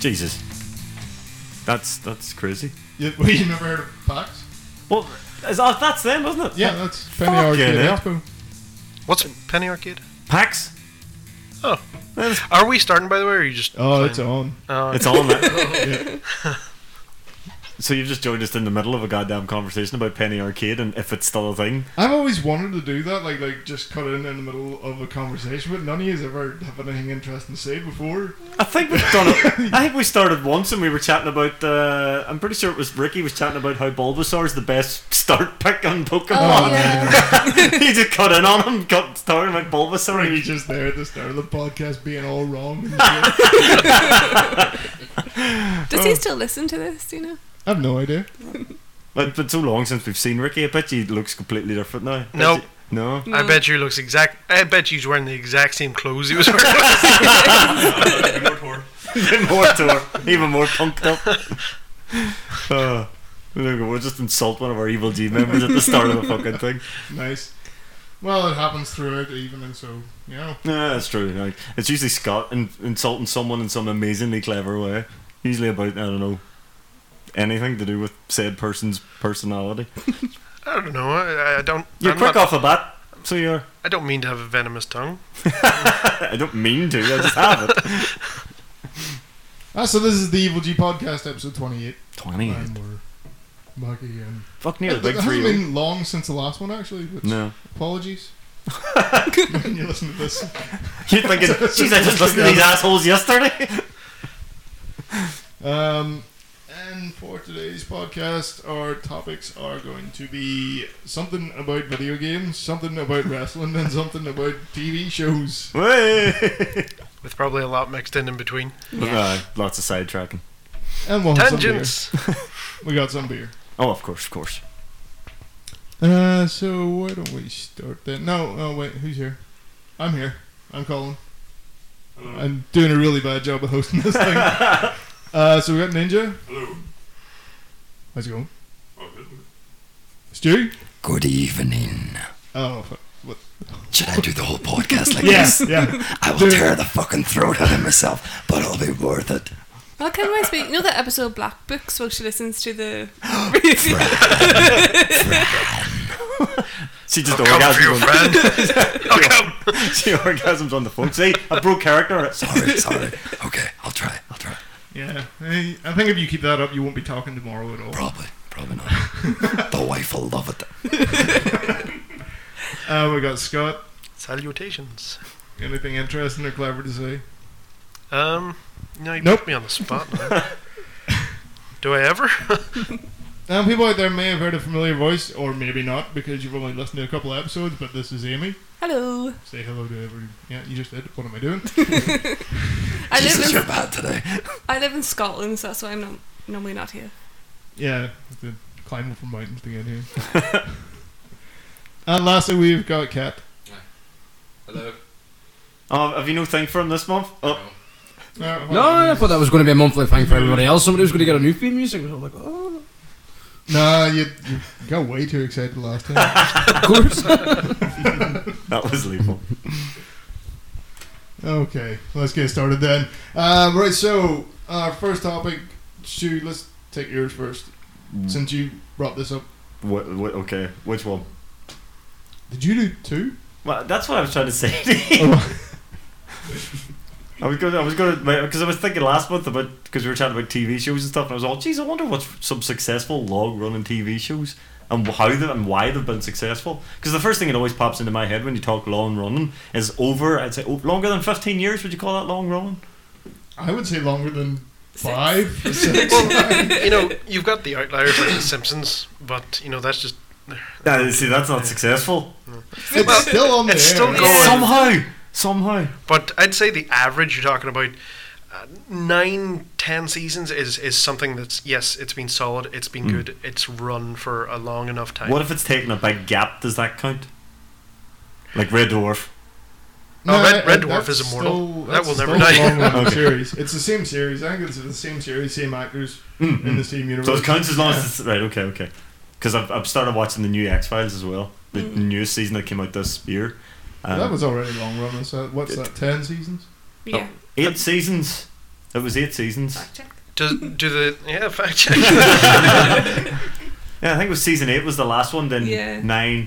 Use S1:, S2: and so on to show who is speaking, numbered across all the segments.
S1: Jesus, that's that's crazy.
S2: You, well, you never heard of Pax?
S1: Well, is, oh, that's them, isn't it?
S2: Yeah, that's Penny
S1: Fucking
S2: Arcade
S1: hell.
S2: Expo.
S3: What's Penny Arcade?
S1: PAX.
S3: Oh.
S1: That's-
S3: Are we starting, by the way, or are you just.
S2: Oh,
S3: playing?
S2: it's on.
S3: Oh,
S1: It's all that. so you've just joined us in the middle of a goddamn conversation about Penny Arcade and if it's still a thing.
S2: I've always wanted to do that, like like just cut in in the middle of a conversation, but none of you ever have anything interesting to say before.
S1: I think we've done it. I think we started once and we were chatting about. Uh, I'm pretty sure it was Ricky was chatting about how Bulbasaur's the best start pick on
S4: Oh,
S1: Pokemon.
S4: yeah.
S1: he just cut in on him, got started about Bulbasaur.
S2: You're
S1: He just-
S2: just there at the start of the podcast being all wrong.
S4: Does he still listen to this? Do you know?
S2: I've no idea.
S1: but it's been so long since we've seen Ricky. I bet he looks completely different now. Bet
S3: Nope.
S1: you- No.
S3: I bet you looks exact. I bet you's wearing the exact same clothes he was wearing.
S1: Even more tour. Even more punked up. Uh, look, we'll just insult one of our Evil G members at the start of the fucking thing.
S2: Nice. Well, it happens throughout the evening, so you know.
S1: Yeah, that's true. Like, it's usually Scott in- insulting someone in some amazingly clever way. Usually about, I don't know, anything to do with said person's personality.
S3: I don't know. I, I don't.
S1: You're
S3: I'm
S1: quick
S3: not-
S1: off the bat, so you're.
S3: I don't mean to have a venomous tongue.
S1: I don't mean to, I just have it.
S2: Ah, so this is the Evil G podcast, episode twenty-eight,
S1: 20.
S2: and we're back again.
S1: Fuck near the
S2: it
S1: big
S2: hasn't
S1: three.
S2: been long since the last one, actually. Which
S1: No.
S2: Apologies. when you listen to this,
S1: You're thinking, jeez, I just listened to these assholes yesterday.
S2: Um, and for today's podcast, our topics are going to be something about video games, something about wrestling, and something about TV shows.
S1: Hey.
S3: with probably a lot mixed in in between.
S1: Uh, lots of sidetracking.
S2: And we'll have
S3: Tangents.
S2: some beer. We got some beer.
S1: Oh, of course, of course.
S2: Uh, so why don't we start then? No, oh wait, who's here? I'm here. I'm Colin. I'm doing a really bad job of hosting this thing. uh, so we got Ninja. Hello. Oh, How's it going? Stu?
S5: Good evening.
S2: Oh, fuck. what?
S5: Should I do the whole podcast like
S2: Yes,
S5: this?
S2: yeah.
S5: I will tear the fucking throat out of myself, but it'll be worth it.
S4: Well, can I speak? You know that episode of Black Books where she listens to the.
S1: She just
S3: Come for your
S1: orgasms.
S3: friend. I'll come.
S1: On, she orgasms on the phone. See, I broke character.
S5: Sorry, sorry. Okay, I'll try. I'll try.
S2: Yeah, I I think if you keep that up, you won't be talking tomorrow at all.
S5: Probably. Probably not. the wife will love it.
S2: Uh, we got Scott.
S3: Salutations.
S2: Anything interesting or clever to say?
S3: Um, no, you
S2: Nope.
S3: put me on the spot. Now. Do I ever?
S2: Um, people out there may have heard a familiar voice, or maybe not, because you've only listened to a couple episodes. But this is Amy.
S4: Hello.
S2: Say hello to every. Yeah, you just did. What am I doing?
S4: I
S5: Jesus,
S4: live
S5: you're
S4: in
S5: bad today.
S4: I live in Scotland, so that's why I'm not normally not here.
S2: yeah, have to climb up from mountains to get here. and lastly, we've got Kat.
S6: Hello.
S1: Oh, have you no thing for him this month? Oh,
S2: Uh, hold on.
S7: No, I thought that was going to be a monthly thing for everybody else. Somebody was going to get a new theme music. I was like, oh,
S2: Nah, you, you got way too excited last time.
S7: of course.
S1: that was lethal.
S2: okay, let's get started then. Uh, right, so our first topic. Stu, let's take yours first, since you brought this up.
S1: What, what, okay, which one?
S2: Did you do two?
S1: Well, that's what I was trying to say. I was going. I was going because I was thinking last month about because we were chatting about TV shows and stuff, and I was all, geez, I wonder what's some successful long running TV shows and how they and why they've been successful. Because the first thing that always pops into my head when you talk long running is over. I'd say oh, longer than fifteen years. Would you call that long running?
S2: I would say longer than five. Six.
S3: you know, you've got the outliers like the Simpsons, but you know that's just
S1: Yeah, see, that's not successful.
S2: it's still on the
S3: it's
S2: air.
S3: still going.
S1: Somehow, somehow.
S3: But I'd say the average you're talking about uh, nine, ten seasons is is something that's yes, it's been solid, it's been good, it's run for a long enough time.
S1: What if it's taking a big gap? Does that count? Like Red Dwarf.
S3: Oh, Red- Red
S2: uh,
S3: Dwarf is
S2: that's
S3: immortal.
S2: still-
S3: That
S2: that's
S3: will never
S2: still a
S3: die.
S2: long-running
S1: Okay.
S2: series. It's the same series. I think it's the same series, same actors in the same universe.
S1: So it counts as long as it's right. Okay, okay. Because I've, I've started watching the new X Files as well. The newest season that came out this year. Um, Oh.
S2: that was already long run. So what's that? Ten seasons.
S4: Yeah.
S1: eight seasons. It was eight seasons.
S4: Fact check.
S3: Do, do the yeah fact check.
S1: Yeah, I think it was season eight was the last one. Then
S4: Yeah.
S1: nine.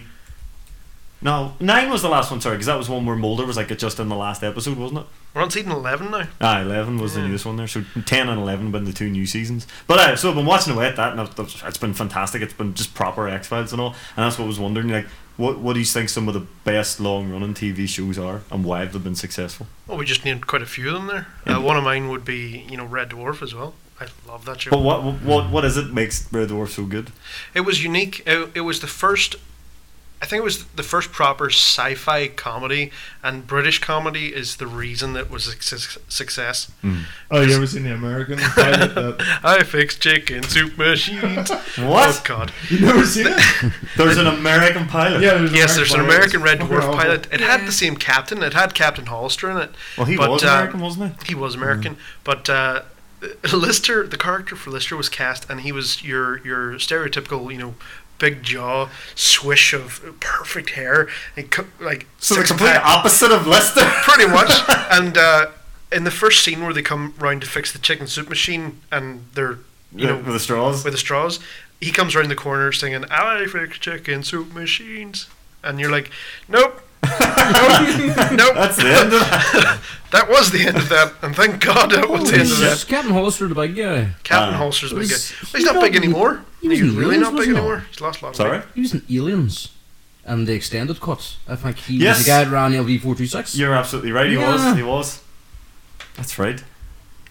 S1: No, nine was the last one. Sorry, because that was one where Mulder was like just in the last episode, wasn't it?
S3: We're on season eleven now.
S1: Ah, eleven was the
S3: Yeah.
S1: newest one there. So ten and eleven been the two new seasons. But uh, so I've been watching away at that, and I've- I've- it's been fantastic. It's been just proper X Files and all. And that's what I was wondering, like, what what do you think some of the best long running TV shows are, and why have they been successful?
S3: Well, Oh, we just named quite a few of them there.
S1: Yeah.
S3: Uh, one of mine would be you know Red Dwarf as well. I love that show.
S1: But what what what is it makes Red Dwarf so good?
S3: It was unique. It, it was the first. I think it was the first proper sci-fi comedy, and British comedy is the reason that it was a suc- success.
S2: Oh, you ever seen the American pilot? That,
S3: I fix chicken soup machines. Oh
S1: What?
S3: God!
S2: you never seen it?
S1: There's an American pilot.
S2: Yeah, there's
S3: Yes, there's an
S2: pilot.
S3: American Red
S2: Fucking
S3: Dwarf
S2: awful.
S3: pilot. It had
S4: Yeah.
S3: the same captain. It had Captain Hollister in it.
S1: Well, he
S3: But,
S1: was
S3: uh,
S1: American, wasn't he? Mm.
S3: He was American, but uh, Lister, the character for Lister was cast, and he was your your stereotypical, you know, big jaw, swish of perfect hair, and co- like
S1: So the
S3: six
S1: complete
S3: pack-
S1: opposite of Lester.
S3: pretty much. and uh, in the first scene where they come round to fix the chicken soup machine, and they're you know
S1: with the straws.
S3: with the straws, he comes round the corner singing "I fix chicken soup machines," and you're like, nope. nope, nope.
S1: That's the end of that.
S3: That was the end of that, and thank God that was the
S7: Holy
S3: end of that.
S7: shit, Captain Hollister, the big guy.
S3: Captain
S1: Ah.
S3: Holster's big.
S7: Was-
S3: guy. But he's not big anymore.
S7: he was
S3: he's really
S7: loose,
S3: not big
S7: wasn't he?
S3: anymore. He's lost a lot of
S1: Sorry,
S3: weight.
S7: He was in Aliens and the extended cut. I think he
S1: Yes.
S7: was the guy that ran LV four two six.
S1: you're absolutely right. He was.
S7: Yeah.
S1: He was. That's right.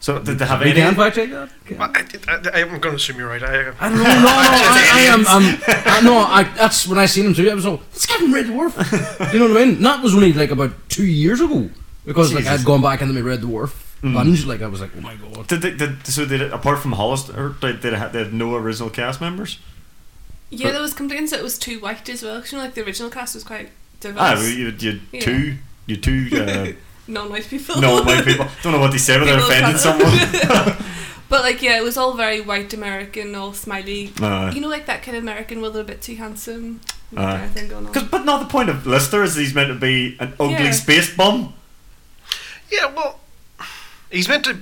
S1: So did they have
S7: We can
S1: any?
S7: fact check that. Okay.
S3: Well, I, I, I'm going to assume you're right. I, uh,
S7: I don't know. No, no, I, I am. uh, I'm, I, no, I, that's when I seen him too. I was all, it's Captain Red Dwarf. You know what I mean? And That was only like about two years ago because like
S1: Jesus.
S7: I'd gone back into my Red Dwarf
S3: Mm-hmm.
S7: binge. Like I was like, oh my god.
S1: Did they, did, so they did, apart from Hollister, they, they, had, they had no original cast members.
S4: Yeah, there was complaints that it was too white as well. 'cause, you know, like the original cast was quite
S1: Ah,
S4: diverse.
S1: well, you, you
S4: Yeah.
S1: two, you two uh,
S4: non-white people.
S1: non-white people. Don't know what they said, but they're
S4: People of
S1: offending
S4: colour.
S1: someone.
S4: but like, yeah, it was all very white American, all smiley.
S1: Aye.
S4: You know, like that kind of American where they're a bit too handsome. that
S1: Aye.
S4: kind of thing going on.
S1: 'Cause- but not the point of Lister is he's meant to be an ugly
S4: Yeah.
S1: space bum.
S3: yeah, well, he's meant to.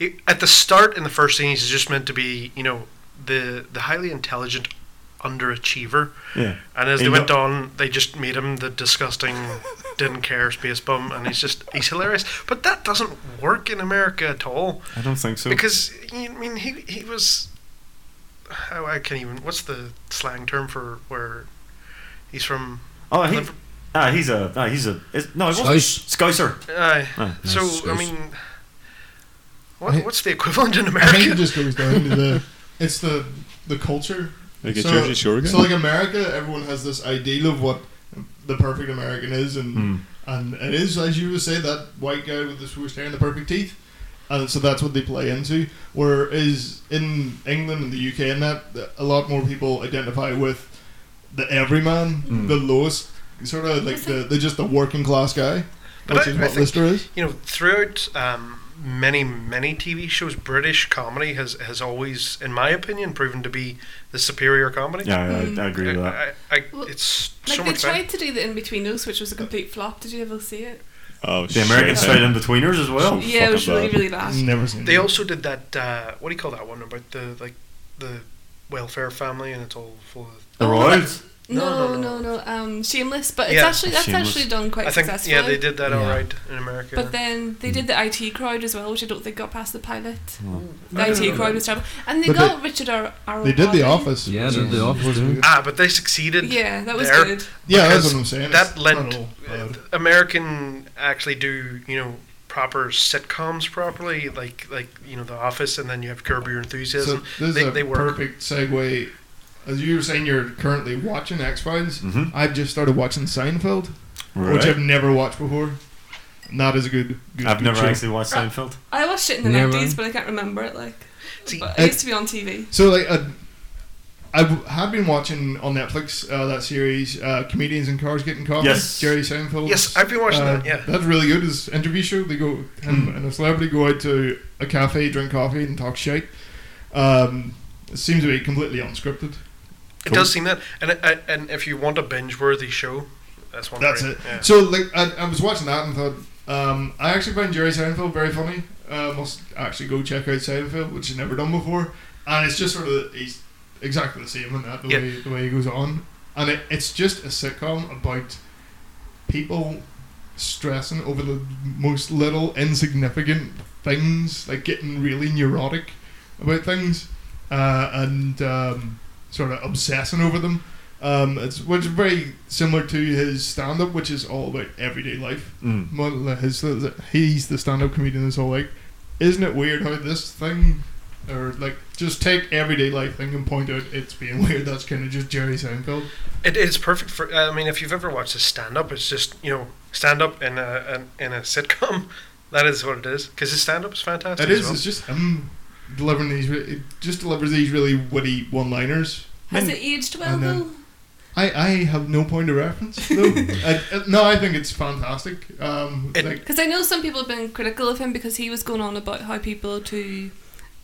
S3: He, at the start in the first scene, he's just meant to be, you know, the the highly intelligent underachiever.
S1: Yeah.
S3: And as
S1: He
S3: they went
S1: no-
S3: on, they just made him the disgusting, didn't care space bum, and he's just he's hilarious. But that doesn't work in America at all.
S1: I don't think so.
S3: because I mean he he was how I can even what's the slang term for where he's from
S1: oh, he,
S3: Liver-
S1: ah, he's a ah, he's a is, no, he wasn't.
S7: Scouse.
S1: Scouser.
S3: uh,
S1: Ah,
S3: so I
S7: nice, nice.
S3: mean
S2: I-
S3: what, what's the equivalent in
S2: I think it
S3: America
S2: just goes down to the it's the the culture.
S8: Like a Jersey Shore guy?
S2: So like America, everyone has this ideal of what the perfect American is, and
S1: Hmm.
S2: and it is as you would say that white guy with the swoosh hair and the perfect teeth, and so that's what they play into. Whereas in England and the UK and that, that a lot more people identify with the everyman, the lowest sort of like the, the just the working class guy,
S3: But
S2: which
S3: I-
S2: is
S3: I
S2: what
S3: think-
S2: Lister is.
S3: you know throughout um, many many TV shows British comedy has has always in my opinion proven to be the superior comedy
S1: Yeah, I, I
S3: I,
S1: agree with that.
S3: I, I,
S4: Well,
S3: it's
S4: like
S3: so
S4: they
S3: much better
S4: tried to do the in betweeners, which was a complete flop. Did you ever see it?
S8: Oh,
S1: The American
S8: shit.
S1: straight in betweeners as
S2: Oh,
S1: well.
S8: It's
S4: yeah, it was
S8: fucking
S4: really
S8: bad.
S4: really bad.
S2: Never seen.
S3: they
S2: it.
S3: also did that uh, what do you call that one about the like the welfare family and it's all full of
S1: The Royals.
S4: No, no, no, Um, Shameless, but it's
S3: Yeah.
S4: actually that's
S1: Shameless.
S4: actually done quite
S3: I think
S4: successfully.
S3: yeah, they did that all
S7: Yeah.
S3: right in America.
S4: But then they did the IT crowd as well, which I don't think got past the pilot. The
S7: I don't
S4: IT
S7: know.
S4: crowd was terrible, and they
S2: But
S4: got Richard Ar- Ar-
S2: They did the office.
S7: Yeah, they did The
S2: Yeah.
S7: Office, too.
S3: ah, but they succeeded.
S4: Yeah, that was
S3: there.
S4: good.
S2: Yeah,
S3: Because
S2: that's what I'm saying.
S3: that
S2: It's
S3: led-
S2: not at all bad.
S3: American actually do you know proper sitcoms properly, like like you know The Office, and then you have Curb Your
S2: So
S3: Enthusiasm.
S2: this
S3: they,
S2: is a
S3: they work.
S2: perfect segue. As you were saying, you're currently watching X Files.
S1: Mhm.
S2: I've just started watching Seinfeld, which
S1: Right.
S2: I've never watched before. Not as good. good
S1: I've
S2: good
S1: never
S2: show.
S1: actually watched Seinfeld.
S4: I watched it in the
S7: Never.
S4: nineties, but I can't remember it. Like,
S3: See,
S4: but it used to be on TV.
S2: So like, I, I have been watching on Netflix uh, that series, uh, comedians in cars getting coffee.
S1: Yes.
S2: Jerry Seinfeld. Uh,
S3: Yes, I've been watching that, yeah. Hmm.
S2: that's really good. His interview show. They go him and a celebrity go out to a cafe, drink coffee, and talk shit. Um, it seems to be completely unscripted.
S3: It does seem that, and it- I- and if you want a binge-worthy show, that's one.
S2: That's
S3: great,
S2: it.
S3: Yeah.
S2: So like I, I was watching that and thought um, I actually find Jerry Seinfeld very funny. uh, must actually go check out Cyberfield, which he's never done before. And it's just sort of he's exactly the same in that the
S3: Yeah.
S2: way the way he goes on, and it, it's just a sitcom about people stressing over the most little insignificant things, like getting really neurotic about things, uh, and um, sort of obsessing over them. Um, it's which is very similar to his stand-up, which is all about everyday life.
S1: Mm.
S2: Well, his, he's the stand-up comedian that's all like, isn't it weird how this thing, or like, just take everyday life thing and point out it's being weird. That's kind of just Jerry Seinfeld.
S3: It is perfect for. I mean, if you've ever watched a stand up, it's just you know stand up in a in, in a sitcom. That is what it is because his stand up is fantastic.
S2: It is.
S3: as well.
S2: It's just him delivering these. re- It just delivers these really witty one-liners.
S4: Has it aged well
S2: Hmm. I know.
S4: though?
S2: I, I have no point of reference though. I, I- no, I think it's fantastic. Um,
S3: It-
S2: like,
S4: Because I know some people have been critical of him because he was going on about how people to.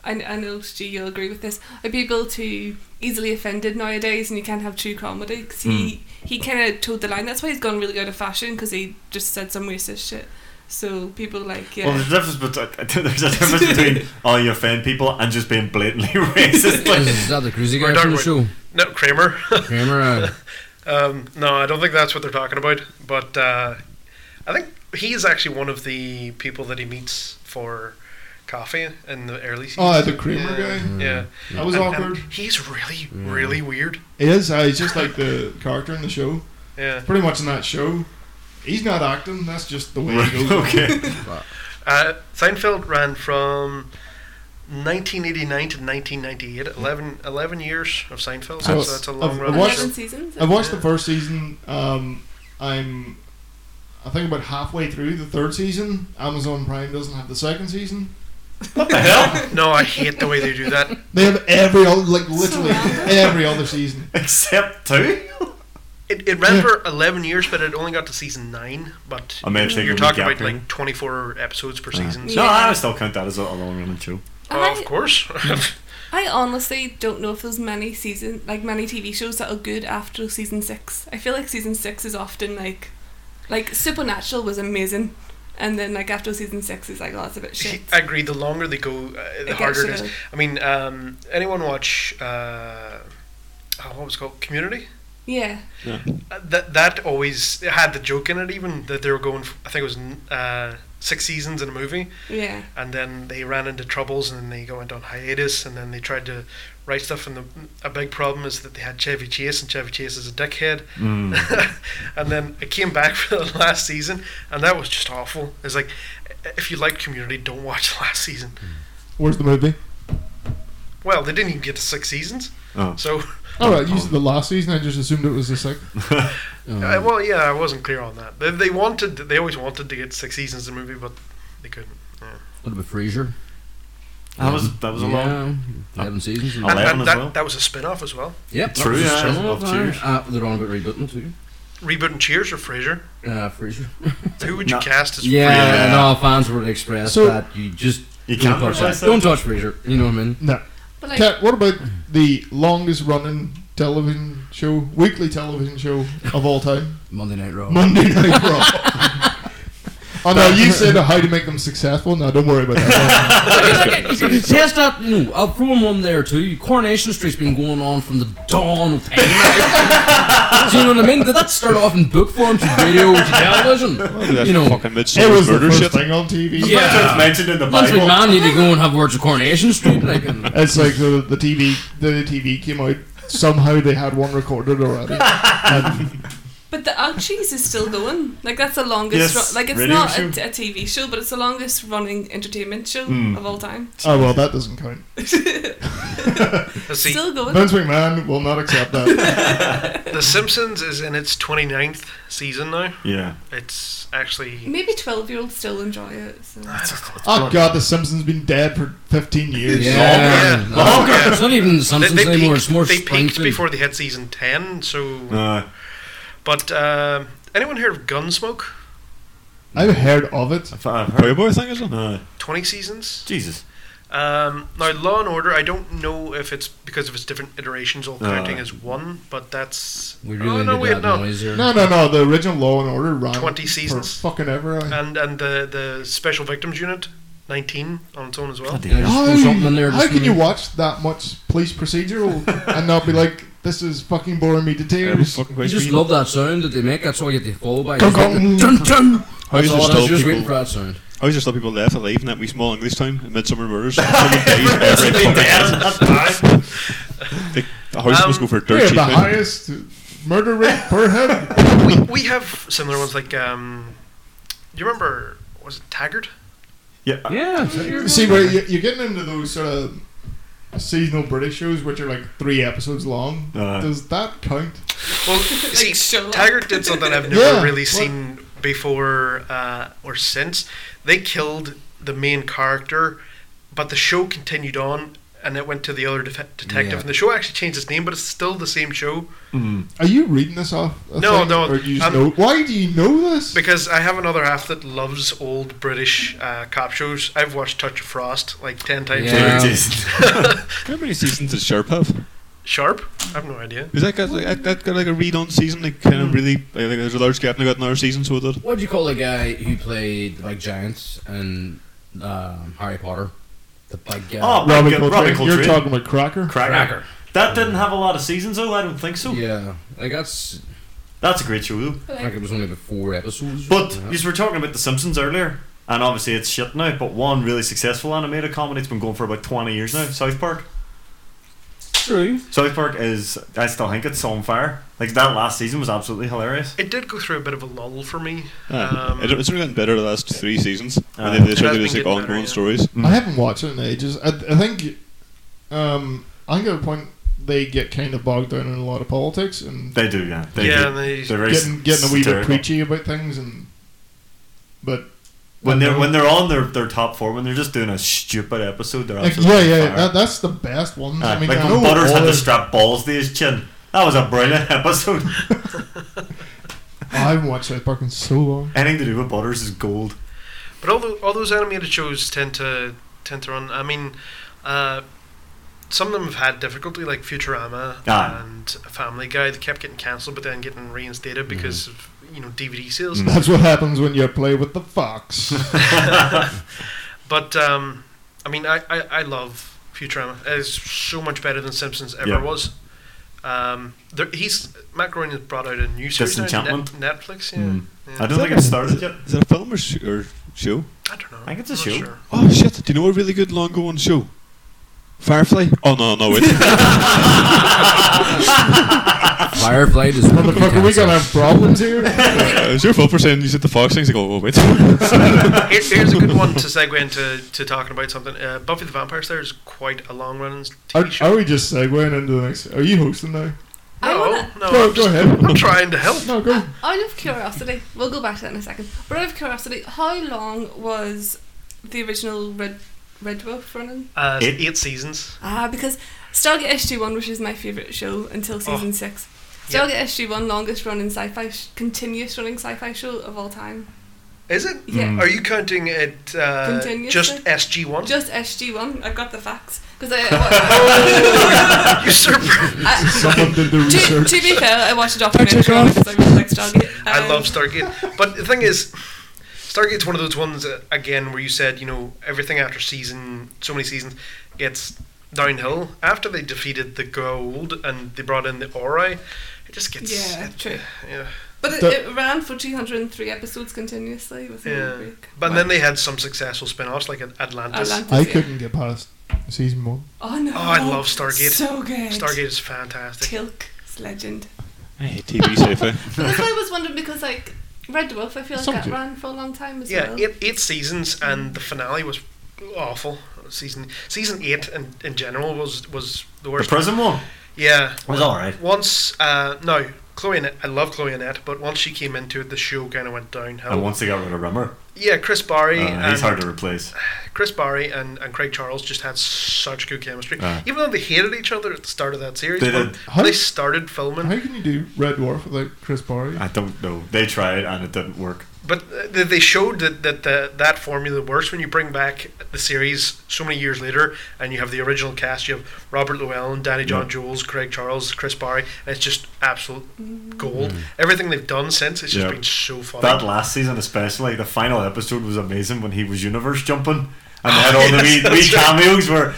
S4: I, I know, Stu, you'll agree with this. Are people too easily offended nowadays and you can't have true comedy? 'Cause he,
S2: Hmm.
S4: he kind of towed the line. That's why he's gone really out of fashion because he just said some racist shit. So people like, yeah.
S1: Well, there's a difference between there's a difference between oh you offend people and just being blatantly racist.
S7: Is,
S1: Like,
S7: is that the crazy
S3: We're
S7: guy from the
S3: done
S7: show?
S3: no Kramer.
S7: Kramer, uh,
S3: um, no, I don't think that's what they're talking about. But uh, I think he is actually one of the people that he meets for coffee in the early season.
S2: oh, the Kramer guy.
S3: Yeah,
S2: That was
S3: And-
S2: awkward.
S3: and he's really, really weird.
S2: He is. Uh, he's just like the character in the show.
S3: Yeah,
S2: Pretty much in that show, he's not acting. That's just the way he goes.
S1: okay.
S3: uh, Seinfeld ran from 1989 to 1998, 11, 11 years of Seinfeld. So,
S2: So
S3: that's a
S2: I've-
S3: long
S2: I've
S3: run.
S2: watched-
S4: 11 seasons?
S2: I watched the first season. Um, I'm, I think about halfway through the third season. Amazon Prime doesn't have the second season.
S3: No, I hate the way they do that.
S2: They have every other, like literally
S4: random.
S2: every other season.
S1: Except two.
S3: It, it ran for 11 years, but it only got to season 9. But
S1: I may have
S3: you're,
S1: taken a Uh-huh.
S3: talking
S1: gap
S3: about
S1: here.
S3: like 24 episodes per season.
S4: Yeah.
S1: No, I would still count that as a long running show.
S4: And
S3: Oh,
S4: I-
S3: of course.
S4: I honestly don't know if there's many season like many TV shows that are good after season six. I feel like season six is often like like Supernatural was amazing, and then like after season six is like oh that's a bit shit.
S3: I agree. The longer they go, uh, the
S4: gets
S3: harder it
S4: you
S3: is.
S4: there.
S3: I mean, um, anyone watch uh, oh, what was it called Community?
S4: Yeah,
S3: Uh, that that always had the joke in it, even that they were going. f I I think it was n- uh, six seasons in a movie,
S4: yeah.
S3: and then they ran into troubles, and then they went on hiatus, and then they tried to write stuff. And the a big problem is that they had Chevy Chase, and Chevy Chase is a dickhead. and then it came back for the last season, and that was just awful. It's like if you like Community, don't watch the last season.
S2: Where's the movie?
S3: Well, they didn't even get to six seasons.
S1: Oh.
S3: So,
S2: All right, you said the last season. I just assumed it was the second.
S3: uh, well, yeah, I wasn't clear on that. They, they wanted, they always wanted to get six seasons in a movie, but they couldn't.
S7: what about Frasier?
S1: That was that was a long.
S7: Yeah, eleven seasons.
S1: I'll
S3: And,
S1: let-
S7: Yep,
S1: Eleven
S3: and
S1: as
S3: that,
S1: well.
S3: that was a spin off as well.
S7: that
S1: True,
S7: was
S1: yeah,
S7: just channel
S1: of
S7: up there.
S1: Cheers.
S7: Uh, they're on about rebooting too.
S3: Reboot and Cheers or Frasier?
S7: Uh, Frasier.
S3: Who would you
S1: No.
S3: cast as
S7: Yeah,
S1: Yeah.
S7: and all fans were expressed
S2: So-
S7: that you just
S1: You
S7: don't
S1: can't
S7: touch
S1: replace
S7: that.
S1: that.
S7: Don't touch Frasier. You know what I mean?
S2: No.
S4: But like
S2: Kat, what about the longest running television show, weekly television show of all time,
S7: Monday Night Raw.
S2: Monday Night Raw? oh no, you said how to make them successful. No, don't worry about that.
S7: If you uh, contest that, no, I'll throw in one there too. Coronation Street's been going on from the dawn of time. Do you know what I mean? Did that start off in book form to radio to television? You know,
S8: fucking midsummer
S2: it was the
S8: murder
S2: first
S8: shit.
S2: thing on TV.
S7: Yeah.
S1: That's what's mentioned in the
S7: once we
S1: Bible.
S7: man need to go and have words of Coronation Street, like, and
S2: It's like the, the TV the TV came out. Somehow they had one recorded already.
S4: but the Ouchies is still going. Like that's the longest.
S1: Yes,
S4: ru- like it's
S1: radio
S4: not
S1: show.
S4: a, a TV show, but it's the longest running entertainment show of all time.
S2: oh well, that doesn't count.
S3: Let's see.
S4: Still going.
S2: Vince McMahon will not accept that.
S3: The Simpsons is in its 29th season now.
S1: Yeah.
S3: It's actually.
S4: Maybe twelve year olds still enjoy it. So.
S3: I don't know.
S2: oh god, The Simpsons been dead for fifteen years.
S7: yeah,
S3: yeah.
S7: No, it's not even the Simpsons
S3: They, they
S7: anymore.
S3: peaked,
S7: It's more
S3: they peaked
S7: Springfield.
S3: before they hit season 10, so.
S1: Uh,
S3: But um anyone heard of Gunsmoke?
S2: I've heard of it.
S1: if I've heard.
S8: Cowboy thing is it?
S1: No.
S3: 20 seasons?
S1: Jesus.
S3: Um, now, Law and Order, I don't know if it's because of its different iterations all
S1: Uh,
S3: counting as one, but that's.
S7: We really
S3: oh, no,
S7: need
S3: wait,
S7: that
S3: no.
S7: noise here.
S2: No, no, no. The original Law and Order ran
S3: 20 seasons. Uh,
S2: for fucking ever. I-
S3: And and the, the Special Victims Unit 19 on its own as well.
S1: Bloody
S7: Yeah,
S1: hell.
S7: just throw something in there.
S2: how
S7: just
S2: can you
S7: mm.
S2: watch that much police procedural and not be like, this is fucking boring me to tears?
S7: I just love that sound that they make. That's why I get the follow by.
S2: Gong, gong.
S7: Dun, dun.
S8: How
S7: That's
S8: is there
S7: all it is,
S8: still
S7: just waiting for
S8: people?
S7: that sound.
S8: How is there still people left alive in that wee small English town in Midsummer Murders? Someone dies every fucking
S1: Yeah, that's fine.
S8: The the house must
S3: Um,
S8: go for dirt
S2: We're
S8: cheap.
S2: the
S8: man.
S2: highest murder rate per head.
S3: we, we have similar ones like, um, you remember, was it Taggart?
S1: Yeah. uh,
S7: Yeah. is that your-
S2: See, where you- you're getting into those sort of seasonal British shows, which are like three episodes long.
S3: Uh-huh.
S1: Uh.
S2: Does that count?
S3: Well, see,
S4: Sherlock.
S3: Taggart did something I've never
S2: Yeah,
S3: really
S2: what-
S3: seen before uh, or since. They killed the main character, but the show continued on, and it went to the other def- detective.
S7: Yeah.
S3: And the show actually changed its name, but it's still the same show
S1: mm,
S2: Are you reading this off? A
S3: No,
S2: thing,
S3: no,
S2: Or do you just
S3: I'm-
S2: know? Why do you know this?
S3: because I have another half that loves old British uh, cop shows. I've watched Touch of Frost like ten times.
S7: Yeah.
S1: It is.
S8: How many seasons did Sharp have?
S3: Sharp? I've no idea.
S8: Is that got like, that- that got like a read on season? Like kind
S7: Hmm.
S8: of really like, like there's a large gap and they got another season. So that
S7: What do you call the guy who played the big giant in um, Harry Potter? The big guy.
S1: Oh,
S2: Robin
S1: Robin
S2: Coltrane.
S1: Coltrane.
S2: You're talking about Cracker.
S1: Cracker.
S7: Cracker.
S1: That didn't have a lot of seasons, though. I don't think so.
S7: Yeah, like that's
S1: That's a great show, though.
S7: like it was only about four episodes.
S1: But
S7: Yeah.
S1: you were talking about The Simpsons earlier, and obviously it's shit now. But one really successful animated comedy, it's been going for about twenty years now. South Park.
S7: true.
S1: South Park is. I still think it's on fire. Like that last season was absolutely hilarious.
S3: It did go through a bit of a lull for me.
S1: Ah.
S8: uh,
S3: Um,
S8: it, it's only gotten better the last three seasons.
S1: Uh,
S8: and they, they
S3: It
S8: tried
S3: has
S8: to do
S3: been
S8: this like
S3: getting
S8: ongoing
S3: better, yeah.
S8: stories.
S1: Mm.
S2: I haven't watched it in ages. I, I think, um, I think at a point they get kind of bogged down in a lot of politics and
S1: They do, yeah. They
S3: yeah,
S1: do.
S3: and they,
S1: They're very
S2: getting getting a wee bit
S1: satirical.
S2: preachy about things. And but
S1: when
S2: I
S1: they're
S2: know-
S1: when they're on their, their top four when they're just doing a stupid episode. They're
S2: like,
S1: absolutely
S2: yeah, yeah,
S1: on fire.
S2: that, that's the best ones.
S1: Uh,
S2: I mean,
S1: like
S2: I
S1: when
S2: know
S1: Butters had
S2: all
S1: to
S2: the-
S1: strap balls to his chin. That was a brilliant episode.
S2: I haven't watched South Park in so long.
S1: Anything to do with Butters is gold.
S3: But all, tho- all those animated shows tend to tend to run. I mean, uh, some of them have had difficulty, like Futurama
S1: Ah.
S3: and Family Guy. They kept getting cancelled, but then getting reinstated
S1: Mm-hmm.
S3: because of you know DVD
S1: Mm.
S3: sales.
S2: That's what happens when you play with the fox.
S3: But um, I mean, I, I, I love Futurama. It's so much better than Simpsons ever
S1: Yeah.
S3: was. Um, there, he's Matt Groening has brought out a new series now, Net,
S1: Disenchantment?
S3: Netflix. Yeah,
S1: Mm.
S3: yeah.
S1: I don't think it started yet.
S8: Is it a film or, sh- or show?
S3: I don't know.
S1: I think it's a
S3: I'm not
S1: show.
S3: sure.
S8: Oh shit! Do you know a really good long going show? Firefly? Oh no, no wait.
S7: Firefly is
S2: Motherfucker, we gonna have problems here.
S8: Uh, it's your fault for saying you said the fox things. Like oh, oh wait.
S3: Here, here's a good one to segue into to talking about something. Uh, Buffy the Vampire Slayer is quite a long running TV
S2: Are,
S3: show.
S2: are we just segueing into the next? Are you hosting now?
S4: I
S3: no,
S4: wanna-
S3: no,
S2: go,
S3: I'm,
S2: go
S3: just-
S2: ahead.
S3: I'm trying to help.
S2: No, go.
S4: Out of curiosity, we'll go back to that in a second. But out of curiosity, how long was the original Red Red Dwarf running?
S3: Uh,
S1: Eight?
S3: eight? seasons.
S4: Ah, because Stargate SG One, which is my favourite show until season six.
S3: Oh. Yeah.
S4: Stargate SG One, longest running sci-fi, sh- continuous running sci-fi show of all time.
S3: Is it?
S4: Yeah.
S3: Are you counting it uh,
S4: Continuously?
S3: just SG one?
S4: Just SG One. I've got the facts because I. I-
S3: you surprised.
S4: I-
S2: Someone did the
S4: to,
S2: research.
S4: to be fair, I watched a documentary on it because I really like Stargate.
S3: I
S4: Um,
S3: love Stargate, but the thing is, Stargate's one of those ones uh, again where you said you know everything after season so many seasons gets downhill. After they defeated the gold and they brought in the Ori, it just gets
S4: Yeah, true.
S3: yeah.
S4: But it,
S2: The-
S4: it ran for 203 episodes continuously with no
S3: Yeah.
S4: break.
S3: But then they had some successful spin offs like At- Atlantis.
S4: Atlantis,
S2: I
S4: yeah.
S2: couldn't get past season one.
S4: Oh no!
S3: Oh, I love Stargate.
S4: So good.
S3: Stargate is fantastic.
S4: Tilk is legend.
S8: I hate TV sci-fi.
S4: But that's why I was wondering because like Red Dwarf, I feel like
S8: Some
S4: that
S8: do.
S4: ran for a long time as
S3: Yeah,
S4: well.
S3: eight, eight seasons, and the finale was awful. Season season eight in, in general was was the
S1: The
S3: worst.
S1: prison one
S3: yeah,
S1: was all right.
S3: once uh, no, Chloe and I love Chloe Annette, but once she came into it, the show kind of went downhill.
S1: And once they got rid of Rimmer,
S3: yeah, Chris Barry
S1: uh, he's
S3: and
S1: hard to replace.
S3: Chris Barry and, and Craig Charles just had such good chemistry.
S1: Aye.
S3: Even though they hated each other at the start of that series,
S1: Uh. They
S3: but
S1: did.
S2: How-
S3: when they started filming.
S2: How can you do Red Dwarf without Chris Barry?
S1: I don't know. They tried and it didn't work.
S3: But uh, they they showed that that the, that formula works when you bring back the series so many years later, and you have the original cast. You have Robert Llewellyn, Danny John Jules, Craig Charles, Chris Barry, and it's just absolute gold. Everything they've done since, it's just
S1: Mm. Yeah.
S3: been so funny.
S1: That last season, especially, the final episode was amazing when he was universe jumping And then all the wee, wee cameos were.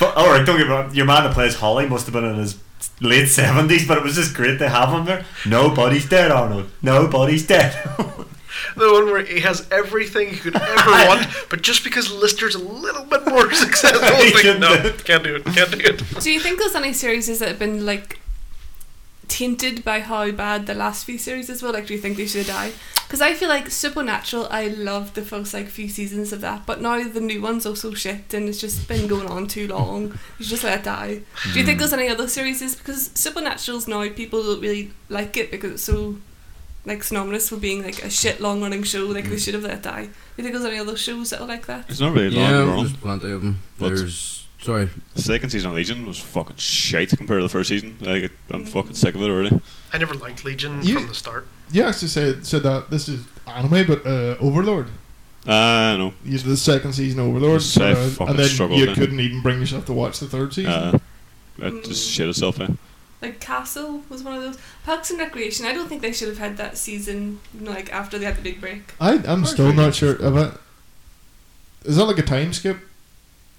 S1: But, all right, don't get me wrong. Your man that plays Holly must have been in his late seventies, but it was just great to have him there. Nobody's dead, Arnold. Nobody's dead.
S3: The one where he has everything you could ever want, but just because Lister's a little bit more successful,
S1: He
S3: it's like,
S1: couldn't
S3: no,
S1: do it.
S3: can't do it, can't do it.
S4: Do you think there's any series that have been like tainted by how bad the last few series were? Like, do you think they should die? Because I feel like Supernatural, I loved the first like few seasons of that, but now the new ones are so shit, and it's just been going on too long. You should just let it die. Do you think there's any other series? Because Supernatural's now people don't really like it because it's so like synonymous with being like a shit long running show. Like they should have let it die. Do you think there's any other shows that are like that?
S8: It's not really long
S7: yeah,
S8: run.
S7: there's plenty of them.
S8: Lots.
S7: There's sorry,
S8: The second season of Legion was fucking shite compared to the first season. Like, I'm fucking sick of it already.
S3: I never liked Legion
S2: You-
S3: from the start.
S2: You actually said said that this is anime, but uh, Overlord.
S8: Uh, no.
S2: You did the second season of Overlord,
S8: It's a
S2: uh,
S8: fucking
S2: and then
S8: struggle,
S2: you
S8: isn't it?
S2: couldn't even bring yourself to watch the third season.
S8: Uh, it just shit itself, eh?
S4: Like Castle was one of those. Parks and Recreation. I don't think they should have had that season. Like after they had the big break.
S2: I I'm still not sure about. Is that like a time skip?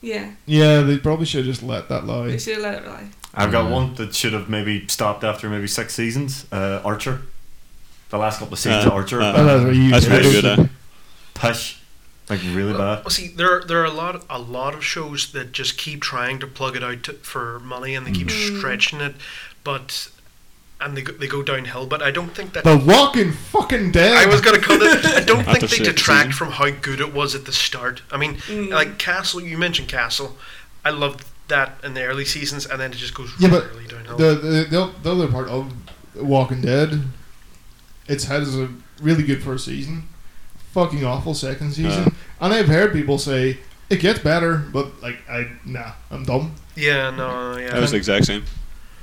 S4: Yeah,
S2: Yeah, they probably should just let that lie.
S4: they should have let it lie.
S1: I've
S8: Mm.
S1: got one that should have maybe stopped after maybe six seasons. Uh, Archer, the last couple of seasons,
S8: Uh,
S1: of Archer,
S8: uh,
S1: but
S2: Oh, that's what you
S8: That's
S2: said.
S8: really good, eh?
S1: pish, like
S8: Uh,
S1: really bad.
S3: Well, see, there there are a lot a lot of shows that just keep trying to plug it out to, for money, and they keep
S4: Mm.
S3: stretching it, but and they go, they go downhill. But I don't think that
S2: The Walking Fucking Dead.
S3: I was gonna call it. I don't think
S8: After
S3: they
S8: six
S3: detract
S8: seasons.
S3: from how good it was at the start. I mean,
S4: Mm.
S3: like Castle. You mentioned Castle. I loved that in the early seasons, and then it just goes
S2: Yeah, but
S3: really downhill.
S2: the, the the the other part of Walking Dead. It's had a really good first season, fucking awful second season,
S8: Uh.
S2: and I've heard people say it gets better, but like I nah, I'm dumb.
S3: yeah, no, yeah.
S8: That was the exact same.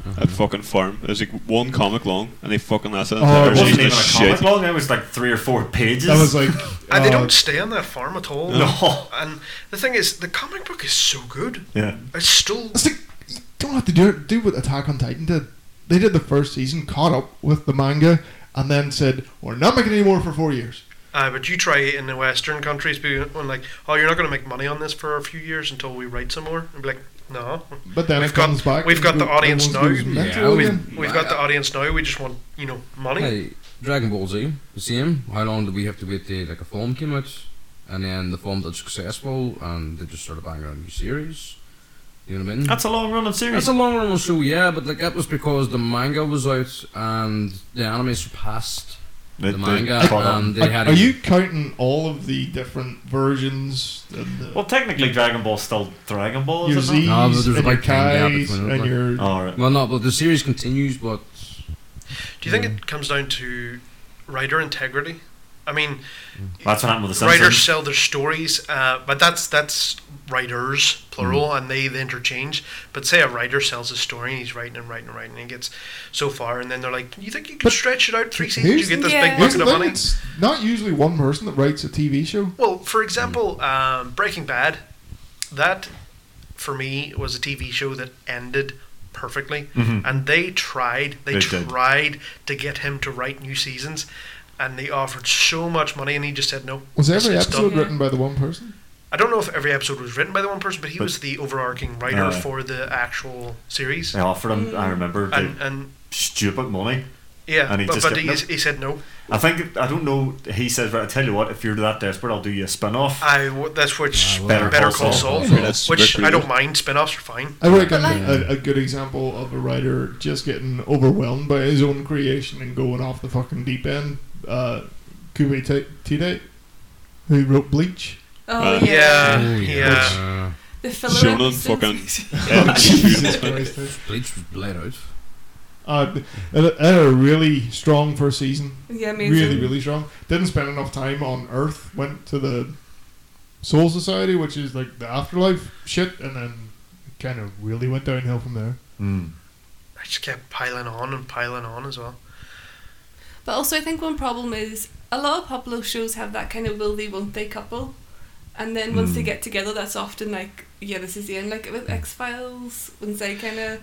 S1: Uh-huh.
S8: That fucking farm. It was like one comic long, and they fucking lasted an
S2: Oh,
S8: entire
S2: it
S1: It wasn't
S8: season
S1: even a
S8: of shit.
S1: comic long. It was like three or four pages.
S2: That was like
S3: and they
S2: uh,
S3: don't stay on that farm at all.
S1: no.
S3: And the thing is, the comic book is so good.
S1: Yeah.
S3: It's still
S2: It's like you don't have to do it. Do what Attack on Titan did. They did the first season, caught up with the manga, and then said, "We're not making any more for four years."
S3: Uh, but you try it in the Western countries, being when like, oh, you're not going to make money on this for a few years until we write some more, and be like, no,
S2: But then
S3: We've
S2: it comes
S3: got-
S2: back.
S3: we've
S2: and
S3: got the
S2: everyone
S3: audience
S2: goes
S3: now.
S2: mental
S7: Yeah,
S2: again.
S3: we've we've got the audience now. We just want you know money.
S7: hey, Dragon Ball Z, the same. How long did we have to wait till like a film came out, and then the film that's successful, and they just started banging out a new series. You know what I mean?
S1: That's a long running series.
S7: That's a long run show, yeah, but like that was because the manga was out and the anime surpassed
S1: They-
S7: the
S1: they
S7: manga,
S1: bought them.
S7: and they
S2: Are,
S7: had.
S2: are
S7: a-
S2: you counting all of the different versions? And the,
S1: Well, technically, Dragon Ball's still Dragon Ball,
S2: your
S1: isn't
S2: Z's
S1: it?
S7: No, but
S2: and
S7: there's
S2: your
S7: a big time gap
S2: Kai's
S7: between Oh. it,
S2: and
S7: like-
S2: your.
S1: All right.
S7: Well, no, but the series continues, but
S3: Do you think it comes down to writer integrity? I mean,
S1: That's what happened with the
S3: writers
S1: Simpsons.
S3: sell their stories, uh, but that's that's writers plural, and they, they interchange. But say a writer sells a story and he's writing and writing and writing, and he gets so far, and then they're like, you think you could stretch it out three seasons? You
S2: here's
S3: get this
S4: the-
S3: big
S4: Yeah.
S2: Here's
S3: bucket
S2: the
S3: of
S2: thing,
S3: money.
S2: it's not usually one person that writes a TV show.
S3: Well, for example, um, Breaking Bad, that for me was a TV show that ended perfectly, and they tried,
S1: Mm-hmm.
S3: they,
S1: They did.
S3: tried to get him to write new seasons, and they offered so much money, and he just said no.
S2: Was
S3: it's-
S2: every
S3: it's
S2: episode
S3: done.
S2: written by the one person?
S3: I don't know if every episode was written by the one person, but he
S1: But-
S3: was the overarching writer
S1: Alright.
S3: for the actual series,
S1: They offered him, I remember, the
S3: Mm, and and
S1: stupid money.
S3: yeah,
S1: And he
S3: but,
S1: just
S3: but
S1: said
S3: he,
S1: no.
S3: he said no.
S1: I think, I don't know, he says, right, I tell you what, if you're that desperate, I'll do you a spin off.
S3: I w- that's which
S7: Ah, well,
S3: Better, Call Saul,
S8: That's
S3: which
S8: very
S3: I don't
S8: good.
S3: mind. Spin-offs are fine.
S2: I reckon
S4: like-
S2: a, a good example of a writer just getting overwhelmed by his own creation and going off the fucking deep end. Uh, Kubi T- Tite, who wrote Bleach.
S4: Oh
S8: Uh,
S4: yeah.
S3: Yeah,
S7: Oh,
S3: yeah.
S4: the filler.
S8: Shonen
S4: episodes.
S8: Yeah,
S2: Jesus
S8: Jesus Christ.
S2: Christ.
S7: Bleach was bled out.
S2: Uh, and a- and a really strong first season.
S4: yeah, amazing.
S2: Really, really strong. Didn't spend enough time on Earth. Went to the Soul Society, which is like the afterlife shit, and then kind of really went downhill from there.
S1: Mm.
S3: I just kept piling on and piling on as well.
S4: But also, I think one problem is a lot of popular shows have that kind of will they, won't they couple, and then once they
S1: Mm.
S4: get together, that's often like, yeah, this is the end. Like with X Files, once they kind of,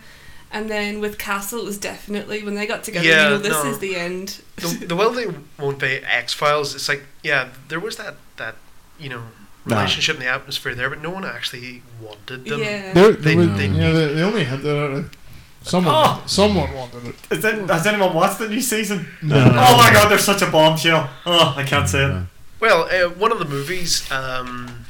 S4: and then with Castle, it was definitely when they got together.
S3: Yeah,
S4: you know, this
S3: no.
S4: is the end.
S3: The, the well they won't be X Files. It's like yeah, there was that that you know relationship and the atmosphere there, but no one actually wanted them.
S4: Yeah.
S2: There,
S3: They-
S2: there was-
S7: they-
S2: yeah, they, they only hinted at it. Someone,
S1: Oh!
S2: someone wanted it.
S1: Is
S3: Mm.
S1: that, has anyone watched the new season?
S2: No.
S1: Oh my god, they're such a bombshell. Oh, I can't say it.
S3: Well, uh, one of the movies, um,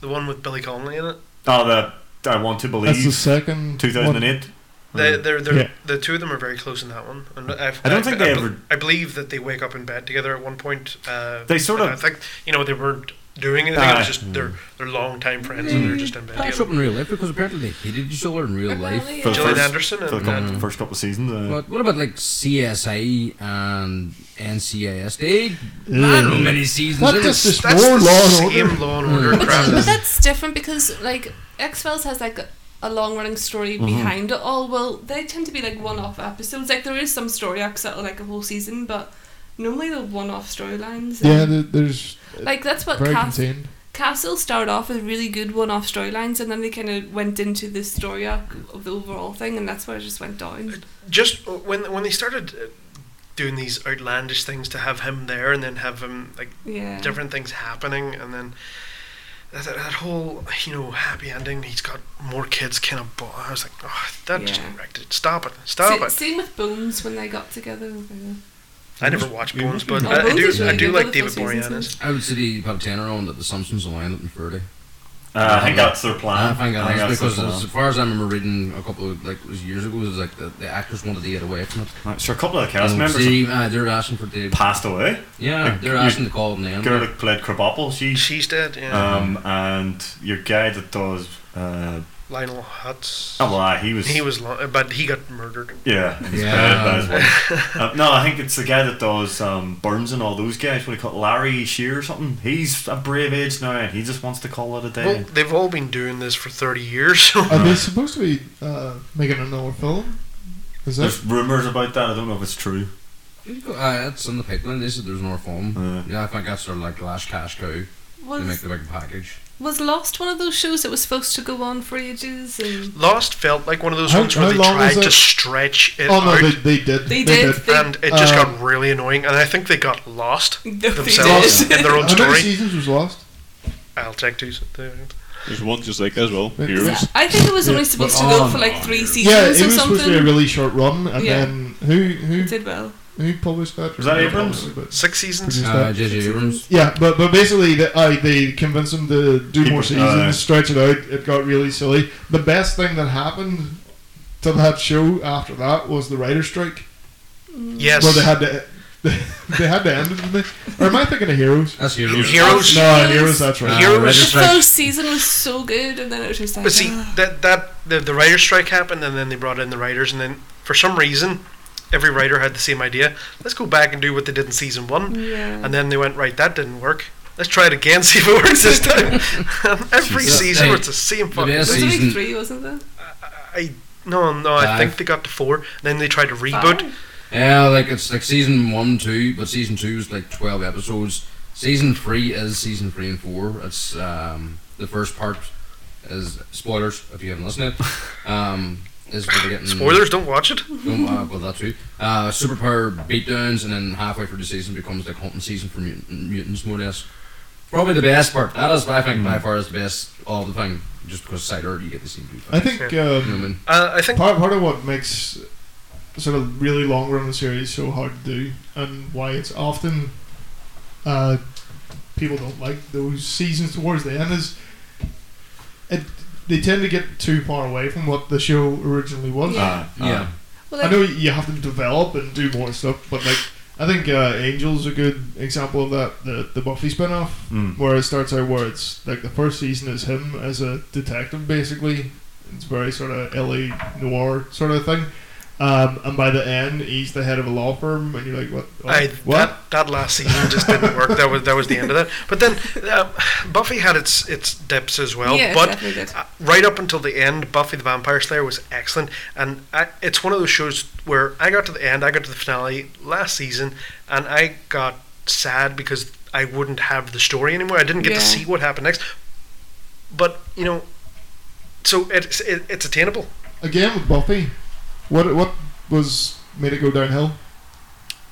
S3: the one with Billy Connolly in it,
S1: Oh, the I want to
S2: That's the
S1: believe
S2: second.
S1: 2008.
S3: they, they're, they're,
S2: Yeah.
S3: the two of them are very close in that one. And I've,
S1: I don't
S3: I've-
S1: think they
S3: I, bel-
S1: ever-
S3: I believe that they wake up in bed together at one point. Uh,
S1: They sort
S3: and
S1: of-
S3: I think you know they weren't doing anything. it
S1: Aye.
S3: was just they're they're longtime friends and they're just in bed
S7: That's
S3: together.
S7: up in real life because apparently they hated each other in real life.
S1: For the
S3: Gillian
S1: first-
S3: Anderson
S1: For the
S3: and
S1: couple-
S3: uh,
S1: first couple of seasons. Uh,
S7: But what about like CSI and NCIS? They I don't know many seasons.
S2: What
S7: in
S2: does
S7: it.
S2: this
S3: that's
S2: more
S3: the
S2: law and order?
S3: same Law and Order
S4: But,
S3: crap.
S4: but that's different because like X Files has like a, a long running story behind it all. Well, they tend to be like one off episodes. Like there is some story arcs that are like a whole season, but normally they're one off storylines.
S2: Yeah,
S4: And,
S2: there, there's
S4: like that's what
S2: very
S4: Cas-
S2: contained.
S4: Castle started off with really good one off storylines, and then they kind of went into the story arc of the overall thing, and that's where it just went down.
S3: just uh, when when they started uh, doing these outlandish things to have him there and then have him like
S4: Yeah.
S3: different things happening and then that, that, that whole you know happy ending he's got more kids kind of bo- I was like oh that just
S4: Yeah.
S3: wrecked it stop it stop
S4: Sa-
S3: it
S4: same with Bones when they got together. Yeah.
S3: I never watched Bones but
S4: Oh,
S3: I, I
S4: Bones
S3: do
S4: is really
S3: I do
S4: good.
S3: like
S4: Both
S3: David
S4: those seasons
S3: Boreanaz
S7: I would say they put tenor on that the Simpsons will end up in Friday.
S1: uh, I think that's their plan.
S7: I think that is Um, because as
S1: their
S7: far as I remember reading a couple of like it was years ago, it was like the, the actors wanted to get away from it.
S1: plan. Sure, a couple of the cast
S7: And
S1: members
S7: see, uh, they're asking for the
S1: passed away.
S7: yeah,
S1: like,
S7: they're
S1: you-
S7: asking to call them
S1: Girl
S7: then.
S1: that played Krabappel, she.
S3: she's dead yeah
S2: Uh,
S1: Um, and your guy that does. Uh,
S3: Lionel Hutz
S1: oh, well, aye, he was.
S3: he was lo- but he got murdered
S1: Yeah. he was
S7: Yeah.
S1: bad, bad as well. Uh, no, I think it's the guy that does um, Burns and all those guys. What do you call it? Larry Shear or something? He's a brave age now and he just wants to call it a day.
S3: well they've all been doing this for 30 years so
S2: Are they supposed to be uh, making another film? Is that
S1: There's rumours about that. I don't know if it's true.
S7: Uh, it's in the pipeline. They said there's more film.
S1: Uh,
S7: Yeah, I think that's their like last cash cow. They make
S4: Was
S7: the big package.
S4: was Lost one of those shows that was supposed to go on for ages? And
S3: Lost felt like one of those
S2: How-
S3: ones where
S2: how
S3: they
S2: long was
S3: tried to
S2: it?
S3: stretch it
S2: Oh
S3: out
S2: no, they, they did.
S4: They did. They-
S3: and it just
S2: Uh,
S3: got really annoying. And I think they got lost
S4: No, they
S3: themselves
S4: did.
S3: in their own
S2: How many
S3: story.
S2: seasons was lost?
S3: I'll take two. the-
S8: There's one just like that as well.
S2: Yeah.
S8: Heroes.
S4: I think it was
S2: Yeah.
S4: only supposed to
S7: But
S4: go
S7: on
S4: for like
S7: and
S4: three
S7: on.
S4: seasons
S2: Yeah, it was
S4: or
S2: supposed to be a
S4: something.
S2: really short run, and
S4: Yeah.
S2: then who who
S4: It did well.
S2: who published that?
S1: Was that
S2: Who
S1: Abrams?
S2: published it, but-
S3: Six seasons.
S2: Produced
S7: Uh,
S2: that?
S7: JJ Abrams.
S2: Yeah, but but basically, the, I they convinced him to do
S1: Keep
S2: more
S1: it-
S2: seasons,
S1: aye.
S2: stretch it out. It got really silly. The best thing that happened to that show after that was the writer's strike,
S3: Yes.
S2: where Mm-hmm. they had to they had to end it. didn't they? Or am I thinking of Heroes?
S7: That's Heroes.
S3: Heroes.
S2: No, Heroes. That's right.
S7: Uh,
S3: Heroes.
S4: The
S7: Writer's Strike.
S4: first season was so good, and then it was just like. ah,
S3: But see, that that the, the writer's strike happened, and then they brought in the writers, and then for some reason, every writer had the same idea. Let's go back and do what they did in season one,
S2: Mm-hmm.
S4: Yeah.
S3: and then they went right. That didn't work. Let's try it again, see if it works this time. And every
S7: Jesus.
S3: season,
S7: Hey,
S3: it's the same
S7: the
S3: fucking
S7: best
S4: There
S3: thing.
S4: was only
S7: season-
S4: three, wasn't there?
S3: I no, no. I
S7: Five.
S3: think they got to four. Then they tried to reboot.
S4: Five?
S7: Yeah, like it's like season one, two, but season two is like twelve episodes. Season three is season three and four. It's um the first part is spoilers if you haven't listened to it. Um, is where they're getting
S3: Spoilers, don't watch it.
S7: No, uh, well, that too. Uh, superpower beatdowns, and then halfway through the season becomes like hunting season for mutant, mutants, more or less. Probably the best part. That is, I think, by far is the best of the thing. Just because cider, you get the same people.
S2: I think
S7: You know what I
S2: um,
S7: mean?
S3: Uh, I think
S2: part part of what makes sort of really long running series so hard to do, and why it's often uh, people don't like those seasons towards the end is it they tend to get too far away from what the show originally was.
S1: uh,
S7: Yeah.
S4: Well,
S2: I
S4: like,
S2: know you have to develop and do more stuff, but like I think uh, Angel's a good example of that. The the Buffy spin-off
S3: Hmm.
S1: Mm.
S2: where it starts out where it's like the first season is him as a detective basically. It's very sort of LA noir sort of thing. Um, and by the end, he's the head of a law firm, and you're like, what? Oh,
S3: I,
S2: what?
S3: That, that last season just didn't work. That was that was the end of that. But then uh, Buffy had its its dips as well.
S4: yeah,
S3: but
S4: definitely did.
S3: uh, right up until the end, Buffy the Vampire Slayer was excellent, and I, it's one of those shows where I got to the end, I got to the finale last season, and I got sad because I wouldn't have the story anymore. I didn't get
S4: Yeah.
S3: to see what happened next. But you know, so it's it, it's attainable.
S2: Again with Buffy, what what was made it go downhill?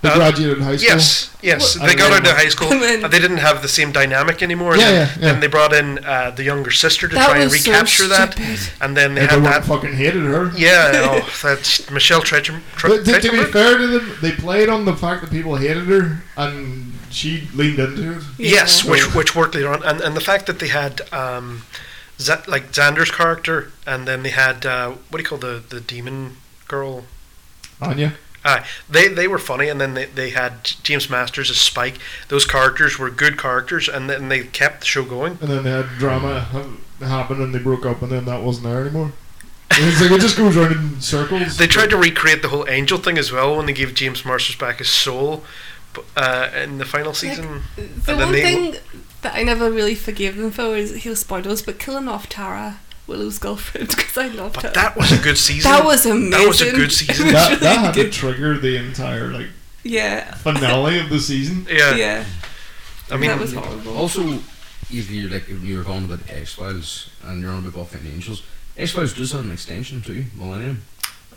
S2: They
S3: Uh,
S2: graduated high school.
S3: Yes, yes.
S2: Well,
S3: they got
S2: I
S3: out of high school,
S4: Come in.
S3: and they didn't have the same dynamic anymore.
S2: Yeah,
S3: and
S2: yeah,
S3: then,
S2: yeah.
S3: then they brought in uh, the younger sister to
S4: That
S3: try and
S4: was so
S3: recapture that,
S4: stupid.
S3: and then they had
S2: Everyone
S3: that.
S2: fucking hated her.
S3: Yeah, oh, that's Michelle Trecham. Tre-
S2: But to, to be
S3: Trecham-
S2: fair to them, they played on the fact that people hated her, and she leaned into it.
S3: Yes,
S2: Yeah.
S3: which which worked later on, and and the fact that they had um, Z- like Xander's character, and then they had uh, what do you call the the demon girl?
S2: Anya.
S3: Uh, they they were funny, and then they, they had James Masters as Spike. Those characters were good characters, and then they kept the show going.
S2: And then they had drama ha- happen, and they broke up, and then that wasn't there anymore. And it's like it just goes round in circles.
S3: They tried to recreate the whole angel thing as well when they gave James Masters back his soul, but, uh, in the final season.
S4: The
S3: And then
S4: one
S3: they-
S4: thing that I never really forgave them for is he'll spoilers, but killing off Tara, Willow's girlfriend, because I loved her.
S3: But that was a good season.
S4: That was amazing.
S3: That was a good
S4: It
S3: season.
S4: was
S2: That,
S4: really
S2: that had to
S4: good.
S2: trigger the entire like
S4: Yeah,
S2: finale of the season.
S3: Yeah,
S4: yeah.
S3: I mean,
S4: that was horrible.
S7: Also, if you like, if you're on about X Files and you're on about Buffy and Angels, X Files does have an extension too, Millennium.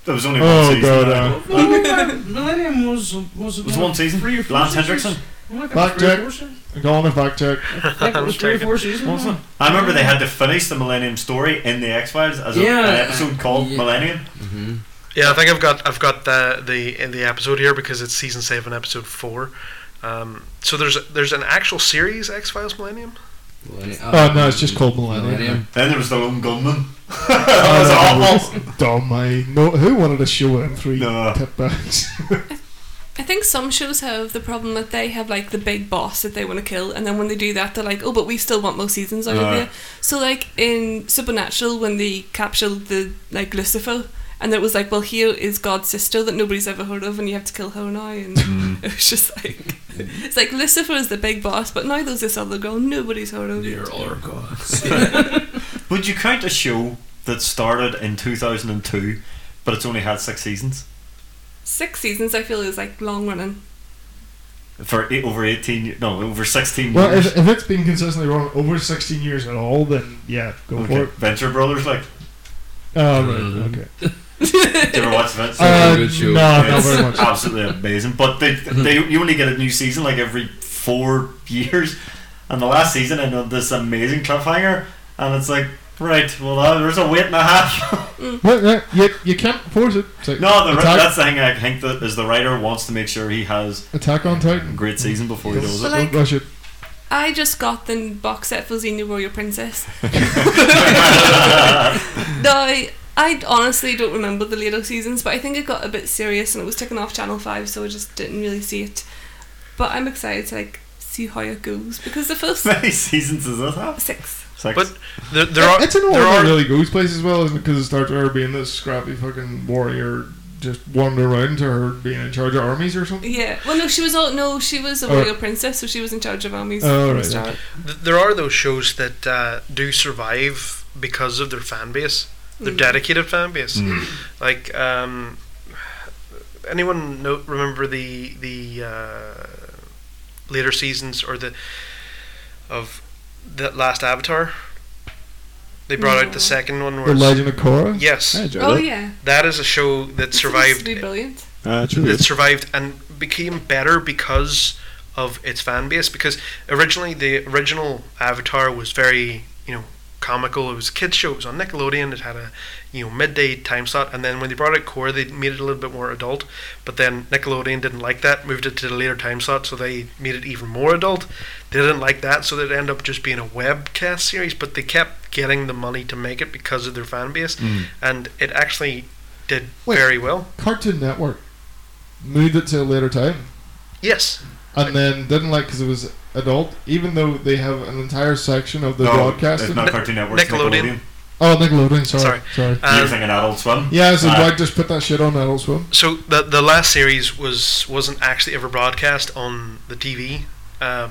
S1: There was only one
S2: Oh
S1: season.
S2: god.
S1: though.
S2: Uh,
S7: Millennium was was
S1: It was one season.
S7: Three or four
S1: Lance
S7: seasons?
S1: Hendrickson,
S7: I think it was
S2: Back
S7: three or
S2: check.
S7: four seasons.
S2: I'm calling a fact check.
S7: I think it was three or four seasons.
S1: wasn't it? I remember they had to finish the Millennium story in the X Files as a, an
S7: Yeah.
S1: episode called
S7: Yeah.
S1: Millennium.
S7: Mm-hmm.
S3: yeah. I think I've got I've got the the in the episode here because it's season seven, episode four. Um, so there's there's an actual series X Files Millennium.
S7: uh,
S2: Oh, no, it's just called Millennium.
S1: Then there was the Lone Gunman.
S2: Oh,
S1: that was awful.
S2: Dumb, I no. Who wanted a show in three
S1: No.
S2: tip bags?
S4: I think some shows have the problem that they have like the big boss that they want to kill, and then when they do that, they're like, "Oh, but we still want more seasons out
S1: Uh.
S4: of you." So, like in Supernatural, when they captured the like Lucifer, and it was like, "Well, here is God's sister that nobody's ever heard of, and you have to kill her now," and it was just like, it's like Lucifer is the big boss, but now there's this other girl nobody's heard of.
S7: Dear our gods.
S1: Would you count a show that started in 2002 but it's only had six seasons?
S4: Six seasons, I feel, is like long running.
S1: For eight, over 18, y- no, over 16
S2: well,
S1: years.
S2: if, if it's been consistently wrong over 16 years at all, then yeah, go
S1: Okay.
S2: for it.
S1: Venture Brothers, like,
S2: Oh, right,
S7: Mhm.
S2: okay.
S1: did you ever watch Venture?
S2: Uh,
S7: a good show.
S2: No, not
S1: It's
S2: very much. Mm-hmm.
S1: Absolutely amazing. But they, they you only get a new season like every four years. And the last season ended on this amazing cliffhanger. And it's like, right, well, uh, there's a wait and a half.
S2: No, no, you, you can't force it. It's like
S1: no, the,
S2: attack,
S1: that's the thing I think that is the writer wants to make sure he has
S2: attack on
S1: a
S2: Titan.
S1: great season before he
S2: Don't,
S1: does
S4: But
S1: it.
S4: like-
S2: don't rush it.
S4: I just got the box set for Xena Warrior Princess. No, I, I honestly don't remember the later seasons, but I think it got a bit serious and it was taken off Channel Five, so I just didn't really see it. But I'm excited to like see how it goes because the first
S1: How many seasons does this have?
S4: six.
S1: Six.
S3: But there, there are
S2: it's an order
S3: there
S2: that
S3: are
S2: really goes places well, isn't it? Because it starts her being this scrappy fucking warrior, just wander around to her being in charge of armies or something.
S4: Yeah. Well, no, she was all no, she was a
S2: Oh.
S4: warrior princess, so she was in charge of armies.
S2: Oh,
S4: from the
S2: right,
S4: start.
S3: Th- there are those shows that uh, do survive because of their fan base, their
S4: Mm.
S3: dedicated fan base.
S2: Mm.
S3: Like um, anyone know, remember the the uh, later seasons or the of the last Avatar? They brought out
S4: No.
S3: the second one. Where
S2: The
S3: it's-
S2: Legend of Korra.
S3: Yes,
S8: I enjoyed
S4: Oh
S8: that.
S4: yeah.
S3: that is a show that
S4: It's supposed to
S3: survived.
S4: be brilliant.
S8: Uh, it's really
S3: That
S8: good.
S3: survived and became better because of its fan base. Because originally, the original Avatar was very, you know, comical. It was a kids show. It was on Nickelodeon. It had a, you know, midday time slot. And then when they brought out Core, they made it a little bit more adult. But then Nickelodeon didn't like that. Moved it to the later time slot, so they made it even more adult. They didn't like that, so it ended up just being a webcast series. But they kept getting the money to make it because of their fan base, and it actually did
S2: Wait.
S3: very well.
S2: Cartoon Network moved it to a later time.
S3: Yes.
S2: and then didn't like because it was adult, even though they have an entire section of the
S1: no,
S2: broadcast.
S1: it's not
S3: Nic-
S1: Cartoon Network, it's
S3: Nickelodeon.
S1: Nickelodeon.
S2: Oh, Nickelodeon. Sorry,
S3: Sorry.
S2: sorry.
S1: You're
S3: Um,
S1: thinking Adult Swim.
S2: yeah, so
S1: Uh,
S2: Mike just put that shit on Adult Swim.
S3: So the the last series was wasn't actually ever broadcast on the TV. Uh,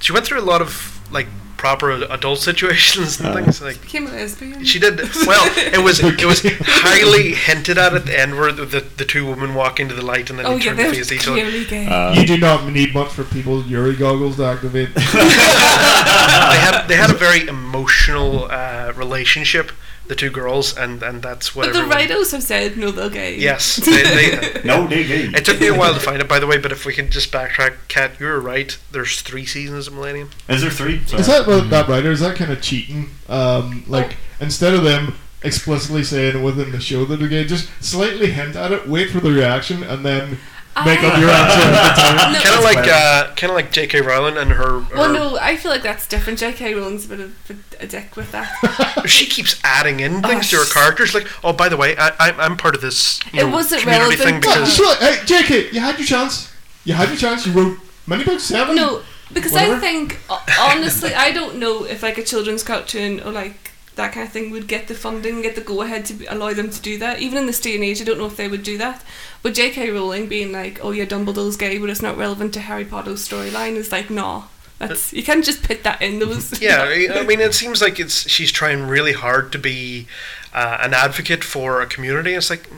S3: she went through a lot of like proper adult situations and things like.
S4: Became a lesbian.
S3: She did well. It was it was highly hinted at at the end where the, the, the two women walk into the light and then
S4: Oh
S3: they
S4: yeah,
S3: turn
S4: they're
S3: to face each other.
S4: clearly gay.
S1: uh,
S2: you do not need much for people's Yuri goggles to activate.
S3: they had they had a very emotional uh, relationship the two girls, and, and that's what.
S4: But the
S3: everyone-
S4: Ridos have said no, they'll gay.
S3: Yes, they, they,
S1: No, they gay.
S3: it took me a while to find it, by the way. But if we can just backtrack, Kat, you were right. There's three seasons of Millennium.
S1: Is there three? Sorry.
S2: Is that well, not right? Or is that kind of cheating? Um, like
S4: Oh.
S2: instead of them explicitly saying within the show that they're gay, just slightly hint at it, wait for the reaction, and then make up your answer.
S4: Ah. No,
S3: Kind of
S4: it's-
S3: like
S1: clever.
S3: uh, kind of like J.K. Rowling and her. her
S4: Well, no, I feel like that's different. J.K. Rowling's a bit of a, a dick with that.
S3: She keeps adding in things to her
S4: sh-
S3: characters, like, oh, by the way, I, I'm I'm part of this. you
S4: It
S3: know,
S4: wasn't
S3: community
S4: relevant.
S3: thing
S2: Well,
S3: because
S2: sure, hey, JK, you had your chance. You had your chance. You wrote many books, seven.
S4: No, because I
S2: Whatever.
S4: think o- honestly, I don't know if like a children's cartoon or like that kind of thing would get the funding, get the go ahead to be- allow them to do that. Even in this day and age, I don't know if they would do that. But J.K. Rowling being like, "Oh yeah, Dumbledore's gay, but it's not relevant to Harry Potter's storyline," is like, nah. That's you can't just put that in those.
S3: yeah, I I mean, it seems like it's she's trying really hard to be uh, an advocate for a community. It's like,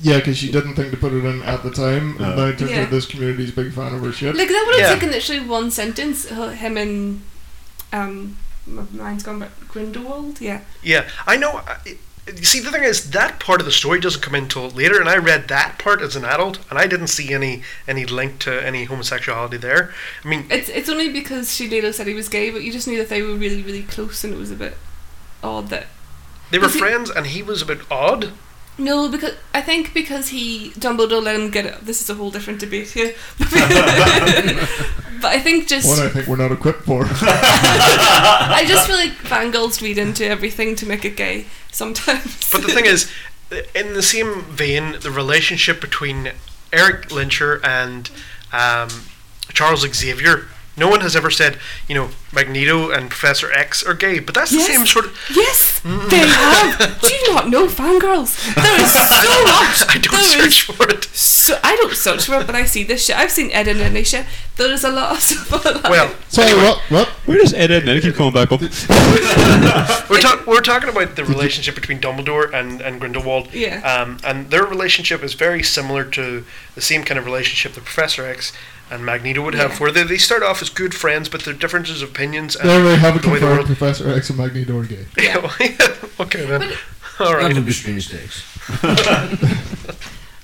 S2: Yeah, because she didn't think to put it in at the time, and now it turns
S4: Yeah.
S2: out this community's a big fan of her shit.
S4: Like that would have
S3: Yeah.
S4: taken literally one sentence. h- Him and um, my mind's gone back. Grindelwald, yeah.
S3: yeah, I know. I, you see, the thing is that part of the story doesn't come in till later, and I read that part as an adult, and I didn't see any any link to any homosexuality there. I mean,
S4: It's it's only because she later said he was gay, but you just knew that they were really really close, and it was a bit odd that.
S3: they were
S4: Is it-
S3: friends, and he was a bit odd.
S4: No, because I think because he Dumbledore let him get it. This is a whole different debate here. but I think just
S2: One I think we're not equipped for.
S4: I just feel like fangirls read into everything to make it gay sometimes.
S3: But the thing is, in the same vein, the relationship between Eric Lyncher and um, Charles Xavier. No one has ever said, you know, Magneto and Professor X are gay, but that's
S4: Yes.
S3: the same sort of.
S4: yes, they have. Do you not know fangirls? There is so much.
S3: I don't
S4: there is
S3: search for it.
S4: So I don't search for it, but I see this shit. I've seen Ed and Ernie shit. There is a lot of stuff. Online.
S3: Well,
S2: Sorry, what? What?
S8: Where does Ed Ed Ned keep coming back up?
S3: we're, ta- we're talking about the relationship between Dumbledore and, and Grindelwald.
S4: Yeah.
S3: Um, and their relationship is very similar to the same kind of relationship that Professor X and Magneto would have,
S4: Yeah.
S3: where they, they start off as good friends, but their differences of opinions and
S2: There we have it
S3: the way the
S2: confirmed.
S3: world.
S2: Professor X and Magneto are gay.
S3: Yeah. okay then. All
S7: That would
S3: right.
S7: be strange takes.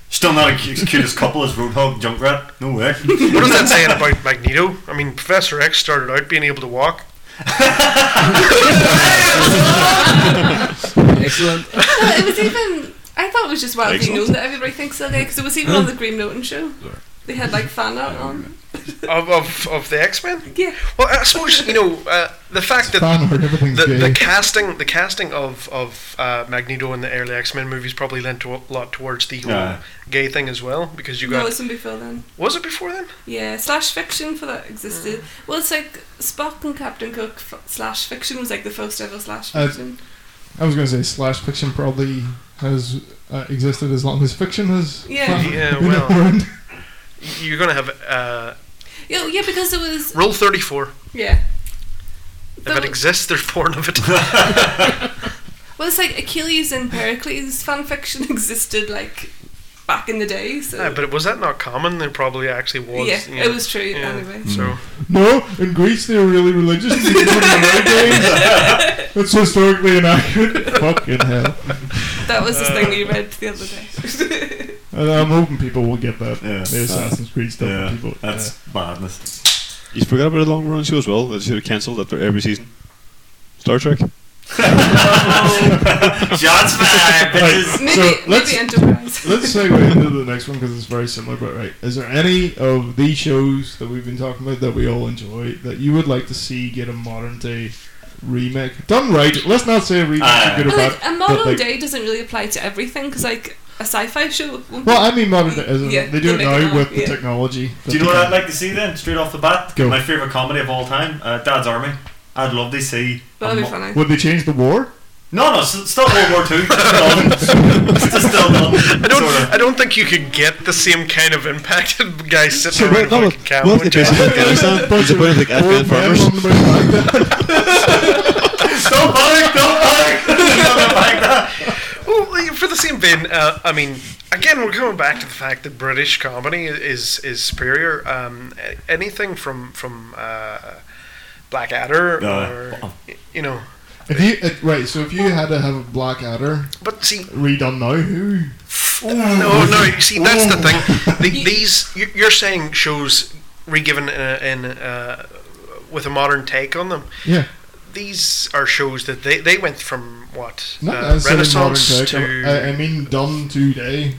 S1: Still not as cu- cute as couple as Roadhog Junkrat. No way.
S3: What is that saying about Magneto? I mean, Professor X started out being able to walk.
S7: Excellent.
S4: Well, it was even. I thought it was just wildly
S1: Excellent.
S4: known that everybody thinks they're gay because it was even on the Graham Norton show. They had like fan art on.
S3: Of, of, of the X Men?
S4: Yeah.
S3: Well, I suppose, you know, uh, the fact that
S2: Fan art, everything's
S3: the,
S2: gay.
S3: the casting the casting of of uh, Magneto in the early X Men movies probably lent to a lot towards the whole
S1: Yeah.
S3: gay thing as well because you
S4: No, it
S3: got
S4: was from before then.
S3: was it before then?
S4: Yeah, slash fiction for that existed. Well, it's like Spock and Captain Cook f- slash fiction was like the first ever slash
S2: Uh,
S4: fiction.
S2: I was going to say slash fiction probably has uh, existed as long as fiction has
S4: Yeah.
S3: Yeah,
S2: been
S3: well.
S2: around.
S3: You're gonna have uh,
S4: yeah, oh, yeah, because it was
S3: Rule Thirty Four.
S4: yeah.
S3: If
S4: There
S3: it
S4: wa-
S3: exists, there's porn of it.
S4: Well, it's like Achilles and Pericles fan fiction existed like back in the day. So
S3: yeah, but was that not common? There probably actually was.
S4: yeah,
S3: you
S4: it
S3: know.
S4: was true
S3: Yeah.
S4: anyway.
S3: So
S1: Mm.
S2: No, in Greece they were really religious. They didn't go to the road games. That's historically inaccurate. Fucking hell.
S4: That was the thing
S3: Uh.
S4: you read the other day.
S2: And I'm hoping people will get that.
S1: Yeah.
S2: The Assassin's Creed stuff.
S1: yeah,
S2: people,
S1: that's madness.
S8: You forgot about the long run show as well. That should have cancelled after every season. Star Trek.
S1: Shots fired, bitches.
S4: Maybe,
S2: So, let's-
S4: maybe Enterprise.
S2: yeah. Let's segue into the next one because it's very similar. But right, is there any of these shows that we've been talking about that we all enjoy that you would like to see get a modern day remake done right? Let's not say a remake is
S1: Aye.
S2: good
S4: But,
S2: or bad.
S4: like, a
S2: but,
S4: modern
S2: like,
S4: day doesn't really apply to everything because, like, a sci-fi show. won't
S2: Well,
S4: be-
S2: I mean modern day. As in
S4: Yeah,
S2: they do it
S4: they make it
S2: now
S4: now,
S2: with the
S4: yeah.
S2: technology.
S1: Do you know what I'd like to see then, straight off the bat?
S2: Go.
S1: My favourite comedy of all time, uh, Dad's Army. I'd love to see. a
S4: that'd be
S1: mo-
S4: funny.
S2: Would they change the war?
S1: No, no, s- still World War Two. Just done. Just still done.
S3: I don't.
S1: Sorta.
S3: I don't think you could get the same kind of impact of guys sitting
S8: So
S3: around
S8: wait,
S3: a fucking camera.
S8: what if they basically Afghanistan? It's about like Afghan farmers.
S1: Don't panic, don't panic. Don't panic that.
S3: Well, like, for the same vein, uh, I mean, again, we're coming back to the fact that British comedy is is superior. Um, a- anything from from uh, Blackadder
S1: No.
S3: or you know,
S2: If you uh, right, so if you had to have a black adder
S3: But see,
S2: redone now, who?
S3: No, no. You see, that's the
S2: Ooh.
S3: thing. The, these you- you're saying shows re-given uh, in uh, with a modern take on them.
S2: Yeah,
S3: These are shows that they, they went from what
S2: not
S3: uh,
S2: necessarily modern
S3: Renaissance
S2: tech.
S3: to.
S2: I, I mean, done today.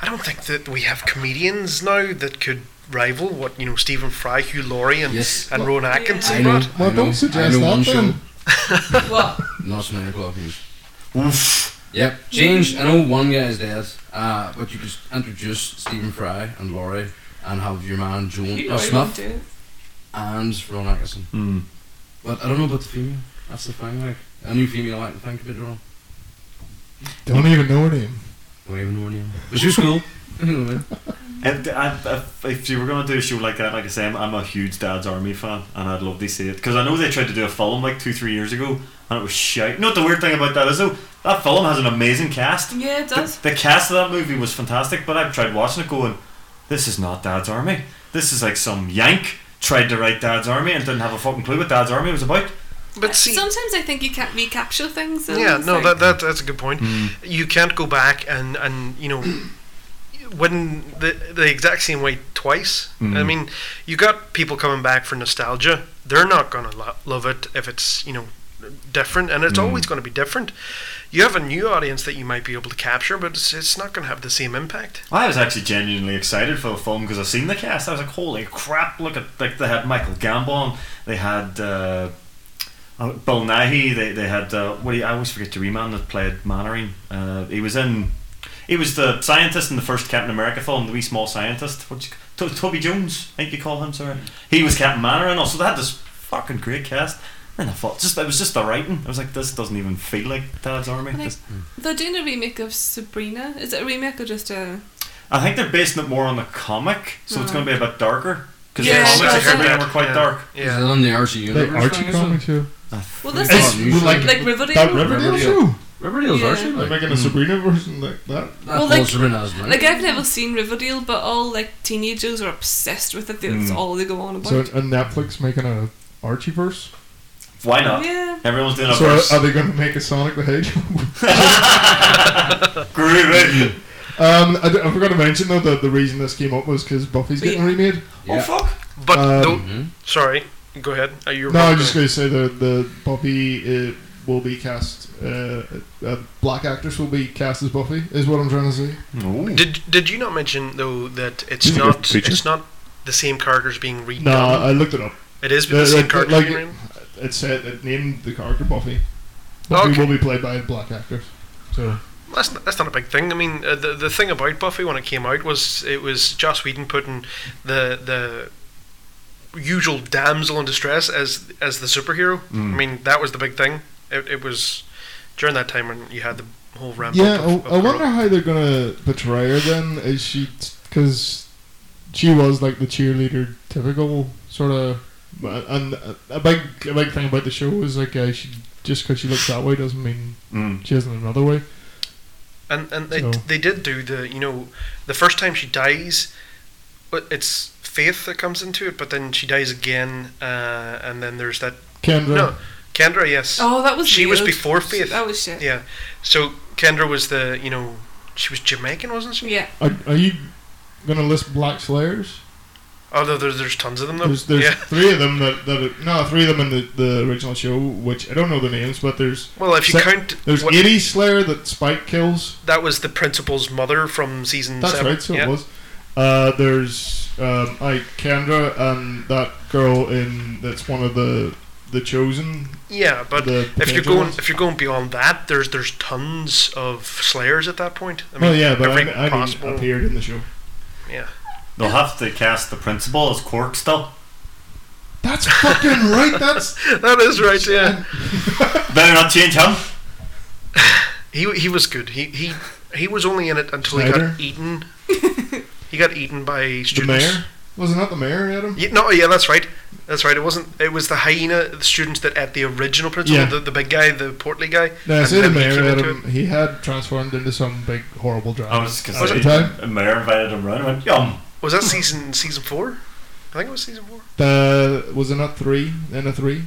S3: I don't think that we have comedians now that could rival what you know Stephen Fry, Hugh Laurie, and
S7: Yes.
S3: and Rowan
S4: Yeah.
S7: I
S3: Atkinson.
S7: know.
S3: did.
S2: Well,
S7: I know,
S2: don't suggest
S7: I know
S2: that,
S7: one show.
S2: then.
S4: What?
S7: Not nine o'clock news. Yep. Change. I know one guy's dead, uh, but you could introduce Stephen Fry and Laurie and have your man Joan
S4: You
S7: uh,
S4: know you won't
S7: Smith
S4: do it.
S7: and Ron Atkinson.
S1: Mm.
S7: But I don't know about the female. That's the thing. Like, I knew female I can think of it wrong.
S2: Don't even know her name.
S7: Don't even know her name. But she was cool. You know what I mean?
S1: If, uh, if, if you were going to do a show like that, like I say, I'm, I'm a huge Dad's Army fan, and I'd love to see it because I know they tried to do a film like two, three years ago, and it was shite. You know what the weird thing about that is though? That film has an amazing cast.
S4: Yeah, it does.
S1: The, the cast of that movie was fantastic, but I've tried watching it going, this is not Dad's Army. This is like some yank tried to write Dad's Army and didn't have a fucking clue what Dad's Army was about.
S3: But see,
S4: Uh, Sometimes I think you can't recapture things. though.
S3: Yeah,
S4: It's
S3: no,
S4: like-
S3: that, that that's a good point.
S7: Hmm.
S3: You can't go back and and you know win the the exact same way twice.
S7: Hmm.
S3: I mean, you got people coming back for nostalgia. They're not gonna lo- love it if it's you know different, and
S7: Hmm.
S3: it's always going to be different. You have a new audience that you might be able to capture, but it's, it's not going to have the same impact.
S1: I was actually genuinely excited for the film because I've seen the cast. I was like, holy crap, look at like they had Michael Gambon, they had uh, uh, Bill Nighy, they, they had uh, what do you, I always forget the man that played Mannering. Uh, he was in he was the scientist in the first Captain America film, the wee small scientist, which to, Toby Jones, I think you call him, sorry. He was Captain Mannering also they had this fucking great cast. And I thought just it was just the writing. I was like, this doesn't even feel like Dad's Army.
S4: Like,
S1: This-
S2: mm.
S4: They're doing a remake of Sabrina. Is it a remake or just a?
S1: I think they're basing it more on the comic, so it's going to be a bit darker. Because
S4: Yeah,
S1: the comics
S4: yeah,
S1: of Superman
S3: yeah.
S1: were quite dark.
S7: Is
S3: Yeah,
S7: that on the Archie
S2: The
S7: Universe?
S2: Archie
S7: thing, is it?
S2: comic show.
S4: Well, this
S7: It's-
S4: is
S7: you
S2: well, like,
S7: should-
S4: like Riverdale.
S2: that Riverdale
S7: Riverdale.
S2: show.
S7: Riverdale's
S4: Yeah.
S7: Archie,
S2: They're
S7: like.
S2: making a
S1: hmm.
S2: Sabrina version like that.
S7: That
S4: Well,
S7: falls
S4: like-
S7: Serena's mind.
S4: Like I've never seen Riverdale, but all like teenagers are obsessed with it. That's
S1: Mm.
S4: all they go on about.
S2: So, and Netflix making a Archie verse.
S1: Why not?
S4: yeah.
S1: Everyone's doing a
S2: So, uh,
S1: verse.
S2: are, are they going to make a Sonic the Hedgehog?
S1: Groovy.
S2: um, I, d- I forgot to mention though that the reason this came up was because Buffy's getting remade.
S1: Oh
S7: Yeah.
S1: fuck!
S3: but
S2: Um,
S3: though,
S7: Mhm.
S3: sorry, go ahead. Uh, you were
S2: No,
S3: about
S2: I'm
S3: to-
S2: just going to say that the Buffy uh, will be cast. Uh, uh, black actress will be cast as Buffy. Is what I'm trying to say.
S1: No.
S3: Did did you not mention though that it's
S8: Did you go
S3: not
S8: preacher?
S3: it's not the same characters being redone?
S2: No, I looked it up.
S3: it is
S2: Uh,
S3: the same
S2: like-
S3: characters
S2: like-
S3: being redone.
S2: It said it named the character Buffy. Buffy
S3: Okay.
S2: will be played by a black actress. So
S3: That's not, that's not a big thing. I mean, uh, the the thing about Buffy when it came out was it was Joss Whedon putting the the usual damsel in distress as as the superhero.
S2: Mm.
S3: I mean, that was the big thing. It, it was during that time when you had the whole ramp
S2: yeah,
S3: up.
S2: I,
S3: Of,
S2: I
S3: of
S2: wonder
S3: Girl.
S2: how they're gonna portray her. Then is she because she was like the cheerleader, typical sort of. And a big a big thing about the show is like uh, she just because she looks that way doesn't mean
S1: Mm.
S2: she isn't another way.
S3: And and they
S2: So-
S3: they did do the you know the first time she dies, but it's Faith that comes into it, but then she dies again, uh, and then there's that
S2: Kendra,
S3: no Kendra, yes.
S4: Oh, that was
S3: She was
S4: weird.
S3: before Faith.
S4: That was shit.
S3: Yeah. So Kendra was the, you know, she was Jamaican, wasn't she?
S4: Yeah.
S2: are, are you gonna list black slayers?
S3: Although there's, there's tons of them, though.
S2: There's, there's
S3: yeah.
S2: three of them that, that are, no three of them in the, the original show, which I don't know the names, but there's
S3: Well, if you
S2: se-
S3: count,
S2: there's
S3: what-
S2: eighty Slayer that Spike kills.
S3: that was the principal's mother from season
S2: That's
S3: seven.
S2: right, so
S3: yeah.
S2: it was. Uh, there's um, I Kendra and that girl in that's one of the the chosen.
S3: Yeah, but
S2: The
S3: if you're
S2: potential
S3: going
S2: ones.
S3: if you're going beyond that, there's there's tons of slayers at that point. I
S2: oh yeah, but
S3: every
S2: I, I mean,
S3: possible.
S2: appeared in the show.
S3: Yeah.
S1: They'll have to cast the principal as Cork still.
S2: That's fucking right. That's
S3: that is right. Yeah.
S1: Better not change him.
S3: He he was good. He he he was only in it until he
S2: Snyder?
S3: got eaten. he got eaten by students.
S2: the mayor. Wasn't that the mayor, Adam?
S3: Yeah, no, yeah, that's right. That's right. It wasn't. It was the hyena the students that at the original principal,
S2: Yeah.
S3: the, the big guy, the portly guy.
S2: No, I
S3: and
S2: say the
S3: then he
S2: mayor,
S3: came Oh, into
S2: Adam.
S3: it.
S2: He had transformed into some big horrible dragon.
S1: I was
S2: at
S1: because
S2: the time.
S1: Mayor invited him round. I went, yum.
S3: Was that season season four?
S2: Uh,
S3: I think it was season four.
S2: The was it not three? Then a three.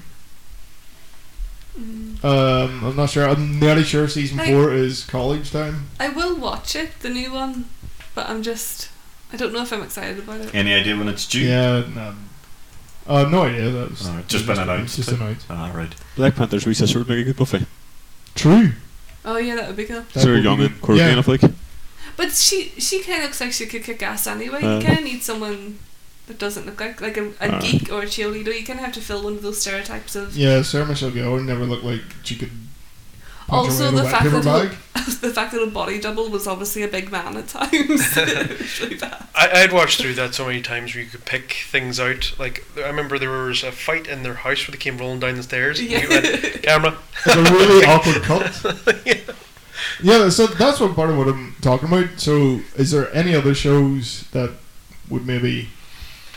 S2: Um, I'm not sure. I'm nearly sure season
S4: Hey.
S2: four is college time.
S4: I will watch it, the new one, but I'm just. I don't know if I'm excited about it.
S1: Any idea when it's due?
S2: Yeah. No, uh, no idea. That was
S1: Alright, just been announced.
S2: Just announced.
S1: Ah, right.
S8: Black Panther's recessor would make a good buffet.
S2: True.
S4: Oh yeah, that would be cool.
S2: That
S8: Sarah
S2: would be
S8: Young
S2: good.
S8: and Corey
S2: Yeah.
S8: Enough, like.
S4: But she she kind of looks like she could kick ass anyway.
S8: Uh.
S3: Uh-huh.
S4: you kind of need someone that doesn't look like like a, a
S8: Alright.
S4: geek or a cheerleader. You kind of have to fill one of those stereotypes of
S2: Yeah, Sarah Michelle Gellar never looked like she could. punch away
S4: Also,
S2: in
S4: the
S2: a wet
S4: fact
S2: paper
S4: that-
S2: bag.
S4: the fact that a body double was obviously a big man at times. It was really bad.
S3: I, I'd watched through that so many times where you could pick things out. Like I remember there was a fight in their house where they came rolling down the stairs. and you
S4: Yeah.
S3: went, camera.
S2: It's a really awkward cut. Yeah, so that's what part of what I'm talking about. So, is there any other shows that would maybe,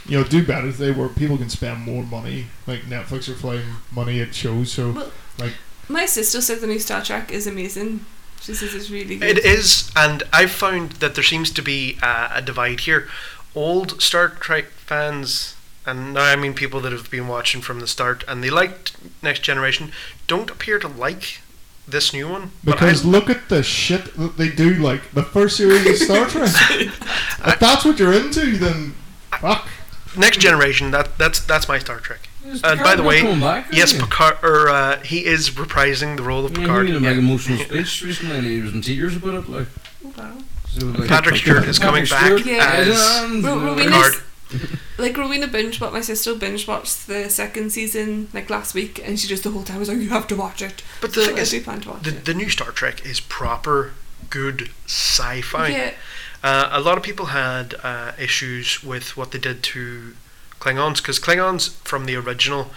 S2: you know, do better today where people can spend more money? Like Netflix are throwing money at shows, so
S4: Well,
S2: like
S4: My sister said the new Star Trek is amazing. She says it's really good.
S3: It is, and I've found that there seems to be a, a divide here. Old Star Trek fans, and now I mean people that have been watching from the start, and they liked Next Generation, don't appear to like this new one.
S2: because
S3: but
S2: look at the shit that they do. Like the first series of Star Trek. if that's what you're into, then fuck.
S3: I, Next Generation, that that's that's my Star Trek.
S7: Is
S3: And Uh, by
S7: Picard
S3: the way,
S7: coming back,
S3: yes,
S7: isn't he?
S3: Picard, or uh, he is reprising the role of
S7: Yeah,
S3: Picard.
S7: he made a big
S3: Yeah.
S7: emotional speech recently, and he was in tears about it. Like,
S4: Oh, wow.
S7: so, like
S3: Patrick Stewart is coming
S7: Patrick Stewart
S3: back
S4: Yeah.
S3: as
S7: and,
S4: Ro-
S7: uh,
S4: Rowena's-
S3: Picard.
S4: Like Rowena binge watched my sister binge watched the second season like last week, and she just the whole time was like, "You have to watch it."
S3: But the
S4: So
S3: thing
S4: I
S3: is,
S4: do plan to watch
S3: the,
S4: it.
S3: the new Star Trek is proper good sci-fi.
S4: Yeah,
S3: Uh, a lot of people had uh, issues with what they did to Klingons because Klingons from the original,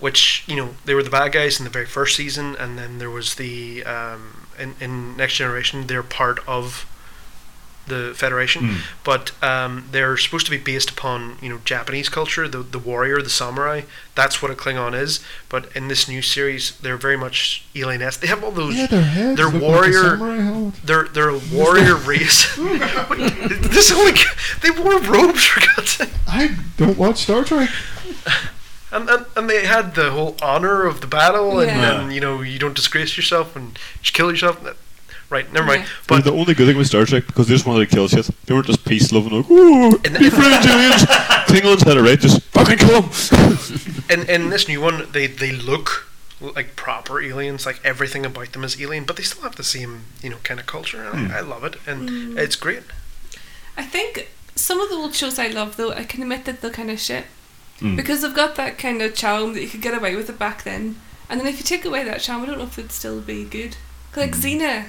S3: which you know they were the bad guys in the very first season, and then there was the um, in, in Next Generation they're part of the Federation,
S1: Hmm.
S3: but um, they're supposed to be based upon you know Japanese culture, the the warrior, the samurai. That's what a Klingon is. But in this new series, they're very much alienist. They have all those
S2: Yeah, their heads.
S3: They're
S2: look
S3: warrior-
S2: Like a samurai helmet.
S3: they're they're a warrior race. this only they wore robes for God's sake,
S2: I don't watch Star Trek.
S3: and, and and they had the whole honor of the battle, and,
S4: Yeah.
S3: and you know you don't disgrace yourself and you kill yourself. Right, never mind.
S4: Yeah.
S8: But
S3: But
S8: the only good thing with Star Trek because they just wanted to kill shit. They weren't just peace loving like, ooh, be friends, aliens. Klingons had it right, just fucking kill them.
S3: in in this new one, they they look like proper aliens. Like everything about them is alien, but they still have the same you know kind of culture. And I, I love it, and
S4: Mm.
S3: it's great.
S4: I think some of the old shows I love though, I can admit that they're kind of shit
S1: Mm.
S4: because they've got that kind of charm that you could get away with it back then, and then if you take away that charm, I don't know if it'd still be good. 'Cause, Like Xena,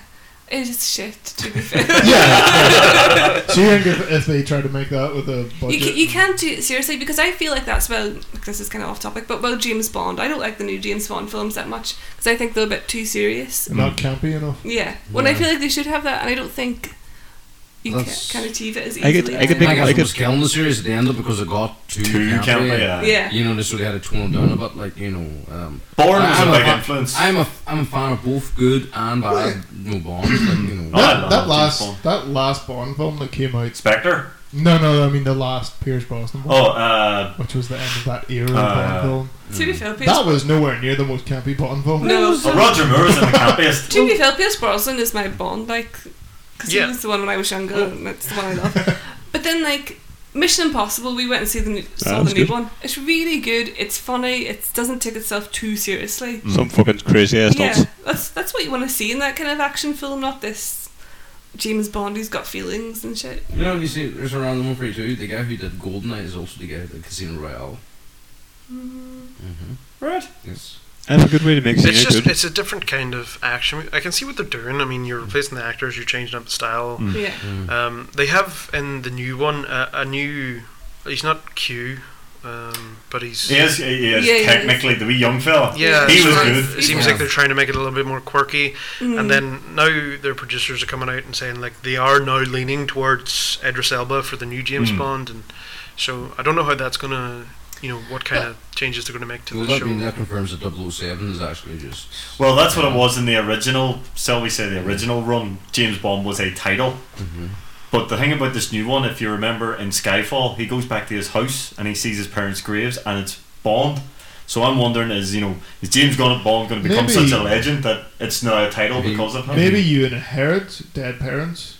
S4: is shit to be fair.
S2: yeah. so you think if, if they tried to make that with a
S4: You,
S2: budget?
S4: ca you can't do it seriously because I feel like that's well. This is kind of off topic, but well, James Bond. I don't like the new James Bond films that much because I think they're a bit too serious.
S2: and not campy enough.
S4: Yeah, when I feel like they should have that, and I don't think you ca-
S7: That's-
S4: can achieve it as
S8: I
S4: easily.
S8: could- I could
S4: as-
S8: think-
S7: I guess
S8: I
S7: it
S8: could-
S7: was killing the series at the end of it because it got too,
S1: Too campy, yeah.
S4: Yeah.
S7: You know, they sort of had to tone it down a bit, like you know. Um,
S1: Bourne was
S7: I'm
S1: a big
S7: fan-
S1: influence.
S7: I'm a I'm a fan of both good and bad. No Bond, like, you know.
S1: Oh,
S2: That,
S1: I love
S2: that
S1: James
S2: last
S1: Bond.
S2: that last Bond film that came out.
S1: Spectre.
S2: No, no, I mean the last Pierce Brosnan one,
S1: Oh, uh,
S2: which was the end of that era of
S1: Uh,
S2: Bond film.
S4: to be fair, Pierce,
S2: That was nowhere near the most campy Bond film.
S4: no.
S1: oh, Roger Moore is in the campiest.
S4: To be fair, Pierce Brosnan is my Bond, like because
S3: Yeah.
S4: he was the one when I was younger, and that's the one I love. but then like. Mission Impossible. We went and see the new, saw the
S8: Ah, that's
S4: new
S8: good.
S4: one. It's really good. It's funny. It doesn't take itself too seriously.
S8: Some fucking crazy ass
S4: yeah,
S8: nuts.
S4: that's that's what you want to see in that kind of action film, not this James Bond who's got feelings and shit.
S7: You know, you see, there's a random one for you too. The guy who did Goldeneye is also the guy who did Casino Royale.
S8: Mm.
S1: Right.
S7: Yes.
S8: That's a good way to make
S3: It's
S8: Xena
S3: just
S8: good.
S3: it's a different kind of action. I can see what they're doing. I mean, you're replacing the actors, you're changing up the style.
S4: Yeah,
S3: Um, they have in the new one uh, a new. He's not Q, um, but he's.
S1: He is, he is
S4: Yeah, he is.
S1: technically the wee young fella.
S3: Yeah,
S1: He
S3: it's
S1: was
S3: not-
S1: good.
S3: It seems
S7: Yeah.
S3: like they're trying to make it a little bit more quirky,
S4: Mm-hmm. Mm.
S3: and then now their producers are coming out and saying like they are now leaning towards Idris Elba for the new James
S1: Mm.
S3: Bond, and so I don't know how that's gonna, you know, what kind of changes they're gonna make to
S7: Well,
S3: the
S7: that,
S3: show.
S7: mean, that confirms that 007 is actually just.
S1: Well, that's what it was in the original, shall we say, the original run. James Bond was a title. Mm-hmm. But the thing about this new one, if you remember in Skyfall, he goes back to his house and he sees his parents' graves and it's Bond. So I'm wondering is, you know, is James Gunn Bond going to become
S2: Maybe-
S1: such a legend that it's now a title because of him?
S2: Maybe you inherit dead parents.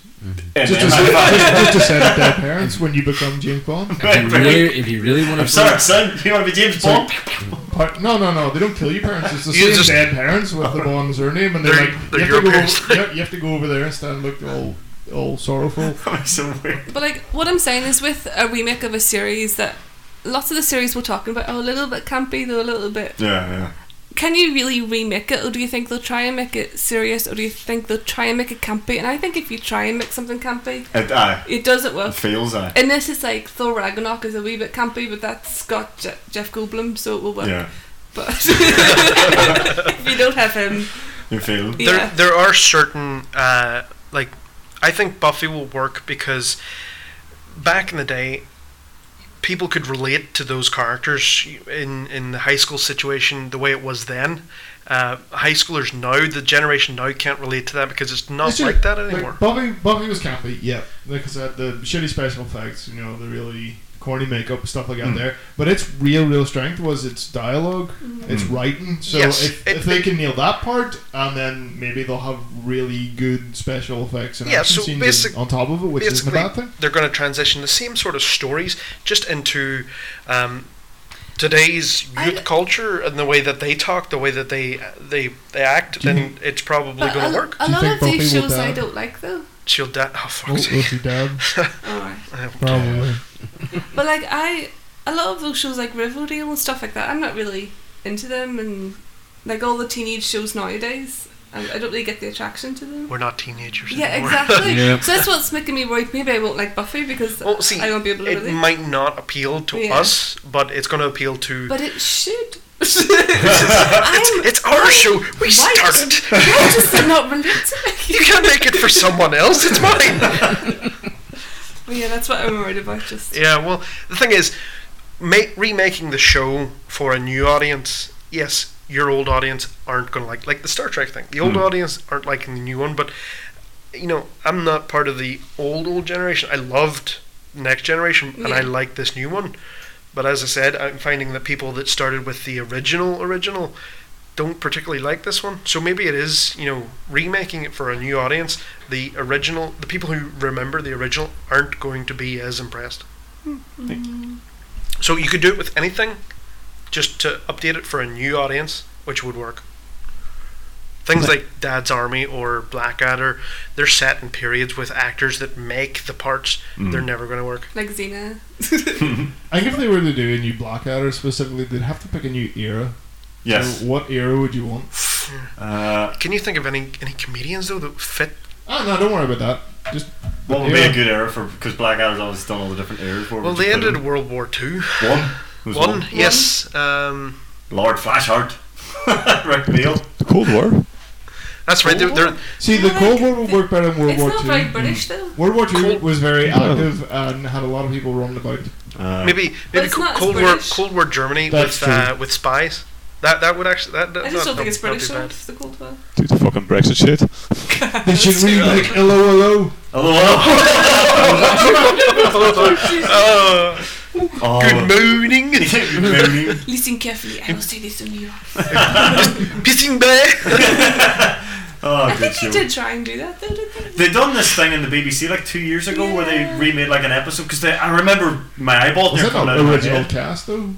S1: And
S2: Just
S1: then
S2: a,
S1: I-
S2: set, just, just a set of dead parents when you become James Bond.
S7: If you really, if you really want
S1: I'm
S7: to,
S1: sorry, son. You want to be James Bond?
S2: Part, no, no, no. They don't kill your parents. It's the
S3: You
S2: same
S3: just-
S2: dead parents with the Bond surname, and they're,
S3: They're-
S2: like,
S3: they're
S2: you,
S3: your
S2: have to go,
S3: parents.
S2: over- you, you have to go over there and stand and look all, all sorrowful.
S1: That's so weird.
S4: But like what I'm saying is with a remake of a series that lots of the series we're talking about are a little bit campy, they're a little bit
S1: Yeah, yeah.
S4: can you really remake it or do you think they'll try and make it serious or do you think they'll try and make it campy? And I think if you try and make something campy,
S1: It, aye,
S4: it doesn't
S1: it
S4: work.
S1: feels aye.
S4: And this is like Thor Ragnarok is a wee bit campy, but that's got Je- Jeff Goldblum, so it will work.
S1: Yeah,
S4: But if you don't have him,
S1: you feel.
S4: yeah.
S3: There, there are certain uh, like I think Buffy will work because back in the day, people could relate to those characters in in the high school situation the way it was then. Uh, high schoolers now, the generation now can't relate to that because it's not
S2: It's just-
S3: like that
S2: like,
S3: anymore.
S2: Bobby, Bobby was campy. Yeah, like I said, the shitty special effects, you know, the really corny makeup stuff like that
S3: Hmm.
S2: there. But its real, real strength was its dialogue, its writing. So
S3: Hmm. Yes,
S2: if,
S3: it-
S2: if they
S3: it-
S2: can nail that part, and then maybe they'll have really good special effects and
S3: Yeah,
S2: action
S3: so
S2: scenes
S3: basic-
S2: on top of it, which isn't a
S3: basically,
S2: bad thing.
S3: they're going to transition the same sort of stories just into um, today's
S4: I-
S3: youth culture and the way that they talk, the way that they they they act.
S2: Do you
S3: Then it's probably
S4: But
S3: going
S4: a,
S3: to work.
S4: a
S2: Do you
S4: lot
S2: think
S4: of these
S2: Buffy will
S4: shows I
S2: die?
S4: don't like though.
S3: She'll die. Oh fuck!
S2: Well, if you dab,
S4: Alright.
S2: probably.
S4: But like I, a lot of those shows like Riverdale and stuff like that, I'm not really into them, and like all the teenage shows nowadays, I, I don't really get the attraction to them.
S3: We're not teenagers.
S4: Yeah,
S3: anymore.
S4: exactly.
S7: Yeah.
S4: So that's what's making me worried. Maybe I won't like Buffy because
S3: well, see,
S4: I won't be able to.
S3: it
S4: relate.
S3: might not appeal to
S4: Yeah.
S3: us, but it's going to appeal to.
S4: but it should. I'm,
S3: it's our show. We
S4: Right.
S3: started.
S4: why does it not relate to
S3: You
S4: me?
S3: can't make it for someone else. It's mine.
S4: Well, yeah, that's what I'm worried about. Just
S3: yeah. Well, the thing is, make, remaking the show for a new audience. Yes, your old audience aren't going to like like the Star Trek thing. The old audience aren't liking the new one, but you know, I'm not part of the old old generation. I loved Next Generation, and I
S4: Yeah.
S3: like this new one. But as I said, I'm finding that people that started with the original original don't particularly like this one. So maybe it is, you know, remaking it for a new audience. The original, the people who remember the original aren't going to be as impressed. So you could do it with anything, just to update it for a new audience, which would work. Things like Dad's Army or Blackadder, they're set in periods with actors that make the parts.
S1: Mm.
S3: They're never going to work.
S4: like Xena.
S2: I think if they were to do a new Blackadder specifically, they'd have to pick a new era.
S1: Yes.
S2: So what era would you want?
S1: Uh,
S3: Can you think of any any comedians though that fit?
S2: Ah, no, don't worry about that. Just
S1: what would be
S2: era.
S1: a good era for? Because Blackadder's obviously done all the different eras. Where
S3: Well,
S1: would you
S3: they
S1: put
S3: ended
S1: him?
S3: World War Two.
S1: one. It was
S3: One, yes. Um,
S1: Lord Flashheart. Rick Neal.
S8: The Cold War.
S3: that's right. They're, they're,
S2: See, the
S4: Well,
S2: Cold War
S4: like,
S2: would work better in World
S4: it's
S2: War
S4: not
S2: Two.
S1: Mm.
S4: very British though.
S2: World War Two
S3: Cold-
S2: was very
S8: No.
S2: active and had a lot of people running about.
S1: Uh,
S3: maybe
S4: But
S3: maybe
S4: it's
S3: Co-
S4: not as
S3: Cold War
S4: British.
S3: Cold War Germany
S2: That's
S3: with uh, with spies. That that would actually that. that
S4: I just don't
S3: that-
S4: think it's
S3: that'd be
S4: British though.
S3: bad.
S4: It's the Cold War.
S8: Dude, the fucking Brexit shit.
S2: They should remake LOLO.
S1: Hello.
S3: Oh, Uh, good morning,
S1: Good morning.
S4: Listen carefully. I will say this on you.
S3: pissing bear.
S1: Oh,
S4: I
S1: good
S4: think
S1: show.
S4: they did try and do that though, didn't they?
S1: They done this thing in the BBC like two years ago where they
S4: Yeah.
S1: remade like an episode because I remember my eyeball
S2: Was
S1: near
S2: that
S1: coming out
S2: not
S1: of my
S2: original
S1: head.
S2: cast though?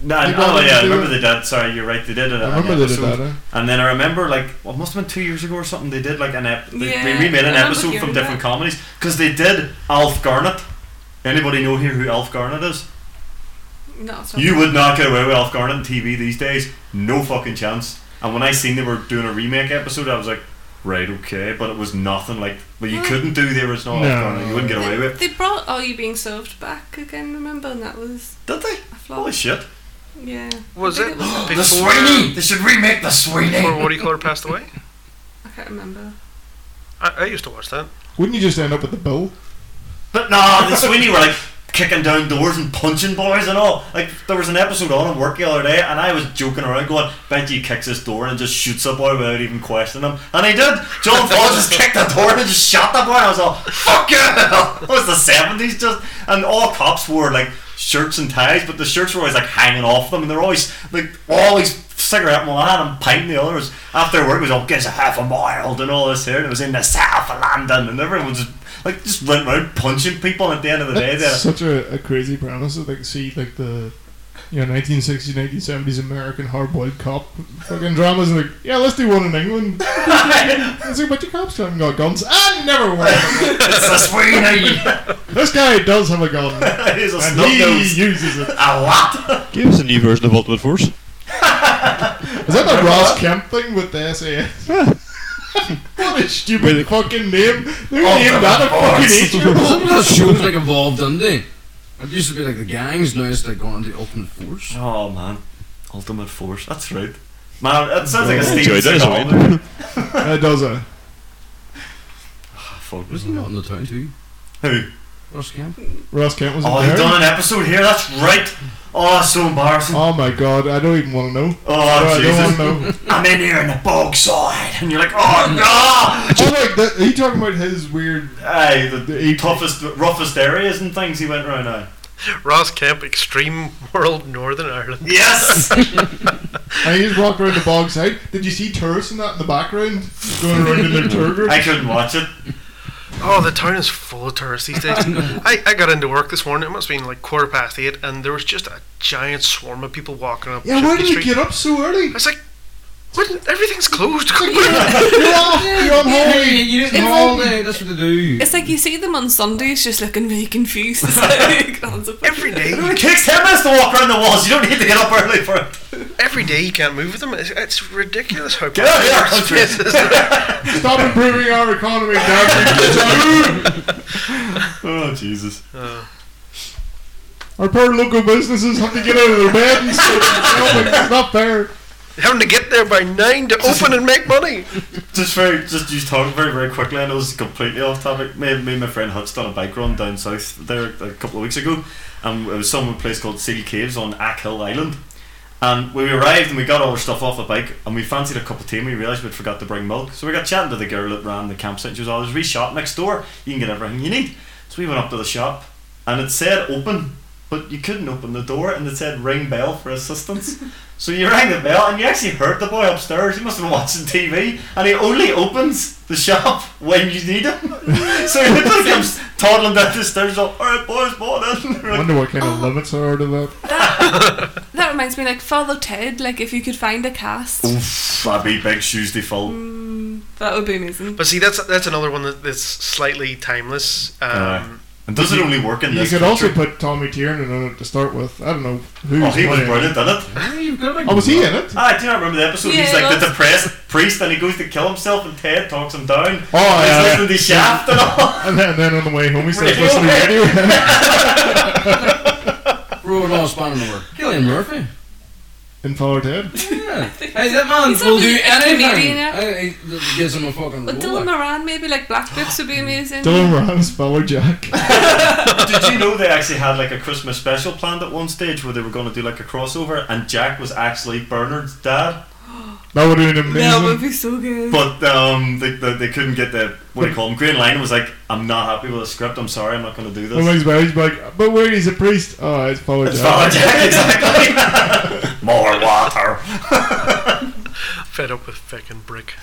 S1: No, I-
S2: They
S1: oh
S2: done
S1: yeah, I
S2: it?
S1: remember they did. Sorry, you're right. They did it.
S2: I remember they did that. Eh?
S1: And then I remember like well, it must have been two years ago or something. They did like an ep- they,
S4: Yeah,
S1: they remade
S4: I
S1: an
S4: remember
S1: episode from
S4: hearing
S1: different
S4: that.
S1: comedies because they did Alf Garnett. Anybody know here who Alf Garnett is?
S4: No, it's not.
S1: You would not get away with Alf Garnett on TV these days. No fucking chance. And when I seen they were doing a remake episode, I was like, right, okay, but it was nothing like. But you
S4: What?
S1: couldn't do the original Alf
S2: No.
S1: Garnett. You wouldn't get away
S4: They,
S1: with. it.
S4: they brought Are You Being Served back again, remember? And that was
S1: Did they?
S4: a flop.
S1: Holy shit!
S4: yeah.
S3: Was
S4: I
S3: it
S4: think was-
S1: The
S3: before,
S1: Sweeney. They should remake the Sweeney.
S3: before what do you call her passed away?
S4: I can't remember.
S3: I, I used to watch that.
S2: Wouldn't you just end up with the bill?
S1: But nah, the Sweeney were like kicking down doors and punching boys and all. Like there was an episode on at work the other day, and I was joking around, going, "Bet you he kicks this door and just shoots a boy without even questioning him," and he did. John Paul just kicked the door and just shot the boy. I was all, "Fuck yeah!" It was the seventies, just and all cops wore like shirts and ties, but the shirts were always like hanging off them, and they're always like always cigarette in one hand and pint in the other. It was- After work, it was all gives a half a mile and all this here, and it was in the south of London, and everyone was just like just went around punching people. And at the end of the day,
S2: That's
S1: they uh, had-
S2: such a, a crazy premise. that, Like, see, like the you know 1960s, 1970s American hard-boiled cop fucking dramas, and like, yeah, let's do one in England. It's like a bunch of cops haven't got guns. Ah, never mind.
S1: it's a Sweeney.
S2: this guy does have a gun,
S1: He's a
S2: and he
S1: snub
S2: uses it.
S1: a lot.
S8: Give us a new version of Ultimate Force.
S2: Is that the Ross Kemp thing with the SAS? what a stupid fucking name! Who
S1: Oh,
S2: named that a fucking eight-year-old?
S7: Some of those shows like evolved, didn't they? It used to be like the gangs, now it's like gone to Ultimate Force.
S1: Oh man, Ultimate Force. That's right. Man, that sounds like a
S8: Oh,
S1: Steven
S8: enjoyed that as well.
S1: Seagal. movie.
S2: That does a
S1: Ah, Fuck,
S7: Was he not in the town too?
S1: Who?
S7: Ross Kemp?
S2: Ross Kemp was in
S1: Oh,
S2: there.
S1: you've done an episode here. That's right. Oh, it's so embarrassing.
S2: Oh my god, I don't even want to know.
S1: Oh,
S2: I don't
S1: Jesus.
S2: want to know.
S1: I'm in here in the bog side, and you're like, oh no!
S2: oh, like, that, are you talking about his weird.
S1: Aye, the,
S2: The-
S1: toughest, roughest areas and things he went round now.
S3: Ross Kemp, Extreme World, Northern Ireland.
S1: Yes,
S2: I mean, he's walked around the bog side. Did you see tourists and that in the background? Going around in their tour group?
S1: I couldn't watch it.
S3: Oh, the town is full of tourists these days. I, I got into work this morning. It must have been like quarter past eight, and there was just a giant swarm of people walking up.
S2: Yeah,
S3: Chipney
S2: why did you
S3: Street.
S2: get up so early?
S3: I was like, what? Everything's closed.
S2: You're off! You're on holiday!
S7: you
S4: It's
S7: didn't know that, that's what they do.
S4: It's like you see them on Sundays just looking very confused. It's like, oh, it's a fucking-
S3: Every day,
S1: It takes ten minutes to walk around the walls. You don't need to get up early for it.
S3: every day you can't move with them. It's, it's ridiculous how
S1: Get out of here,
S3: popular
S1: country.
S3: this is.
S2: Stop improving our economy, damn you.
S1: Oh Jesus!
S2: Our poor local businesses have to get out of their bed and stuff. It's not fair.
S3: Having to get there by nine to open and make money.
S1: Just very, just you talk very, very quickly. I know this is completely off topic. Me, me and my friend Hutch done a bike run down south there a couple of weeks ago, and it was some place called Seal Caves on Ack Hill Island. And we arrived and we got all our stuff off the bike and we fancied a cup of tea and we realised we'd forgot to bring milk. So we got chatting to the girl that ran the campsite. She was always there's a wee shop next door. You can get everything you need. So we went up to the shop and it said open, but you couldn't open the door and it said ring bell for assistance. so you rang the bell and you actually heard the boy upstairs. He must have been watching TV and he only opens the shop when you need him. so he literally comes toddling down the stairs like, alright boys, morning.
S2: I
S1: We're like,
S2: wonder what kind of limits are out of that.
S4: That reminds me, like Father Ted. Like if you could find a cast,
S1: Oof, that'd be big shoes to fill.
S4: that would be amazing.
S3: But see, that's that's another one that, that's slightly timeless. Um,
S1: Aye. And does it only work in
S2: You
S1: this
S2: could also
S1: country?
S2: put Tommy Tiernan in it to start with. I don't know who's
S1: Oh, he was
S2: playing.
S1: brilliant, didn't it?
S7: Yeah, you've got like
S2: Oh, was he in it?
S1: Ah, do you not remember the episode?
S4: Yeah,
S1: He's like the
S4: that's-
S1: depressed priest, and he goes to kill himself, and Ted talks him down.
S2: Oh, yeah,
S1: he's
S2: yeah.
S1: listening to Shaft and all.
S2: And then, then on the way home, he starts
S1: Radio
S2: listening to
S1: Head.
S2: radio.
S7: Road on spanning over. Killian Murphy.
S2: in Father Ted.
S7: Yeah. Hey, that man
S4: He's
S7: will
S4: a-
S7: do
S4: he's a
S7: anything.
S4: comedian, yeah.
S7: Hey, he gives him a fucking
S4: But
S7: roller.
S4: Dylan Moran, maybe like Black Books would be amazing.
S2: Dylan Moran's fellow Jack.
S1: Did you know they actually had like a Christmas special planned at one stage where they were going to do like a crossover, and Jack was actually Bernard's dad,
S2: That would have been
S4: That would
S2: amazing.
S4: be so good.
S1: but um, they, they, they couldn't get the what do you call him? Green Line was like, I'm not happy with the script. I'm sorry, I'm not going to do
S2: And
S1: this.
S2: when he's back, he's like, but wait, he's a priest. Oh, it's fellow
S1: It's
S2: Jack.
S1: Father Jack, exactly. More water.
S3: Fed up with fucking brick.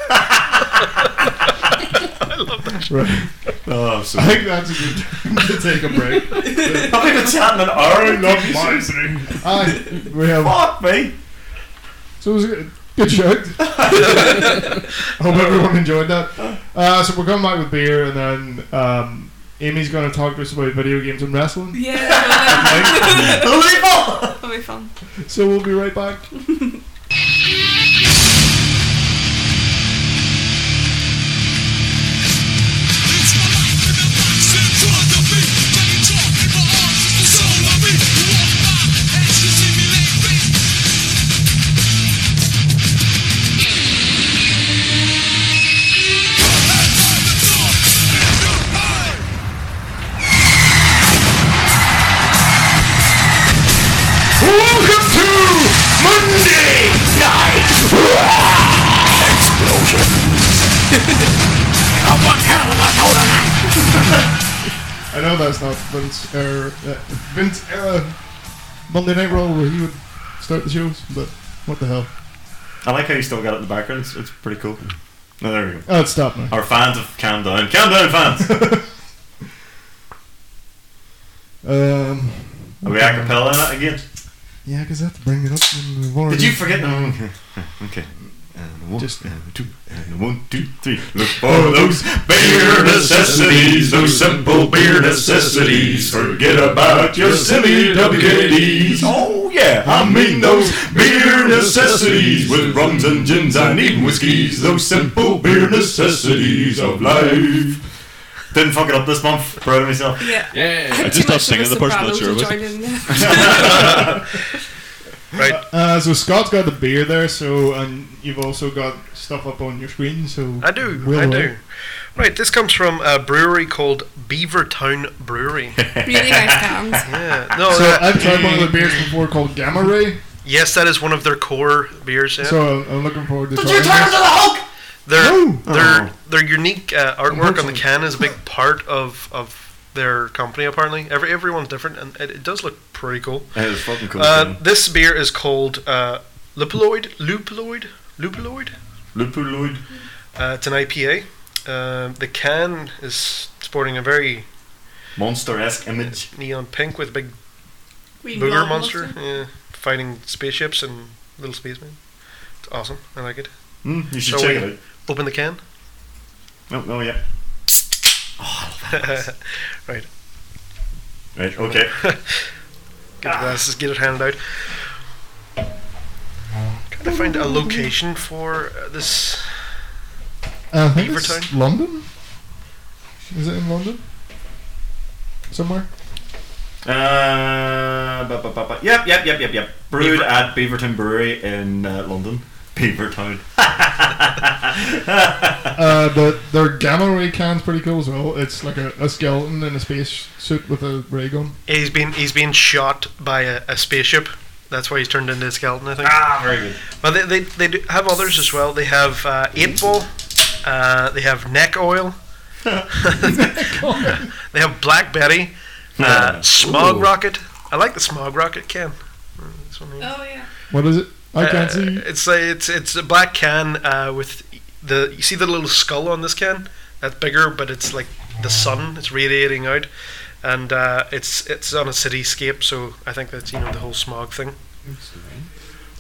S2: Right.
S1: Oh, I'm so.
S2: I think that's a good time to take a break.
S1: I've been chatting an hour.
S2: I
S1: and
S2: love my Aye, we have.
S1: Fuck me.
S2: So it was a good- good show. Hope everyone enjoyed that. Uh, so we're coming back with beer, and then um, Amy's going to talk to us about video games and wrestling.
S4: yeah, that
S1: Unbelievable.
S4: would be fun.
S2: So we'll be right back.
S1: Welcome to Monday Night Explosion.
S2: I know that's not Vince era, uh, Vince era Monday Night Raw where he would start the shows, but what the hell?
S1: I like how you still got it in the background. It's, it's pretty cool. No, there we go.
S2: Oh, it's stopped now.
S1: Our fans have calmed down. Calm down, fans.
S2: Um,
S1: Are we acapella in it again?
S2: yeah, because I have to bring it up. When we've already-
S1: Did you forget? No. Okay. And one,
S2: Just-
S1: and two, and one, two, three. Look for those beer necessities, those simple beer necessities. Forget about your silly WKDs. Oh yeah, I mean those beer necessities with rums and gins and even whiskies. Those simple beer necessities of life. Didn't fuck it up this month. Proud of myself.
S4: Yeah.
S7: Yeah.
S8: I just stopped singing, the person not sure of it.
S4: it.
S3: Right.
S2: Uh, so Scott's got the beer there, so and you've also got stuff up on your screen. So uh,
S3: I do.
S2: Will
S3: I
S2: will.
S3: do. Right. This comes from a brewery called Beavertown Brewery.
S4: really nice cans.
S3: yeah. No.
S2: So
S3: uh,
S2: I've tried one of the beers before called Gamma Ray.
S3: yes, that is one of their core beers. Yeah.
S2: So I'm, I'm looking forward to
S1: Did
S2: trying
S1: you turn into the
S2: this.
S1: Hulk?
S3: their
S2: No.
S1: Oh.
S3: their their unique uh, artwork on the
S2: Unfortunately.
S3: can is a big part of of their company. Apparently, every everyone's different, and it, it does look pretty cool.
S1: It was fucking cool.
S3: Uh, this beer is called uh, Lupuloid. Lupuloid. Lupuloid.
S1: Lupuloid.
S3: Uh, it's an IPA. Um the can is sporting a very
S1: Monster-esque image.
S3: neon pink with a big
S4: Green
S3: booger
S4: Goblin
S3: monster, Yeah, fighting spaceships and little spacemen. It's awesome. I like it.
S1: Mm, you should
S3: So
S1: check
S3: we-
S1: it out.
S3: Open the can.
S1: No, no, yeah.
S3: right.
S1: Right, okay.
S3: Get the glasses, get it handed out. Trying to find a location for uh, this.
S2: Uh, I think it's
S3: Beavertown.
S2: London. Is it in London? Somewhere.
S1: Uh, ba, ba, ba, ba. Yep, yep, yep, yep, yep. Brewed at Beaverton Brewery in uh, London. Beavertown.
S2: Uh, but their Gamma Ray can's pretty cool as well. It's like a, a skeleton in a space suit with a ray gun.
S3: He's been he's been shot by a, a spaceship. That's why he's turned into a skeleton, I think.
S1: Ah, very good.
S3: Well, they, they, they do have others as well. They have uh, eight ball. Uh, they have neck oil. they have Black Betty. Uh, smog
S7: Ooh.
S3: rocket. I like the smog rocket can. Mm, this one here.
S4: Oh yeah.
S2: What is it? I can't
S3: Uh,
S2: see.
S3: It's a, it's it's a black can uh, with the you see the little skull on this can. That's bigger, but it's like the sun. It's radiating out, and uh, it's it's on a cityscape. So I think that's you know the whole smog thing.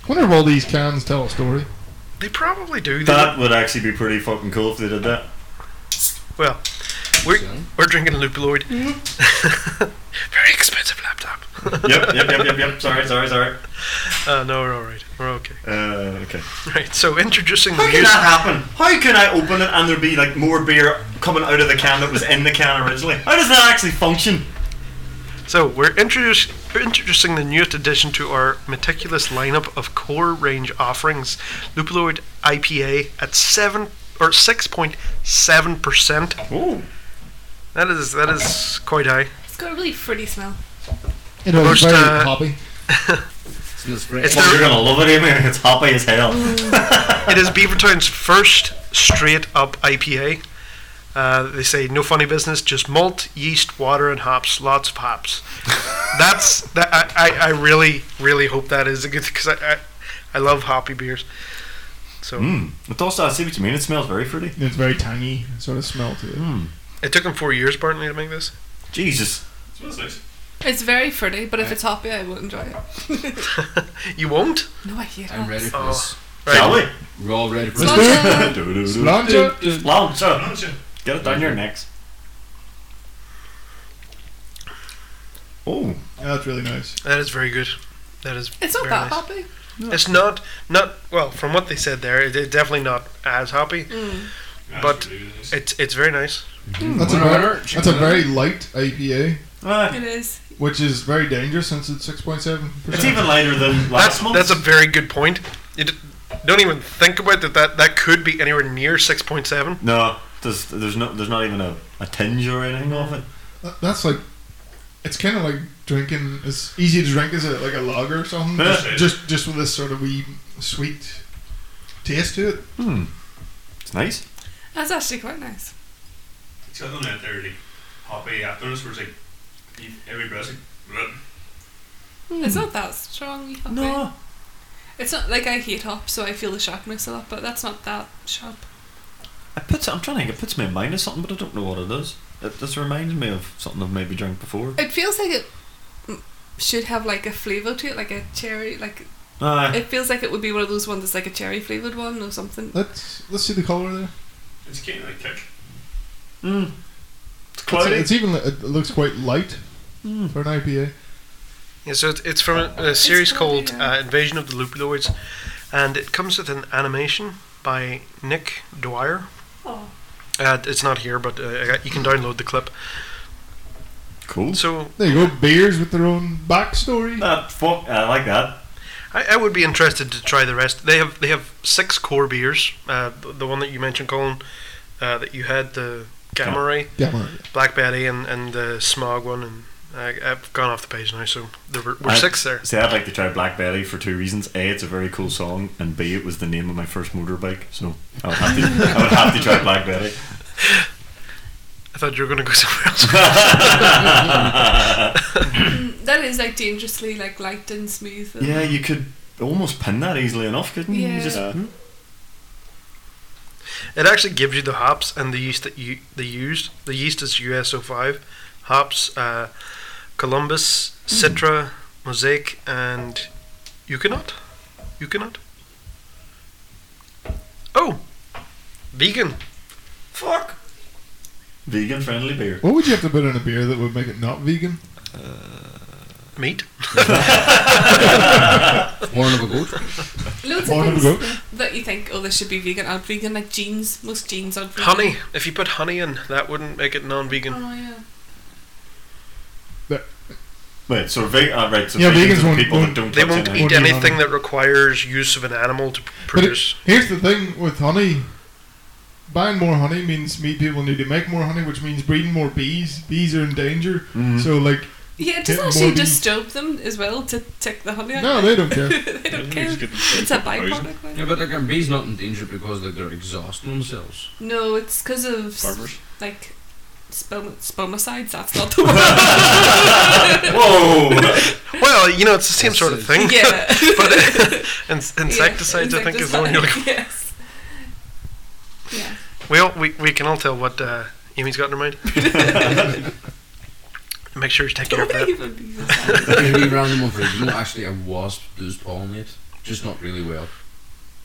S2: wonder if all these cans tell a story.
S3: They probably do. They
S1: That would actually be pretty fucking cool if they did that.
S3: Well, we're, we're drinking Lupuloid. Very expensive laptop.
S1: Yep, yep, yep, yep, yep. Sorry, sorry, sorry.
S3: Uh, no, we're all right. We're okay.
S1: Uh, okay.
S3: Right. So introducing the
S1: How can
S3: music.
S1: that happen? How can I open it and there be like more beer coming out of the can that was in the can originally? How does that actually function?
S3: So we're introduce, we're introducing the newest addition to our meticulous lineup of core range offerings: Lupuloid IPA at seven or six point seven percent.
S1: Oh,
S3: That is that is quite high.
S4: It's got a really fruity smell.
S2: It was
S3: First,
S2: very
S3: uh,
S2: hoppy.
S7: Smells great.
S3: It's
S1: well, you're
S3: their,
S1: gonna love it, Amy. It's hoppy as hell.
S3: it is Beavertown's first straight up IPA. Uh, they say no funny business, just malt, yeast, water, and hops. Lots of hops. That's that. I, I, I really really hope that is a good because I, I I love hoppy beers. So.
S1: Mm. It also, I see what you mean. It smells very fruity.
S2: It's very tangy sort of smell to it.
S8: Mm.
S3: It took him four years, apparently, to make this.
S1: Jesus.
S8: Smells nice.
S4: It's very fruity, but if it's hoppy, I will enjoy it.
S3: You won't?
S4: no, I hate
S7: I'm ready
S4: hops.
S7: for this.
S1: Shall we?
S7: We're all ready for
S4: It's
S7: this.
S4: not-
S2: Cilantro.
S1: Lounge. Get it down your necks. Oh,
S2: Yeah, that's really nice.
S3: That is very good. That is.
S4: It's not
S3: very
S4: that
S3: nice.
S4: hoppy.
S3: It's not not well from what they said there. It, it definitely not as hoppy, but it's it's very nice.
S8: Mm.
S2: That's a, very, that's a very light IPA,
S1: Ah,
S4: It is.
S2: which is very dangerous since it's 6.7%.
S1: it's even lighter than last
S3: That's
S1: month.
S3: that's a very good point. You d- don't even think about that. That that could be anywhere near six point seven.
S1: no. There's, there's no, there's not even a, a tinge or anything of it.
S2: That- That's like, it's kind of like drinking, as easy to drink as a, like a lager or something.
S1: Yeah.
S2: just, just just with this sort of wee sweet taste to it.
S1: It's nice.
S4: That's actually quite nice.
S8: It's got on that poppy after this, where it's like you- every breath. Like,
S4: It's not that strong. you hop it. It's not like I hate hop, so I feel the sharpness a lot, but that's not that sharp.
S1: It puts. I'm trying to think. It puts me in mind of something, but I don't know what it is. It just reminds me of something I've maybe drank before.
S4: It feels like it mm, should have like a flavour to it, like a cherry. Like
S1: Aye.
S4: it feels like it would be one of those ones that's like a cherry flavoured one or something.
S2: Let's let's see the color there.
S8: it's kind of like kick.
S1: Mm. It's
S2: It's,
S1: cloudy. Mm.
S2: it's even it looks quite light for an IPA.
S3: Yeah, so it- it's from a, a series
S4: called,
S3: called
S4: yeah.
S3: uh, Invasion of the Loop Lords, and it comes with an animation by Nick Dwyer.
S4: Oh.
S3: Uh, it's not here, but uh, I got- you can download the clip.
S1: Cool.
S3: So
S2: There you go. Beers with their own backstory.
S1: That uh, fuck. I like that.
S3: I, I would be interested to try the rest. They have they have six core beers. Uh, the, the one that you mentioned, Colin, uh, that you had the Gamma Ray,
S2: Yeah, well,
S3: Black Betty, and, and the Smog one, and I, I've gone off the page now. So there were, were
S1: I-
S3: six there.
S1: See, I'd like to try Black Betty for two reasons: a, it's a very cool song, and b, it was the name of my first motorbike, so I would have to, I would have to try Black Betty.
S3: I thought you were going to go somewhere else.
S4: Mm, That is like dangerously like light and smooth. and-
S1: yeah, you could almost pin that easily enough, couldn't you? you?
S4: Yeah.
S1: Just,
S8: Yeah.
S3: It actually gives you the hops and the yeast that you they used. The yeast is USO5, hops, uh, Columbus,
S4: Hmm.
S3: Citra, Mosaic, and Euconut. Euconut. Oh, vegan.
S1: Fuck. Vegan friendly beer.
S2: What would you have to put in a beer that would make it not vegan?
S3: meat.
S7: Horn of a goat.
S4: Loads
S2: Horn
S4: of
S2: of a
S4: things that you think, oh, this should be vegan, aren't vegan. Like jeans, most jeans aren't vegan.
S3: Honey. If you put honey in, that wouldn't make it non-vegan.
S4: Oh yeah.
S1: Wait, so ve- uh, right, so
S2: Yeah,
S1: vegans,
S2: vegans
S1: are
S2: won't-
S1: people
S2: won't-
S1: that don't
S3: They
S1: touch
S3: won't
S1: anything.
S3: eat
S2: What do you
S3: anything
S2: want?
S3: that requires use of an animal to
S2: But it-
S3: produce.
S2: here's the thing with honey. Buying more honey means meat people need to make more honey, which means breeding more bees. Bees are in danger.
S3: Mm-hmm.
S2: So like,
S4: Yeah, it doesn't
S2: Get
S4: actually
S2: more bees.
S4: disturb them as well to take the honey out.
S2: no, they don't care.
S4: they don't
S8: Yeah,
S4: care.
S8: just get the-
S4: It's a
S8: poison.
S4: byproduct. like.
S7: Yeah, but like, a bees not in danger because like, they're exhausting themselves.
S4: No, it's because of s-
S8: Farmers.
S4: like spoma- spomicides. That's not the word.
S1: Whoa!
S3: Well, you know, it's the same sort of thing.
S4: yeah.
S3: but uh, in- insecticides,
S4: Yeah,
S3: I think, is the one you're looking
S4: insecticide, Yes. Yeah.
S3: We all we, we can all tell what uh, Amy's got in her mind. Make sure you take care of
S4: Don't
S3: that.
S4: even be inside.
S7: Maybe random one for you know, actually a wasp does pollinate, just not really well.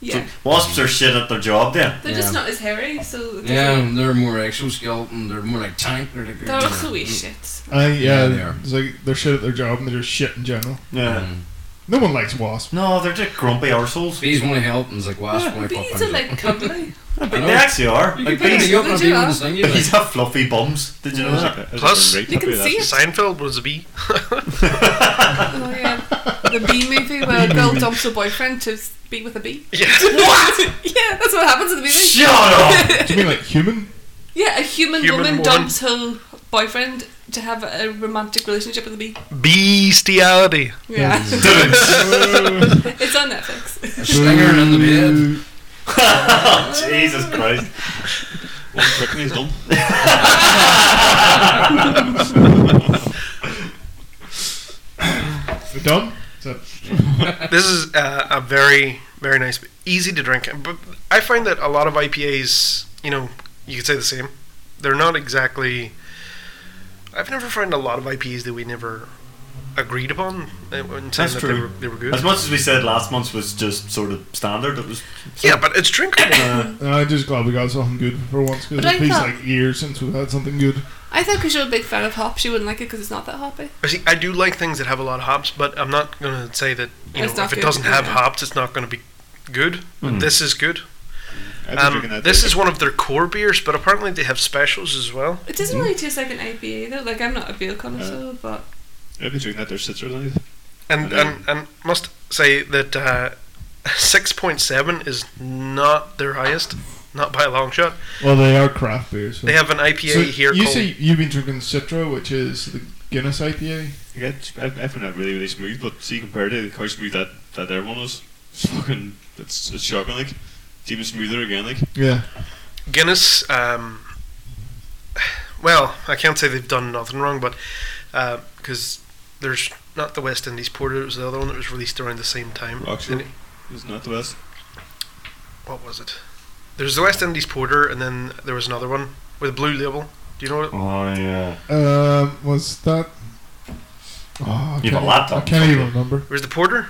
S4: Yeah.
S1: Wasps are shit at their job then.
S4: They're just
S7: Yeah.
S4: not as hairy, so it doesn't-
S7: Yeah, and Um, they're more exoskeleton. They're more like tank. They're, like,
S4: they're
S3: Mm.
S4: also wee shit.
S2: I, yeah,
S7: Yeah, they are.
S2: it's like they're shit at their job and they're just shit in general.
S1: Yeah.
S7: Mm.
S2: No one likes wasps.
S1: No, they're just grumpy arseholes.
S7: Bees want to help, and it's like wasp want to fuck
S4: Bees are like cuddly.
S1: But they actually are.
S7: You
S1: Like,
S7: can pick
S1: bees,
S7: me up and a
S4: Did
S7: bee
S4: you
S7: wouldn't
S4: ask?
S7: sting you. like.
S1: bees have fluffy bums. Did you know that?
S3: Plus-
S4: You can see it.
S3: Seinfeld was a bee.
S4: Oh yeah, the bee movie where a girl dumps her boyfriend to s- be with a bee.
S3: Yeah.
S4: What? yeah, that's what happens in the movie.
S1: Shut up!
S2: Do you mean like human?
S4: Yeah, a human,
S3: Human
S4: woman,
S3: woman.
S4: dumps her boyfriend to have a romantic relationship with a bee.
S3: Bestiality.
S4: Yeah,
S2: Uh,
S4: it's on Netflix.
S7: A stinger in the bed.
S1: Jesus Christ.
S8: One trick and he's done.
S2: We're done. Is that-
S3: This is uh, a very very nice, easy to drink. But I find that a lot of IPAs, you know, you could say the same. They're not exactly. I've never found a lot of IPAs that we never agreed upon. uh, In saying
S1: That's
S3: that They,
S1: true.
S3: were, they were good.
S1: As much as we said last month was just sort of standard, it was.
S3: yeah, but it's drinkable.
S2: I'm just glad we got something good for once because
S4: But I
S2: it's been
S4: thought-
S2: like years since we've had something good.
S4: I thought because you're a big fan of hops, you wouldn't like it because it's not that hoppy.
S3: I see, I do like things that have a lot of hops, but I'm not going to say that you
S4: It's
S3: know
S4: not
S3: if it
S4: good,
S3: doesn't have
S4: yeah.
S3: hops, it's not going to be good. But This is good.
S8: I've been
S3: Um,
S8: drinking that
S3: this
S8: day.
S3: is one of their core beers, but apparently they have specials as well.
S4: It
S2: Mm-hmm.
S4: doesn't really taste like an IPA though. Like I'm not a beer
S2: Uh.
S4: connoisseur, but
S8: I've been drinking that there since early.
S3: And
S8: Yeah.
S3: and, and must say that uh, 6.7 is not their highest, not by a long shot.
S2: Well, they are craft beers. So.
S3: They have an IPA
S2: So
S3: here
S2: you
S3: called
S2: say you've been drinking Citra, which is the Guinness IPA.
S8: Yeah, it's- I, I found that really, really smooth, but see, compared to how smooth that, that there one was, it's fucking, it's, it's shocking, like, it's even smoother again, like,
S2: Yeah,
S3: Guinness. Um, well, I can't say they've done nothing wrong, but because there's not the West Indies Porter, it was the other one that was released around the same time.
S8: Rockshore.
S3: And it-
S8: Isn't that the best?
S3: what was it? There's the West Indies Porter, and then there was another one with a blue label. Do you know what?
S1: Oh yeah.
S2: Um, was that? Oh, I
S1: You have a
S2: can't-
S1: laptop.
S2: I can't even remember.
S3: Where's the Porter?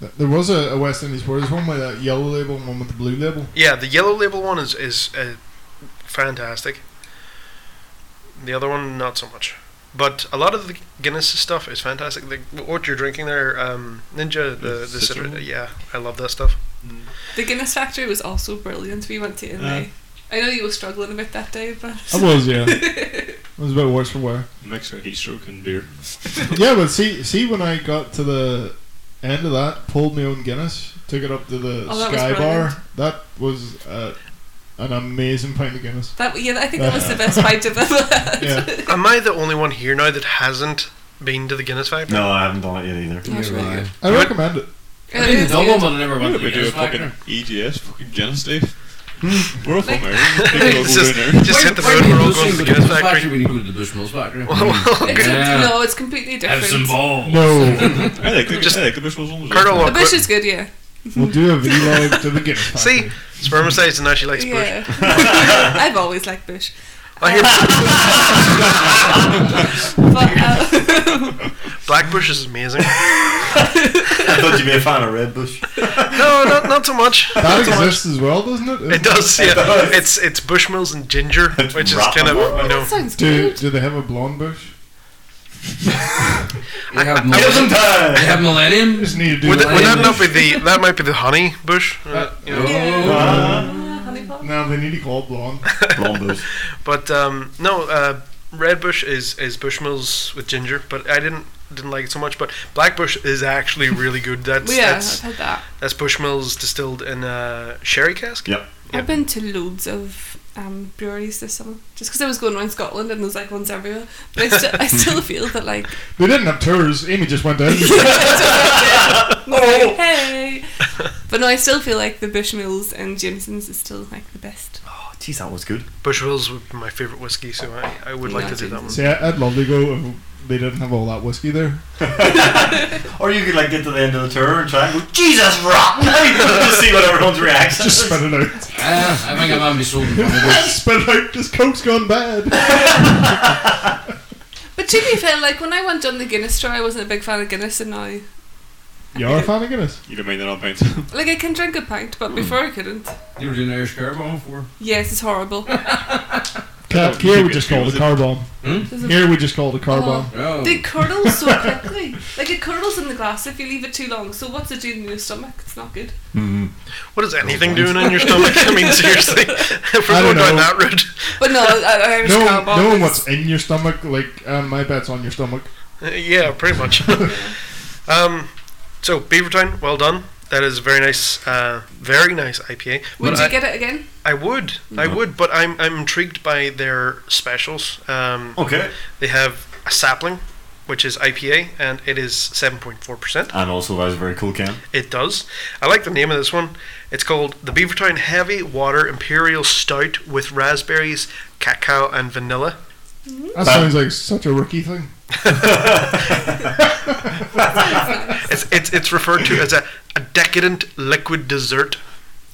S2: Th- There was a, a West Indies Porter. There's one with a yellow label and one with a blue label.
S3: Yeah, the yellow label one is is uh, fantastic. The other one, not so much. But a lot of the Guinness stuff is fantastic. The, what you're drinking there, um, Ninja, the, the
S8: Citra
S3: citra-
S8: one?
S3: yeah, I love that stuff.
S4: The Guinness factory was also brilliant. We went to it. in May. I know you were struggling a bit that day, but
S2: Uh. I was, yeah. it was a bit worse for wear.
S8: Mixer heat stroke and beer.
S2: yeah, but see, see, when I got to the end of that, pulled my own Guinness, took it up to the
S4: Oh, that was
S2: Sky Bar.
S4: brilliant.
S2: That was uh, an amazing pint of Guinness.
S4: that yeah, I think that was the best fight I've ever had.
S2: Uh. Yeah,
S3: Am I the only one here now that hasn't been to the Guinness factory?
S1: No, I haven't done it yet either.
S4: That's really good.
S2: I
S3: Right.
S2: recommend it.
S7: I
S4: It
S7: didn't
S4: is
S7: know
S4: good.
S7: them, but I never went to the
S8: we do a
S7: Guinness
S8: fucking
S7: Factory.
S8: EGS, fucking Guinness, Dave.
S2: Hmm.
S8: We're all from
S4: Like-
S8: Ireland. People all
S3: It's
S8: go
S3: just-
S8: down there.
S3: just- hit the
S7: Why- why
S3: road,
S7: do you
S3: we're all
S7: do
S3: going to
S7: the
S3: the
S7: Guinness
S3: factory.
S7: Factory when you go to the Bushmills Factory.
S3: Oh,
S4: It's-
S7: Yeah.
S4: No, it's completely
S7: Have some
S4: different.
S7: balls.
S2: No,
S8: I like the,
S3: Just-
S8: I like the Bushmills one.
S3: Colonel
S4: The bush
S3: O'Qu-
S4: is good, yeah.
S2: we'll do a vlog to the Guinness.
S3: See,
S2: Factory.
S3: spermicides and now she likes bush.
S4: Yeah. I've always liked bush.
S3: I hear
S4: But uh,
S3: black bush is amazing.
S1: I thought you'd be a fan of Red Bush.
S3: No, not not so much.
S2: that exists as well, doesn't it?
S3: It does. Yeah, it's it's Bushmills and ginger,
S1: It's
S3: which is
S1: rotten.
S3: kind of you know.
S4: that sounds
S2: Do
S4: good.
S2: do they have a blonde bush?
S7: They have
S1: Isn't
S7: millennium.
S1: it?
S7: They have millennium.
S2: Just need to do
S3: Would, that-
S2: that.
S3: would that not be the that might be the honey bush?
S7: Oh,
S3: Uh, you know.
S4: Honeypot.
S2: No, they need to call it blonde.
S1: Blonde Bush.
S3: But um, no, uh, red bush is is Bushmills with ginger, but I didn't didn't like it so much. But black bush is actually really good. That's
S4: Well, yeah, I've
S3: that's
S4: had that.
S3: that's Bushmills distilled in a sherry cask.
S1: Yep.
S4: I've been to loads of um, breweries this summer, just because I was going around Scotland and there's like ones everywhere. But I, st- I still feel that like,
S2: They didn't have tours. Amy just went down.
S4: like, hey, but no, I still feel like the Bushmills and Jamesons is still like the best.
S1: Oh, jeez, that was good.
S3: Bushmills would be my favorite whiskey, so I, I would like to do that one.
S2: See, I- I'd love to go if they didn't have all that whiskey there.
S1: Or you could like get to the end of the tour and try and go, Jesus, rotten! just see what everyone's reaction
S2: Just
S1: is.
S2: spit it out.
S7: Ah, I think I might be sold in front of this.
S2: spit it out. This Coke's gone bad.
S4: But to be fair, like when I went on the Guinness tour, I wasn't a big fan of Guinness, and now
S2: You are a fan of Guinness.
S8: You don't mind that on pint.
S4: like I can drink a pint, but before I couldn't.
S7: You were doing Irish Caribou before.
S4: Yes, it's horrible.
S2: Cap, here we just call it a car bomb.
S4: There's a-
S2: Here we just call it a car bomb.
S7: Oh.
S4: They curdle so quickly. Like it curdles in the glass if you leave it too long. So what's it doing in your stomach? It's not good.
S3: What is anything doing in your stomach? I mean, seriously, if we're
S2: I don't
S3: going down
S2: know.
S3: that route,
S4: But no, I, I was
S2: No,
S4: cowbong
S2: one- no one
S4: is-
S2: what's in your stomach. Like um, my bet's on your stomach.
S3: Uh, yeah, pretty much. um, so Beavertown, well done. That is a very nice, uh, very nice IPA.
S4: Would
S3: But
S4: you
S3: I,
S4: get it again?
S3: I would, I would, but I'm I'm intrigued by their specials. Um,
S1: Okay.
S3: They have a sapling, which is IPA, and it is seven point four percent.
S1: And also, that was a very cool can.
S3: It does. I like the name of this one. It's called the Beavertown Heavy Water Imperial Stout with raspberries, cacao, and vanilla.
S2: That sounds like such a rookie thing.
S3: It's it's, it's referred to as a, a decadent liquid dessert.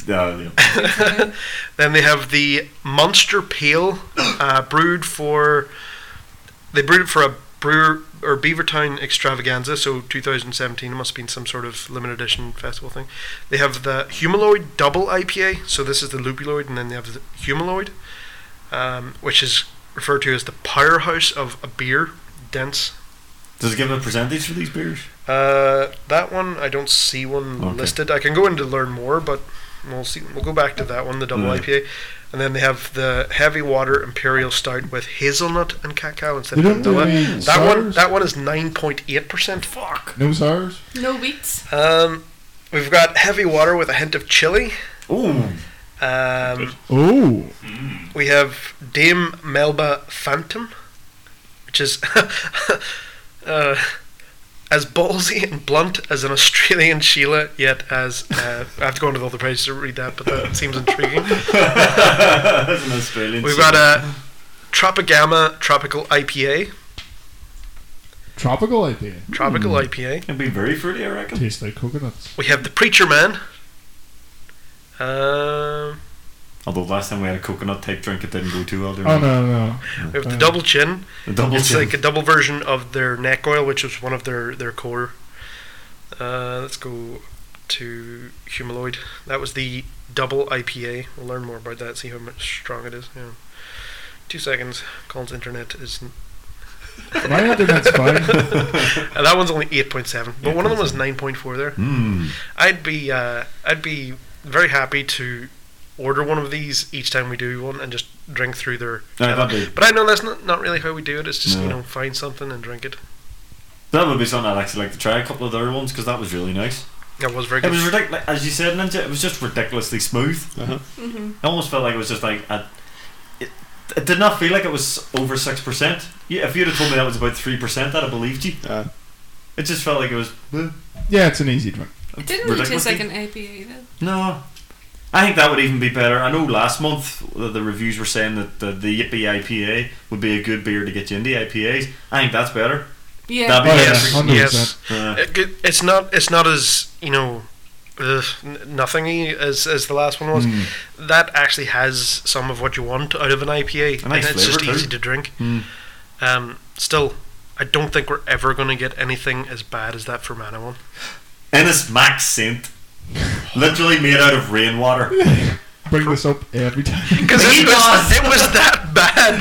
S1: Yeah, yeah.
S3: Then they have the Monster Pale, uh, brewed for. They brewed it for a brewer or Beavertown Extravaganza, so 2017. It must have been some sort of limited edition festival thing. They have the Humaloid Double IPA, so this is the Lupuloid, and then they have the Humaloid, um, which is referred to as the powerhouse of a beer, dense.
S1: Does it give a percentage for these beers?
S3: Uh, that one I don't see one
S1: Okay.
S3: listed. I can go in to learn more, but we'll see. We'll go back to that one, the double
S1: Yeah.
S3: IPA, and then they have the heavy water imperial stout with hazelnut and cacao instead
S2: They
S3: of
S2: don't do
S3: vanilla.
S2: any
S3: That one,
S2: sours?
S3: that one is nine point eight percent. Fuck.
S2: No SARS.
S4: No wheats.
S3: Um, we've got heavy water with a hint of chili.
S1: Ooh.
S3: Um,
S2: Oh,
S3: we have Dame Melba Phantom, which is. Uh, as ballsy and blunt as an Australian Sheila, yet as uh, I have to go into the other page to read that, but that seems intriguing.
S1: That's an Australian.
S3: We've got a Tropicama Tropical IPA.
S2: Tropical IPA.
S3: Tropical IPA.
S1: It'd be very fruity, I reckon.
S2: Tastes like coconuts.
S3: We have the Preacher Man. Um,
S1: Although last time we had a coconut type drink, it didn't go too well.
S2: Oh no no.
S3: we have the
S2: Uh,
S3: Double Chin.
S1: The double
S3: it's
S1: chin.
S3: like a double version of their neck oil, which was one of their their core. Uh, let's go to Humaloid. That was the double IPA. We'll learn more about that. See how much strong it is. Yeah. Two seconds. Colin's internet is.
S2: My internet's fine.
S3: Uh, that one's only eight point seven, but one of them was nine point four. There,
S1: Mm.
S3: I'd be uh, I'd be very happy to order one of these each time we do one and just drink through their.
S1: No, that'd be-
S3: but I know that's not, not really how we do it. It's just you
S1: No.
S3: know find something and drink it.
S1: That would be something I'd actually like to try. A couple of the other ones because that was really nice.
S3: That was very
S1: It
S3: good.
S1: was ridiculous, as you said, Ninja. It was just ridiculously smooth.
S3: Mm-hmm.
S4: hmm
S1: It almost felt like it was just like a, it, it did not feel like it was over six percent. Yeah, if you'd have told me that was about three percent, I'd have believed you.
S8: Uh,
S1: It just felt like it was eh,
S2: yeah, it's an easy drink.
S4: It didn't really taste
S1: ridiculously-
S4: like an IPA though.
S1: No. I think that would even be better. I know last month the, the reviews were saying that the, the Yippie IPA would be a good beer to get you into IPAs. I think that's better.
S4: Yeah.
S1: That'd be
S2: Oh, yeah.
S1: yes.
S2: 100%.
S3: yes.
S1: Uh,
S3: It- it- it's not it's not as you know ugh, n- nothingy as as the last one was.
S1: Mm.
S3: That actually has some of what you want out of an IPA,
S1: A nice
S3: and it's just
S1: flavour too.
S3: easy to drink.
S1: Mm.
S3: Um, still, I don't think we're ever going to get anything as bad as that Fermanagh one.
S1: Ennis Max Saint. Literally made out of rainwater.
S2: Bring this up every time.
S3: Because
S1: He
S3: it, was-
S1: does.
S3: it was that bad.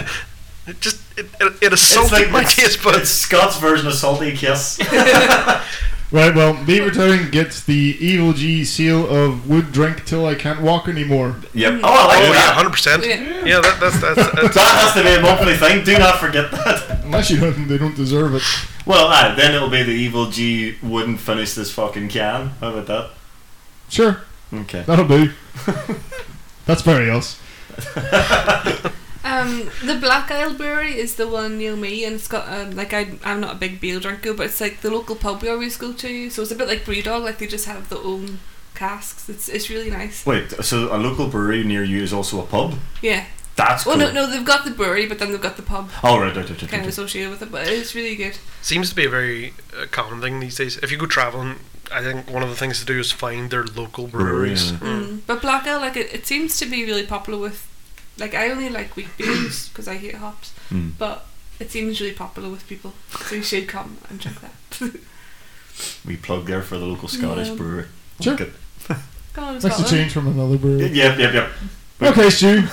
S3: It just it, it, it
S1: It's
S3: assaulted
S1: like
S3: my
S1: it's-
S3: taste buds.
S1: It's Scott's version of Salty Kiss.
S2: Right, well, Beaver Town gets the Evil G seal of would drink till I can't walk anymore.
S1: yep. Oh, I like
S3: Oh yeah,
S1: that.
S3: hundred percent.
S4: Yeah.
S3: Yeah, that, that's that's. that's
S1: That has to be a monthly thing. Do not forget that.
S2: Unless you don't, they don't deserve it.
S1: Well, aye, then it'll be the evil G wouldn't finish this fucking can. How about that?
S2: Sure,
S1: Okay.
S2: that'll do. That's very us.
S4: Um, the Black Isle Brewery is the one near me, and it's got um, like I, I'm not a big beer drinker, but it's like the local pub we always go to. So it's a bit like Brewdog, like they just have their own casks. It's it's really nice.
S1: Wait, so a local brewery near you is also a pub?
S4: Yeah.
S1: That's cool.
S4: Well, no, no, they've got the brewery, but then they've got the pub
S1: Oh, right, right, right, right,
S4: kind of
S1: right.
S4: associated with it. But it's really good.
S3: Seems to be a very uh, common thing these days. If you go traveling, I think one of the things to do is find their local
S1: Brewery,
S3: breweries.
S1: yeah.
S3: Mm.
S4: Mm. But Black Ale, like it, it seems to be really popular with, like I only like wheat beers because I hate hops,
S1: Mm.
S4: but it seems really popular with people, so you should come and drink that.
S1: We plug there for the local Scottish
S4: Yeah.
S1: brewery.
S2: Sure.
S1: Good.
S4: come on,
S2: That's a
S4: Scotland.
S2: change from another brewery.
S1: Yep, yep, yep.
S2: Okay, Stu.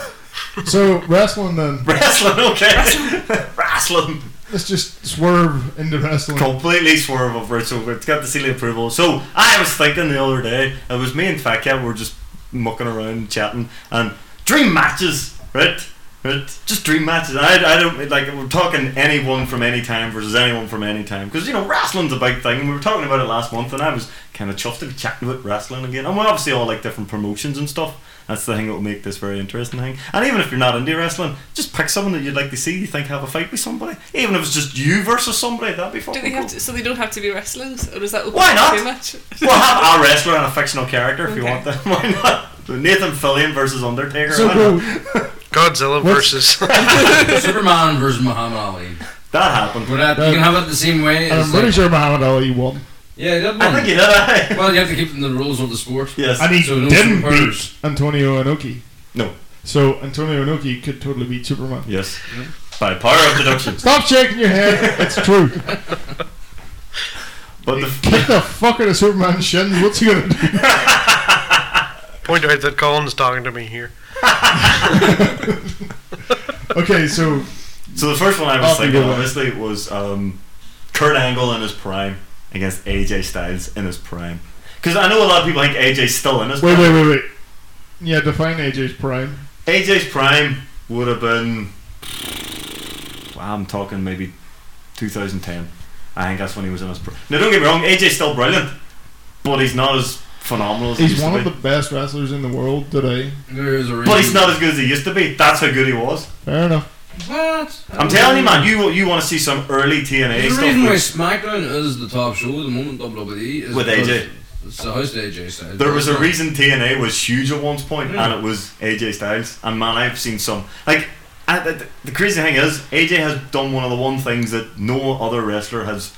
S2: So, wrestling then.
S1: Wrestling, okay. Wrestling.
S2: Let's just swerve into wrestling.
S1: Completely swerve over it, so it's got the seal of approval. So, I was thinking the other day, it was me and Fat Cat were just mucking around, chatting, and dream matches, right? Right? Just dream matches. I, I don't, like, we're talking anyone from any time versus anyone from any time. Because, you know, wrestling's a big thing, and we were talking about it last month, and I was kind of chuffed to be chatting about wrestling again. And we obviously all like different promotions and stuff. That's the thing that will make this very interesting thing. And even if you're not into wrestling, just pick someone that you'd like to see you think have a fight with somebody. Even if it's just you versus somebody, that'd be
S4: Do
S1: fucking
S4: they
S1: cool.
S4: have to, so they don't have to be wrestlers, or does that open
S1: Why
S4: up
S1: not?
S4: too much?
S1: well, have a wrestler and a fictional character if you
S4: Okay.
S1: want them. Why not? So Nathan Fillion versus Undertaker.
S2: So,
S1: why
S2: bro,
S1: not?
S3: Godzilla
S2: What's-
S3: versus.
S7: Superman versus Muhammad Ali.
S1: that happened.
S7: But that, you can have it the same way.
S2: and
S7: as
S2: I'm pretty
S7: like-
S2: sure Muhammad Ali won.
S7: Yeah, that
S1: I
S7: one.
S1: think you did. I.
S7: Well, you have to keep the rules of the sport.
S1: Yes.
S2: And he
S7: So no
S2: didn't
S7: superpowers.
S2: beat Antonio Inoki.
S1: No.
S2: So, Antonio Inoki could totally beat Superman.
S1: Yes. By power of deduction.
S2: Stop shaking your head. It's true.
S1: But the,
S2: Kick the fuck out of Superman's shins. What's he gonna do?
S3: Point out that Colin's talking to me here.
S2: Okay, so
S1: so the first one I
S2: Off
S1: was
S2: you
S1: thinking
S2: go.
S1: obviously was um, Kurt Angle in his prime against AJ Styles in his prime. Because I know a lot of people think AJ's still in his
S2: wait,
S1: prime.
S2: wait, wait, wait. Yeah, define AJ's prime.
S1: AJ's prime would have been. I'm talking maybe 2010. I think that's when he was in his prime. Now, don't get me wrong, AJ's still brilliant, but he's not as phenomenal as he
S2: He's
S1: used
S2: one
S1: to
S2: of
S1: be.
S2: the best wrestlers in the world today.
S7: There is a reason.
S1: but he's not as good as he used to be. That's how good he was.
S2: Fair enough.
S7: What?
S1: I'm telling you, man, you you want to see some early TNA
S7: There's a reason why
S1: stuff.
S7: SmackDown is the top show at the moment, WWE. Is
S1: With
S7: because
S1: AJ.
S7: It's the house that AJ said.
S1: There was Hmm. a reason TNA was huge at one point,
S7: Yeah.
S1: and it was AJ Styles. And man, I've seen some like And the, the crazy thing is, AJ has done one of the one things that no other wrestler has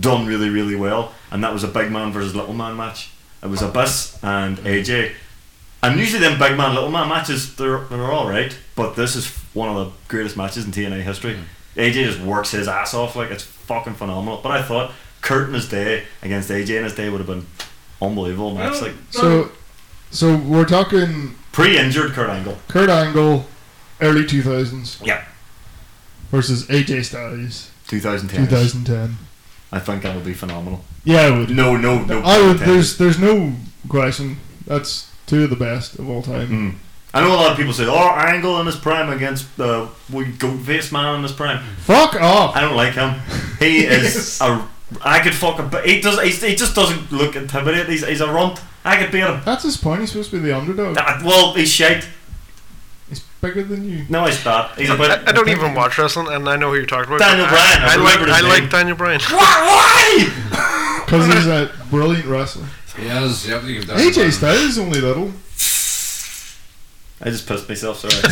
S1: done really, really well, and that was a big man versus little man match. It was Abyss and AJ. And usually, them big man, little man matches, they're, they're alright, but this is one of the greatest matches in TNA history. AJ just works his ass off, like, it's fucking phenomenal. But I thought Kurt in his day against AJ in his day would have been unbelievable match. Like,
S2: So, so we're talking
S1: pre injured Kurt Angle.
S2: Kurt Angle, early 2000s
S1: Yeah. versus
S2: versus AJ Styles,
S1: 2010.
S2: 2010.
S1: I think that would be phenomenal.
S2: Yeah, I would.
S1: No, no, no.
S2: I
S1: pun
S2: would.
S1: intended.
S2: There's, there's no question. That's two of the best of all time.
S1: Mm. I know a lot of people say, "Oh, Angle in his prime against uh, we go face man in his prime."
S2: Fuck off.
S1: I don't like him. He is a. I could fuck him, but he does. He, he just doesn't look intimidating. He's, he's a runt. I could beat him.
S2: That's his point. He's supposed to be the underdog.
S1: Ah, Well, he's shite.
S2: He's bigger than you.
S1: No, he's bad. He's a bit.
S3: I, I don't even watch wrestling, and I know who you're talking about. but
S1: Daniel Bryan, I
S3: I, I, like,
S1: remembered his
S3: I
S1: name.
S3: like Daniel Bryan.
S1: Why? Why?
S2: Because he's a brilliant wrestler.
S6: Yes, you have to give that.
S2: AJ Styles is only little.
S1: I just pissed myself. Sorry.
S7: Um,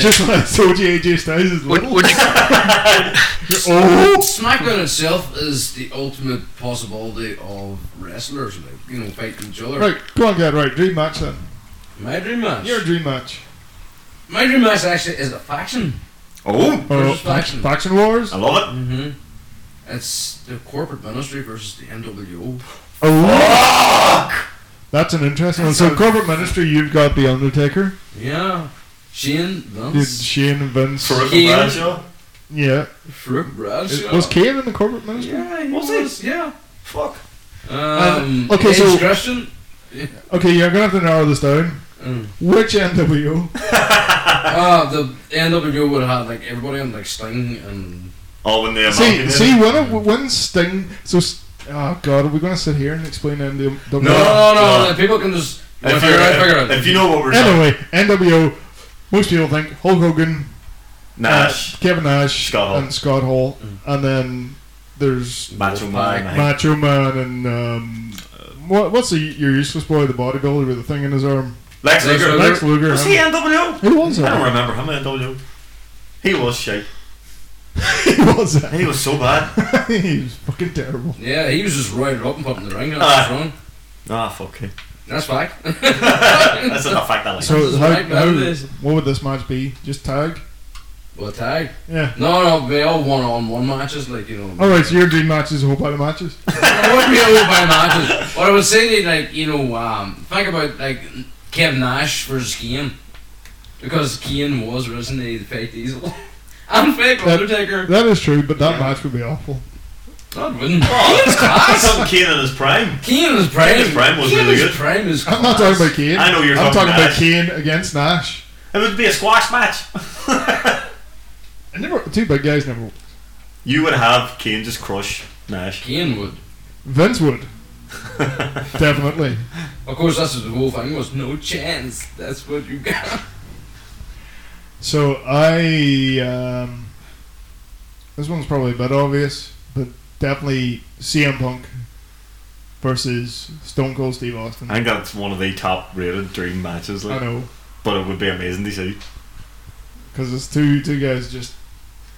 S2: Just like I told you, AJ Styles is
S3: Would,
S2: little.
S3: would you,
S2: Oh!
S7: SmackDown itself is the ultimate possibility of wrestlers, like, you know, fighting each other.
S2: Right, go on, get right. Dream match then.
S7: My dream match.
S2: Your dream match.
S7: My dream match actually is a faction.
S1: oh,
S2: Or
S7: Versus faction.
S2: faction Wars.
S1: I love it.
S7: Mm-hmm. It's the corporate ministry versus the NWO.
S2: That's an interesting one. So, corporate ministry, you've got The Undertaker,
S7: Yeah. Shane,
S2: you-
S7: Vince,
S2: Shane and Vince.
S1: Farouk and
S7: Kane.
S1: Bradshaw.
S2: Yeah.
S7: Fruit Bradshaw.
S2: Was Kane in the corporate ministry?
S7: yeah, he
S1: Was
S7: was,
S1: he?
S7: yeah.
S1: Fuck.
S7: Um,
S2: Uh, okay,
S7: Edge
S2: so-
S7: Christian.
S2: Okay, you're going to have to narrow this down.
S7: Mm.
S2: Which NWO?
S7: Uh, the NWO would have had like everybody on like Sting and
S1: Oh, when they
S2: see, see, when, it, when Sting. So, s- oh, God, are we going to sit here and explain NWO?
S1: No,
S7: no, no, no,
S1: no.
S7: the people can just
S1: If,
S7: figure it out, figure it
S1: you're,
S7: out.
S1: if you know what we're talking,
S2: Anyway, NWO, most people think Hulk Hogan,
S1: Nash,
S2: uh, Kevin Nash,
S1: Scott Hall. Mm.
S2: and Scott Hall. And then there's
S1: Macho
S3: Oh
S1: Man, I think.
S2: Macho Man and. Um, what, what's the, your useless boy, the bodybuilder with the thing in his arm?
S1: Lex
S7: Lex
S1: Luger.
S7: Luger.
S2: Lex Luger.
S1: Was
S2: and-
S1: he NWO?
S2: Who was
S1: I don't
S2: that?
S1: remember him in NWO. He was shite.
S2: Who was that?
S1: He was so bad.
S2: he was fucking terrible.
S7: Yeah, he was just riding up and putting the ring. and
S1: Ah.
S7: That's wrong.
S1: Ah, fuck it.
S7: That's fact.
S1: That's not a fact I like.
S2: So
S7: This is
S2: how,
S7: right,
S2: how,
S7: man, this-
S2: what would this match be? Just tag?
S7: Well, tag.
S2: Yeah.
S7: No, no, they all one-on-one matches, like you know.
S2: All right, so your dream match is a whole pile of matches.
S7: it would be a little bit of matches. But I would say, like, you know, um, think about, like, Kevin Nash versus Kane. Because Kane was originally the fake Diesel. And fake Undertaker.
S2: That is true, but that
S7: Yeah.
S2: match would be awful.
S7: God wouldn't.
S1: Oh.
S7: Kane's class.
S1: Some kid in his prime.
S7: Kane is prime.
S1: Kane's prime was
S7: Kane's
S1: really good.
S7: prime is
S2: I'm not
S7: class.
S2: talking about Kane.
S1: I know you're
S2: I'm
S1: talking
S2: talking about
S1: Nash.
S2: Kane against Nash.
S1: It would be a squash match.
S2: I never, two big guys never.
S1: you would have Kane just crush Nash.
S7: Kane would.
S2: Vince would definitely.
S7: Of course, that's what the whole thing was. No chance. That's what you got.
S2: So I, um, this one's probably a bit obvious, but definitely CM Punk versus Stone Cold Steve Austin.
S1: I think that's one of the top rated dream matches.
S2: I
S1: Like,
S2: know.
S1: but it would be amazing to see.
S2: Because it's two two guys just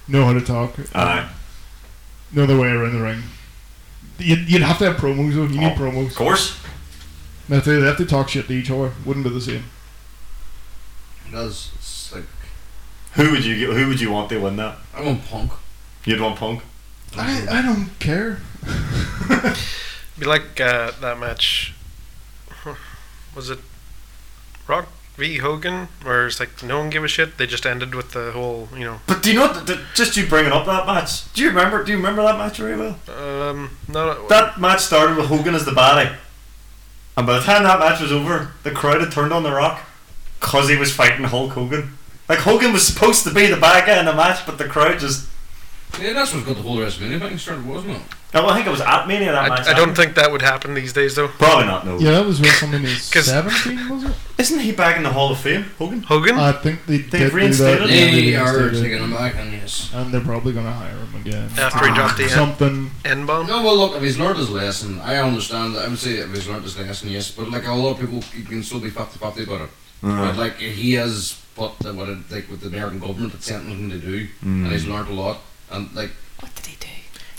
S2: know how to talk.
S1: Aye.
S2: Know their way around the ring. You'd, you'd have to have promos though. You need
S1: Oh, Of
S2: promos.
S1: course.
S2: Now they they have to talk shit to each other. Wouldn't be the same.
S7: That's it's like.
S1: Who would you get, Who would you want to win that?
S7: I want punk.
S1: You'd want Punk.
S2: I, I don't care.
S3: be like uh, that match? Was it Rock v Hogan, where it's like no one gave a shit? They just ended with the whole, you know,
S1: But do you know? th- th- just you bringing up that match. Do you remember? Do you remember that match very well?
S3: um, no,
S1: That match started with Hogan as the baddie, and by the time that match was over, the crowd had turned on The Rock because he was fighting Hulk Hogan. Like Hogan was supposed to be the bad guy in the match, but the crowd just.
S7: Yeah, that's what got the whole WrestleMania thing started, wasn't it?
S1: No, I think it was at Mania that match.
S3: I, I don't think that would happen these days, though.
S1: Probably not. No.
S2: Yeah, that was WrestleMania
S3: 'Cause-
S2: 17, was it?
S1: Isn't he back in the Hall of Fame, Hogan?
S3: Hogan?
S2: I think they, did do
S1: reinstated
S2: that.
S1: him?
S2: Yeah, they
S7: They are
S2: reinstated
S7: taking
S2: him.
S7: him back, and yes.
S2: And they're probably gonna hire him again.
S3: after he dropped the
S2: Something.
S3: N bomb?
S7: No, well, look, if he's learned his lesson, I understand that. I would say if he's learned his lesson, yes. But like a lot of people, you can still be 50 50 about it. But, like he has put the, what it, like with the American government, it's sent nothing to do, and he's learned a lot. And like
S4: What did he do?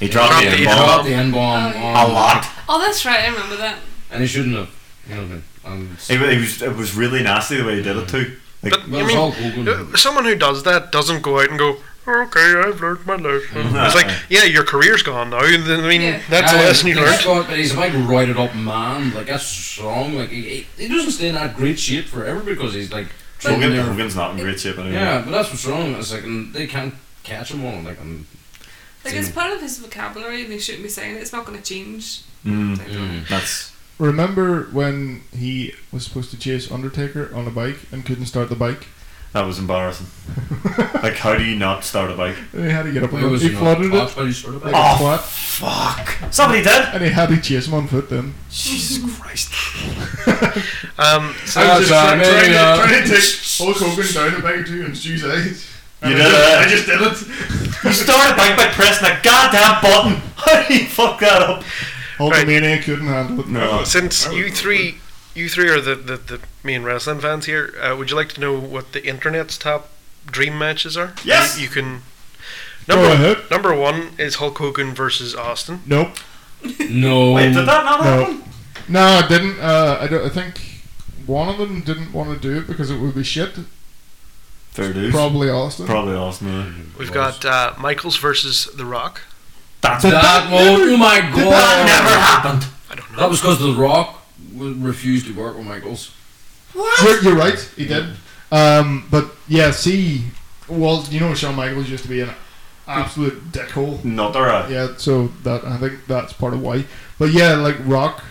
S1: He dropped the
S3: dropped the
S1: N bomb
S7: dropped the N bomb
S1: a
S4: Oh,
S1: lot.
S4: Oh, that's right. I remember that.
S7: and he shouldn't have. You know, um, and
S1: It, wa- it was it was really nasty the way he did it too. Like,
S3: But
S7: well,
S3: you
S7: it's
S3: mean
S7: all Google.
S3: Uh, someone who does that doesn't go out and go, okay, I've learned my lesson.
S1: Mhm.
S3: It's like, yeah, your career's gone now. and then, I mean,
S4: Yeah.
S3: that's a
S7: Aye,
S3: lesson you
S7: he's
S3: learned.
S7: got- but he's a big roided up man. Like that's strong. Like he, he, he doesn't stay in that great shape forever because he's like.
S1: Hogan,
S7: training there.
S1: Hogan's not in great shape anymore.
S7: Yeah, but that's what's wrong. It's like and they can't catch him on. Like um, and
S4: Like it's part of his vocabulary, and he shouldn't be saying it. It's not going to change.
S1: Mm,
S4: Like,
S1: that's
S2: Remember when he was supposed to chase Undertaker on a bike and couldn't start the bike?
S1: that was embarrassing. like, how do you not start a bike?
S2: And he had to get up
S7: It
S2: on it.
S7: was
S2: He
S7: not
S2: flooded
S7: class,
S2: it Oh.
S7: but he's sort of
S2: like
S7: like-
S2: a twat,
S1: Fuck! Somebody did.
S2: and he had to chase him on foot then.
S1: Jesus Christ!
S3: Um, so
S7: Ah,
S3: just
S7: sorry,
S3: try-
S7: maybe,
S3: try-
S7: uh,
S2: Trying to take Hulk Hogan down a bike or two and Stu's eyes.
S1: You
S2: And
S1: did
S2: I
S1: it.
S2: just- I just did it.
S1: You started a bike by pressing a goddamn button. How do you fuck that up?
S2: Hulkamania couldn't handle it.
S1: No.
S3: Since you three, you three are the, the, the main wrestling fans here, uh, would you like to know what the internet's top dream matches are?
S1: Yes.
S3: You, you can.
S2: Go
S3: Number,
S2: ahead.
S3: number one is Hulk Hogan versus Austin.
S2: Nope.
S7: Um, no.
S1: Wait, did that not
S2: No.
S1: happen?
S2: No, it didn't. Uh, I, don't, I think one of them didn't want to do it because it would be shit.
S1: Fair dues.
S2: Probably Austin.
S1: Probably Austin. yeah.
S3: We've got uh, Michaels versus The Rock.
S1: That's
S7: That, was, oh my god!
S1: That never happened.
S3: I don't know.
S7: That was because The Rock w- refused to work with Michaels.
S2: You're, you're right. He did. Um, but yeah, see, well, you know, Shawn Michaels used to be an absolute dickhole.
S1: Not alright.
S2: Yeah, so that I think that's part of why. But yeah, like rock,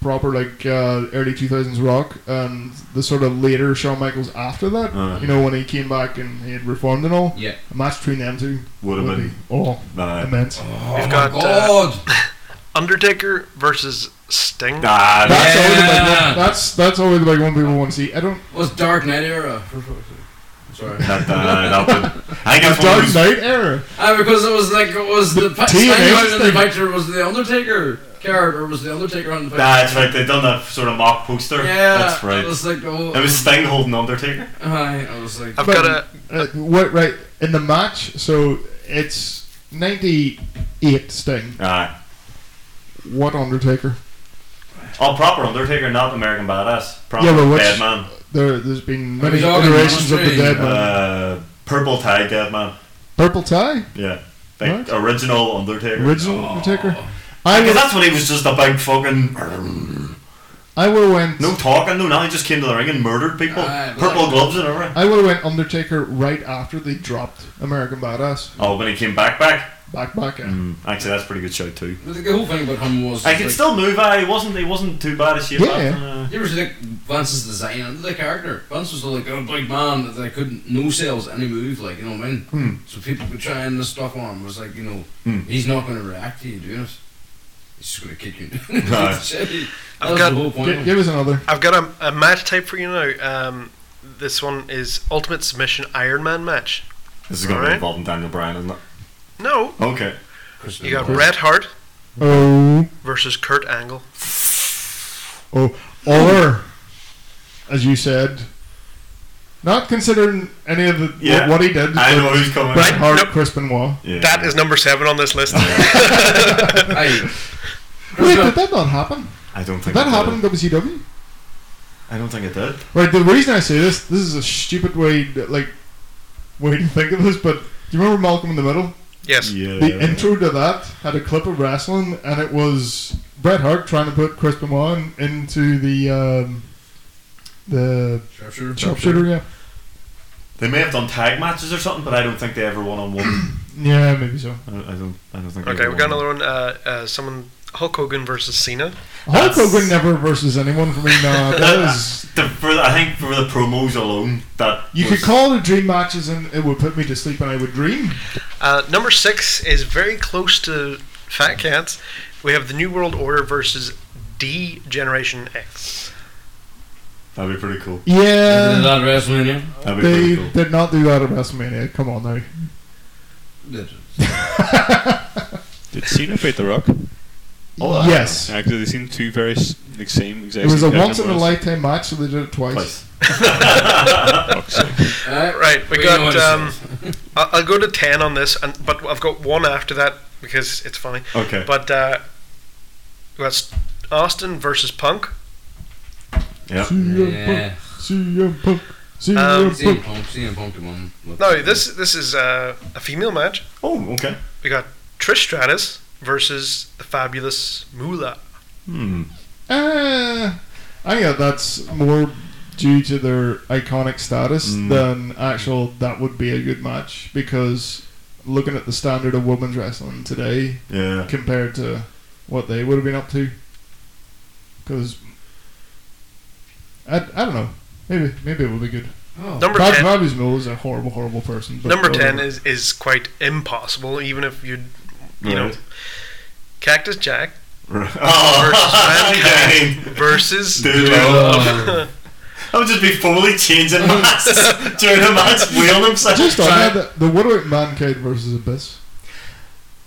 S2: proper like uh, early two thousands rock, and the sort of later Shawn Michaels after that.
S1: Uh.
S2: you know, when he came back and he had reformed and all.
S7: Yeah.
S2: A match between them two
S1: Would have been.
S2: oh
S1: Nah.
S2: immense.
S7: Oh
S3: We've
S7: my
S3: got, uh,
S7: god!
S3: Undertaker versus Sting.
S1: Nah. that-
S2: That's always the big
S7: Yeah.
S2: one. That's that's always the big one people want to see. I don't.
S7: It was Dark Knight era. Sorry.
S1: That, that, that would- I think
S2: The
S1: it's one of
S2: Dark
S1: those-
S2: Knight era.
S7: Ah, because it was like it was the pa-
S2: TNA
S7: Steiner and the
S2: thing.
S7: Fighter was the Undertaker character was the Undertaker on the
S1: Nah,
S7: Fighter.
S1: that's right. They've done that sort of mock poster.
S7: Yeah,
S1: that's right.
S7: It
S1: It
S7: was
S1: was,
S7: like oh,
S1: Sting holding Undertaker.
S7: Aye, I was like
S3: I've
S2: But-
S3: got a.
S2: Uh, what right in the match? So it's ninety eight Sting.
S1: Aye.
S2: What Undertaker?
S1: Oh, proper Undertaker, not American Badass. Proper
S2: Yeah, but what's-
S1: Dead Man.
S2: There, there's been many
S7: he's all in
S2: iterations of the
S7: monastery.
S2: dead man.
S1: Uh, purple tie Dead Man.
S2: Purple tie,
S1: Yeah. Like,
S2: What?
S1: original Undertaker.
S2: original Undertaker. I
S1: Because
S2: would,
S1: that's when he was just a big fucking.
S2: I would have went.
S1: No talking, no nothing. He just came to the ring and murdered people.
S7: Aye, but-
S1: Purple gloves and everything.
S2: I would have went Undertaker right after they dropped American Badass.
S1: Oh, when he came back, back.
S2: Back, back. in.
S1: Actually, that's a pretty good shout too.
S7: But the whole thing about him was
S1: I
S7: just
S1: can
S7: like,
S1: still move. I wasn't. He wasn't too bad a shape.
S2: Yeah.
S1: after- uh,
S7: It was like Vance's design and the character. Vance was like a big man that couldn't no sales any move, like you know what I mean. So people could try and stuff on him. It was like you know
S1: Hmm.
S7: he's not going to react to you doing it. He's just going to kick you.
S1: Right.
S7: Shit. that
S3: I've
S7: was
S3: got-
S7: the whole point.
S2: Gi-
S7: of it.
S2: give us another.
S3: I've got a, a match type for you now. Um, this one is Ultimate Submission Iron Man match.
S1: This is going to be
S3: Alright.
S1: involving Daniel Bryan, isn't it?
S3: No,
S1: Okay.
S3: you got Bret Hart
S2: Oh,
S3: versus Kurt Angle.
S2: oh, or as you said, not considering any of the
S1: Yeah.
S2: what he did.
S1: I
S2: but
S1: know who's coming.
S2: Bret Hart,
S3: Nope.
S2: Chris Benoit.
S1: Yeah.
S3: That is number seven on this list.
S7: Aye.
S2: Wait, did that not happen?
S1: I don't think
S2: Did that
S1: it
S2: happen in WCW?
S1: I don't think it did.
S2: Right. The reason I say this, this is a stupid way, to, like, way to think of this. But do you remember Malcolm in the Middle?
S3: yes.
S1: Yeah.
S2: The intro to that had a clip of wrestling, and it was Bret Hart trying to put Chris Benoit in- into the um, the
S7: Sharpshooter.
S2: sharpshooter. Yeah,
S1: They may have done tag matches or something, but I don't think they ever won on one.
S2: yeah, maybe so.
S1: I I don't. I don't think. they
S3: Okay,
S1: ever
S3: we got
S1: won.
S3: another one. Uh, uh, someone Hulk Hogan versus Cena.
S2: Hulk
S1: That's-
S2: Hogan never versus anyone for me. No, that is.
S1: The, for, I think for the promos alone, that
S2: You
S1: was,
S2: could call it dream matches, and it would put me to sleep, and I would dream.
S3: Uh, number six is very close to Fat Cats. We have the New World Order versus D Generation X.
S1: That'd be pretty cool.
S7: Isn't
S2: Yeah,
S7: that WrestleMania?
S1: That'd be
S2: they
S1: pretty cool.
S2: did not do that at WrestleMania. Come on now.
S7: Did it.
S8: Did Cena fight The Rock?
S1: Oh,
S2: yes.
S8: Actually, they seem two very s- like same exact.
S2: It was a
S8: same
S2: once in a
S8: characters.
S2: lifetime match, so they did it twice.
S1: Place.
S8: Fuck's sake.
S3: Right, we
S7: Well, you know
S3: got.
S7: what
S3: Um,
S7: it
S3: I- I'll go to ten on this, and but I've got one after that because it's funny.
S1: Okay.
S3: But uh, that's Austin versus Punk.
S1: Yeah.
S2: CM Punk,
S7: Yeah.
S2: CM Punk, CM
S3: Um,
S2: Punk.
S7: CM Punk, CM Punk, come on. Look.
S3: No, this this is uh, a female match.
S1: Oh, okay.
S3: We got Trish Stratus versus the fabulous Moolah.
S1: Hmm.
S2: Uh, I think that's more due to their iconic status
S1: Mm.
S2: than actual that would be a good match because looking at the standard of women's wrestling today
S1: Yeah.
S2: compared to what they would have been up to because I, I don't know maybe maybe it would be good
S7: Oh.
S3: Number
S2: Bob,
S3: ten.
S2: Bobby's Mill is a horrible horrible person but
S3: Number ten
S2: whatever.
S3: is, is quite impossible, even if you'd you know
S1: Right.
S3: Cactus Jack
S1: Oh,
S3: versus
S1: okay.
S3: Mankind versus
S1: Dude,
S3: Love.
S1: I would just be fully changing masks during a match, wheeling himself.
S2: just on
S1: Try-
S2: that the, the what about mankind versus abyss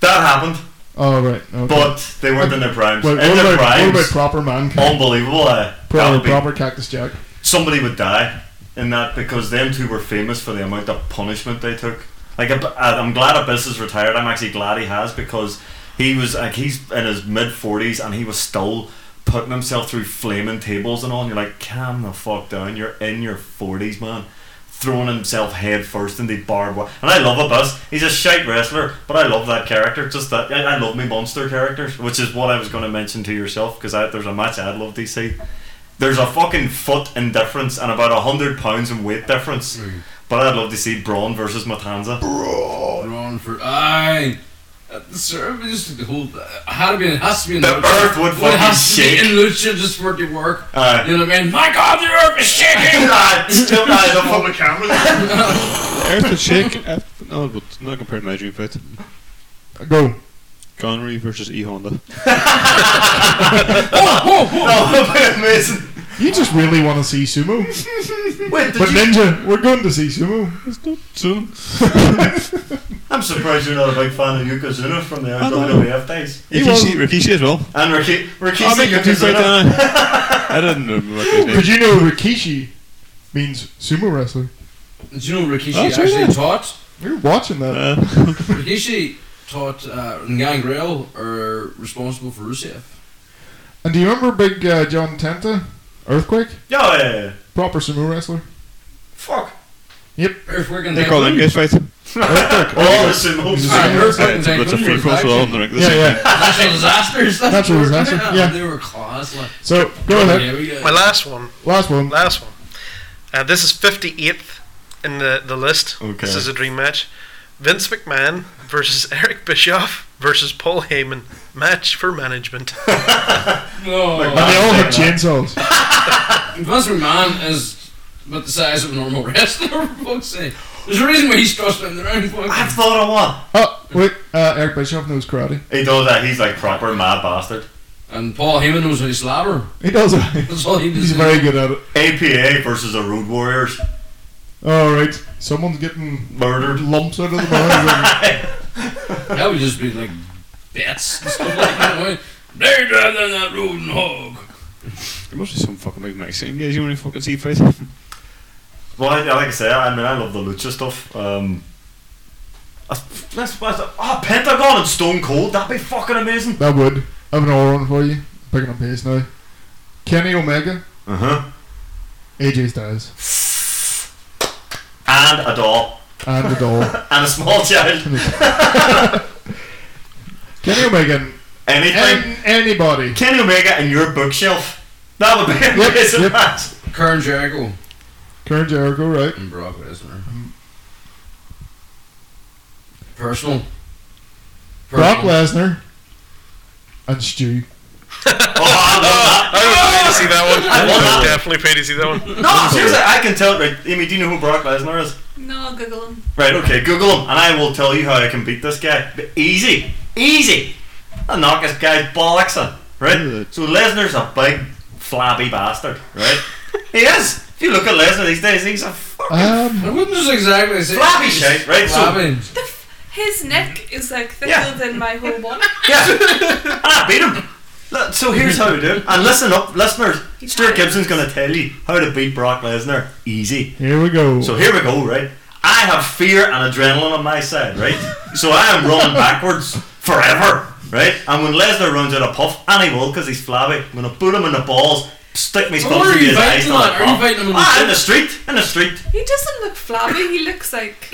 S1: That happened,
S2: oh right okay.
S1: but they weren't in their primes.
S2: Wait,
S1: in
S2: what,
S1: their
S2: about, what about
S1: primes,
S2: proper mankind
S1: unbelievable. eh? that
S2: Proper,
S1: would be,
S2: proper Cactus Jack.
S1: somebody would die in that because them two were famous for the amount of punishment they took. Like Ab- uh, I'm glad Abyss is retired. I'm actually glad he has because he was like he's in his mid 40s and he was still putting himself through flaming tables and all. And you're like, calm the fuck down. You're in your 40s, man. Throwing himself head first into barbed wire, and I love Abyss. He's a shite wrestler, but I love that character. Just that I, I love me monster characters, which is what I was going to mention to yourself because there's a match I'd love to see there's a fucking foot in difference and about a hundred pounds in weight difference. But I'd love to see Braun versus Matanza.
S7: Ron for aye. At the service, the whole uh, had to be it has to be in
S1: The
S7: lucha.
S1: earth would
S7: It
S1: fucking
S7: has to be
S1: shake. Uh,
S7: in lucha just for it to work.
S1: Aye.
S7: You know what I mean? My God, the earth is shaking.
S1: Ah, still not enough on the camera.
S8: Earth would shake. uh, no, but not compared to my dream fight.
S2: Go.
S8: Connery versus E Honda.
S7: oh, oh,
S1: No, that'd be amazing.
S2: You just really want to see sumo,
S1: Wait, did
S2: but
S1: you-
S2: Ninja, we're going to see sumo.
S8: Soon.
S1: I'm surprised you're not a big fan of Yokozuna from the
S8: I know.
S1: WWF days.
S2: E
S8: Rikishi, Rikishi as well.
S1: And Ricky, Ricky
S8: I'll make a dream fight.
S1: Yokozuna.
S8: then. I didn't remember his name.
S2: Did you know Rikishi means sumo wrestler?
S7: Do you know Rikishi
S8: That's
S7: actually
S8: right.
S7: taught?
S2: We were watching that.
S8: Uh,
S7: Rikishi taught uh, Gangrel are responsible for Rusev.
S2: and do you remember Big uh, John Tenta? Earthquake?
S1: Yeah, yeah, yeah.
S2: Proper sumo wrestler.
S1: Fuck.
S7: Earthquake and
S8: they call them guys fight.
S2: Earthquake.
S1: All the sumos.
S7: Alright, Earthquake
S8: That's
S7: and
S8: a, that's a free
S7: Gangrel.
S8: for all in the ring.
S2: yeah, yeah.
S7: Natural disasters. that's
S2: Natural
S7: what-
S2: disaster, yeah.
S7: They were class. Like,
S2: So go ahead.
S7: yeah, we got-
S3: My last one.
S2: Last one.
S3: Last one. Uh, this is 58th in the, the list.
S1: Okay.
S3: This is a dream match. Vince McMahon versus Eric Bischoff versus Paul Heyman. Match for management.
S7: No.
S2: And they all had chainsaws.
S7: Vince McMahon is about the size of a normal wrestler, for fuck's sake. There's a reason why he's thrust in the round.
S1: I've
S7: fucking-
S1: thought of one.
S2: Oh wait, uh, Eric Bischoff knows karate.
S1: He does that. He's like proper mad bastard.
S7: And Paul Heyman was a slapper.
S2: He does.
S7: That's all he does.
S2: He's very good at it.
S1: APA versus the Road Warriors.
S2: All right, someone's getting
S1: Murdered.
S2: lumps out of the mouth.
S7: That would just be like bets and stuff like that. They drive down that road and hog.
S8: There must be some fucking big Mexican guys you want to fucking see fight.
S1: Well, I, like I say, I mean, I love the lucha stuff. Um, I- that's what's oh, Pentagon and Stone Cold. That'd be fucking amazing.
S2: That would. I have an all on for you. Picking up pace now. Kenny Omega,
S1: Uh huh.
S2: AJ Styles,
S1: And a doll
S2: and the doll.
S1: and a small child.
S2: Kenny Omega and
S1: Anything.
S2: an- anybody.
S1: Kenny Omega and your bookshelf. That would be
S2: Yep,
S1: amazing
S2: yep.
S1: match.
S7: Karen Jericho
S2: Karen Jericho, right?
S7: and Brock Lesnar. Personal.
S2: Brock
S7: Personal.
S2: Lesnar and Stu.
S1: Oh, I love that.
S3: I would pay to see that one. I
S1: love that.
S3: would definitely pay to see that one.
S1: No, seriously, I can tell. Right, Amy, do you know who Brock Lesnar is?
S4: No, I'll Google him.
S1: Right, okay, Google him, and I will tell you how I can beat this guy. But easy, easy. I knock this guy's bollocks in, right? So Lesnar's a big, flabby bastard, right? he is. If you look at Lesnar these days, he's a fucking
S2: Um,
S7: I wouldn't just exactly say
S1: flabby shite, right? So
S7: Flabby.
S4: The f- his neck is like thicker
S1: Mm. Yeah.
S4: than my whole body.
S1: yeah, and I beat him. Look, so here's how to do it. And listen up, listeners. Stuart Gibson's going to tell you how to beat Brock Lesnar. Easy.
S2: Here we go.
S1: So here we go, right? I have fear and adrenaline on my side, right? So I am running backwards forever, right? And when Lesnar runs out of puff, and he will because he's flabby, I'm going to boot him in the balls, stick my
S7: where
S1: spot
S7: are
S1: through
S7: you
S1: his eyes.
S7: biting
S1: and
S7: at?
S1: I'll
S7: Are you
S1: pop.
S7: biting him in the
S1: ah, in
S7: shin?
S1: the street, in the street.
S4: He doesn't look flabby. He looks like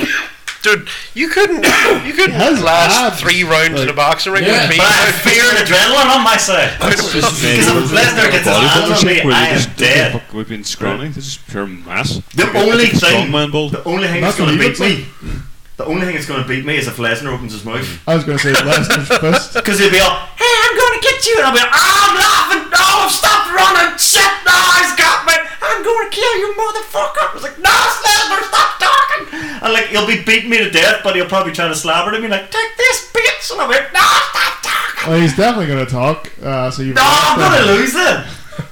S3: Dude, you couldn't you couldn't
S2: has
S3: last
S2: abs,
S3: three rounds
S2: like-
S3: in a boxing ring
S7: Yeah.
S3: with me.
S1: But I have fear and adrenaline on my side.
S8: It's just
S1: Because if Lesnar gets his
S8: body
S1: hands on
S8: builder
S1: me,
S8: shit where
S1: I
S8: they
S1: am
S8: just
S1: dead.
S8: We've been scrawny. This is pure mass.
S1: The
S8: Like a-
S1: only
S8: like a
S1: thing-
S8: strongman build.
S1: The only thing that's
S2: That's
S1: going to
S2: what he
S1: beat
S2: looks like.
S1: me, the only thing that's going to beat me is if Lesnar opens his mouth.
S2: I was going to say Lesnar's fist.
S1: Because he'll be all, hey, I'm going to get you. And I'll be like, "Ah, I'm laughing. No, I've stopped running. Shit, no, he's got me. I'm going to kill you, motherfucker. I was like, no, Slender, stop talking. And like, he'll be beating me to death, but he'll probably try to slobber at me like, take this, bitch. And I'll be like, no, stop talking.
S2: Well, he's definitely going to talk. Uh, so you've
S1: No, I'm going to lose then.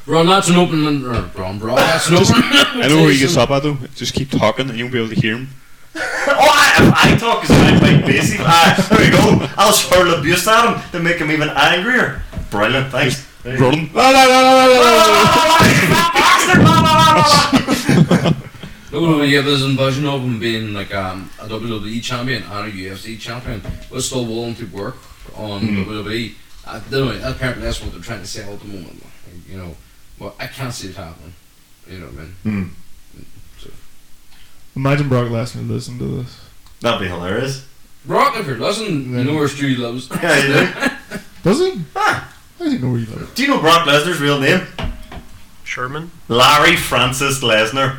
S7: Ron, that's an open. Or, Ron, Ron, that's an open.
S8: I know where you get up at though. Just keep talking and you'll be able to hear him.
S1: Oh, I, if I talk as my Mike Basie, ah, there we go. I'll hurl abuse at him to make him even angrier. Brilliant, thanks. Oh, There you go.
S8: Running. La, la, la, la, la, la, la.
S1: Bastard, blah, blah, blah, blah, blah.
S7: No, no, yeah, there's an version of him being like um, a WWE champion and a UFC champion, but still willing to work on WWE. I don't know, apparently that's what they're trying to sell at the moment. like, you know, well, I can't see it happening. You know what I mean?
S2: Imagine Brock Lesnar listening to this.
S1: That'd be hilarious.
S7: Brock, if you're listening, you know where Stewie lives.
S1: Yeah, you do.
S2: Does he?
S1: Ah,
S2: I didn't know where you live.
S1: do you know Brock Lesnar's real name?
S3: Sherman.
S1: Larry Francis Lesnar.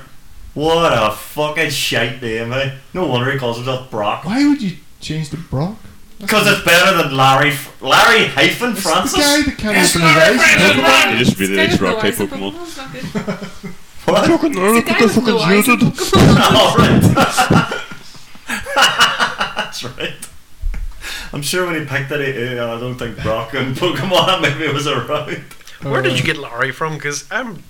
S1: What a fucking shite name, eh? No wonder he calls himself Brock.
S2: Why would you change to Brock?
S1: Because it's better than Larry. F- Larry hyphen
S2: It's the guy
S1: Francis.
S2: that can't open his eyes.
S8: You just really like rock type Pokemon.
S4: Pokemon.
S1: What?
S8: Fucking nerd,
S4: guy with no eyes in Pokemon.
S1: All right. That's right. I'm sure when he picked it, he- uh, I don't think Brock and Pokemon maybe was around.
S3: Where
S2: Uh,
S3: did you get Larry from? Because I'm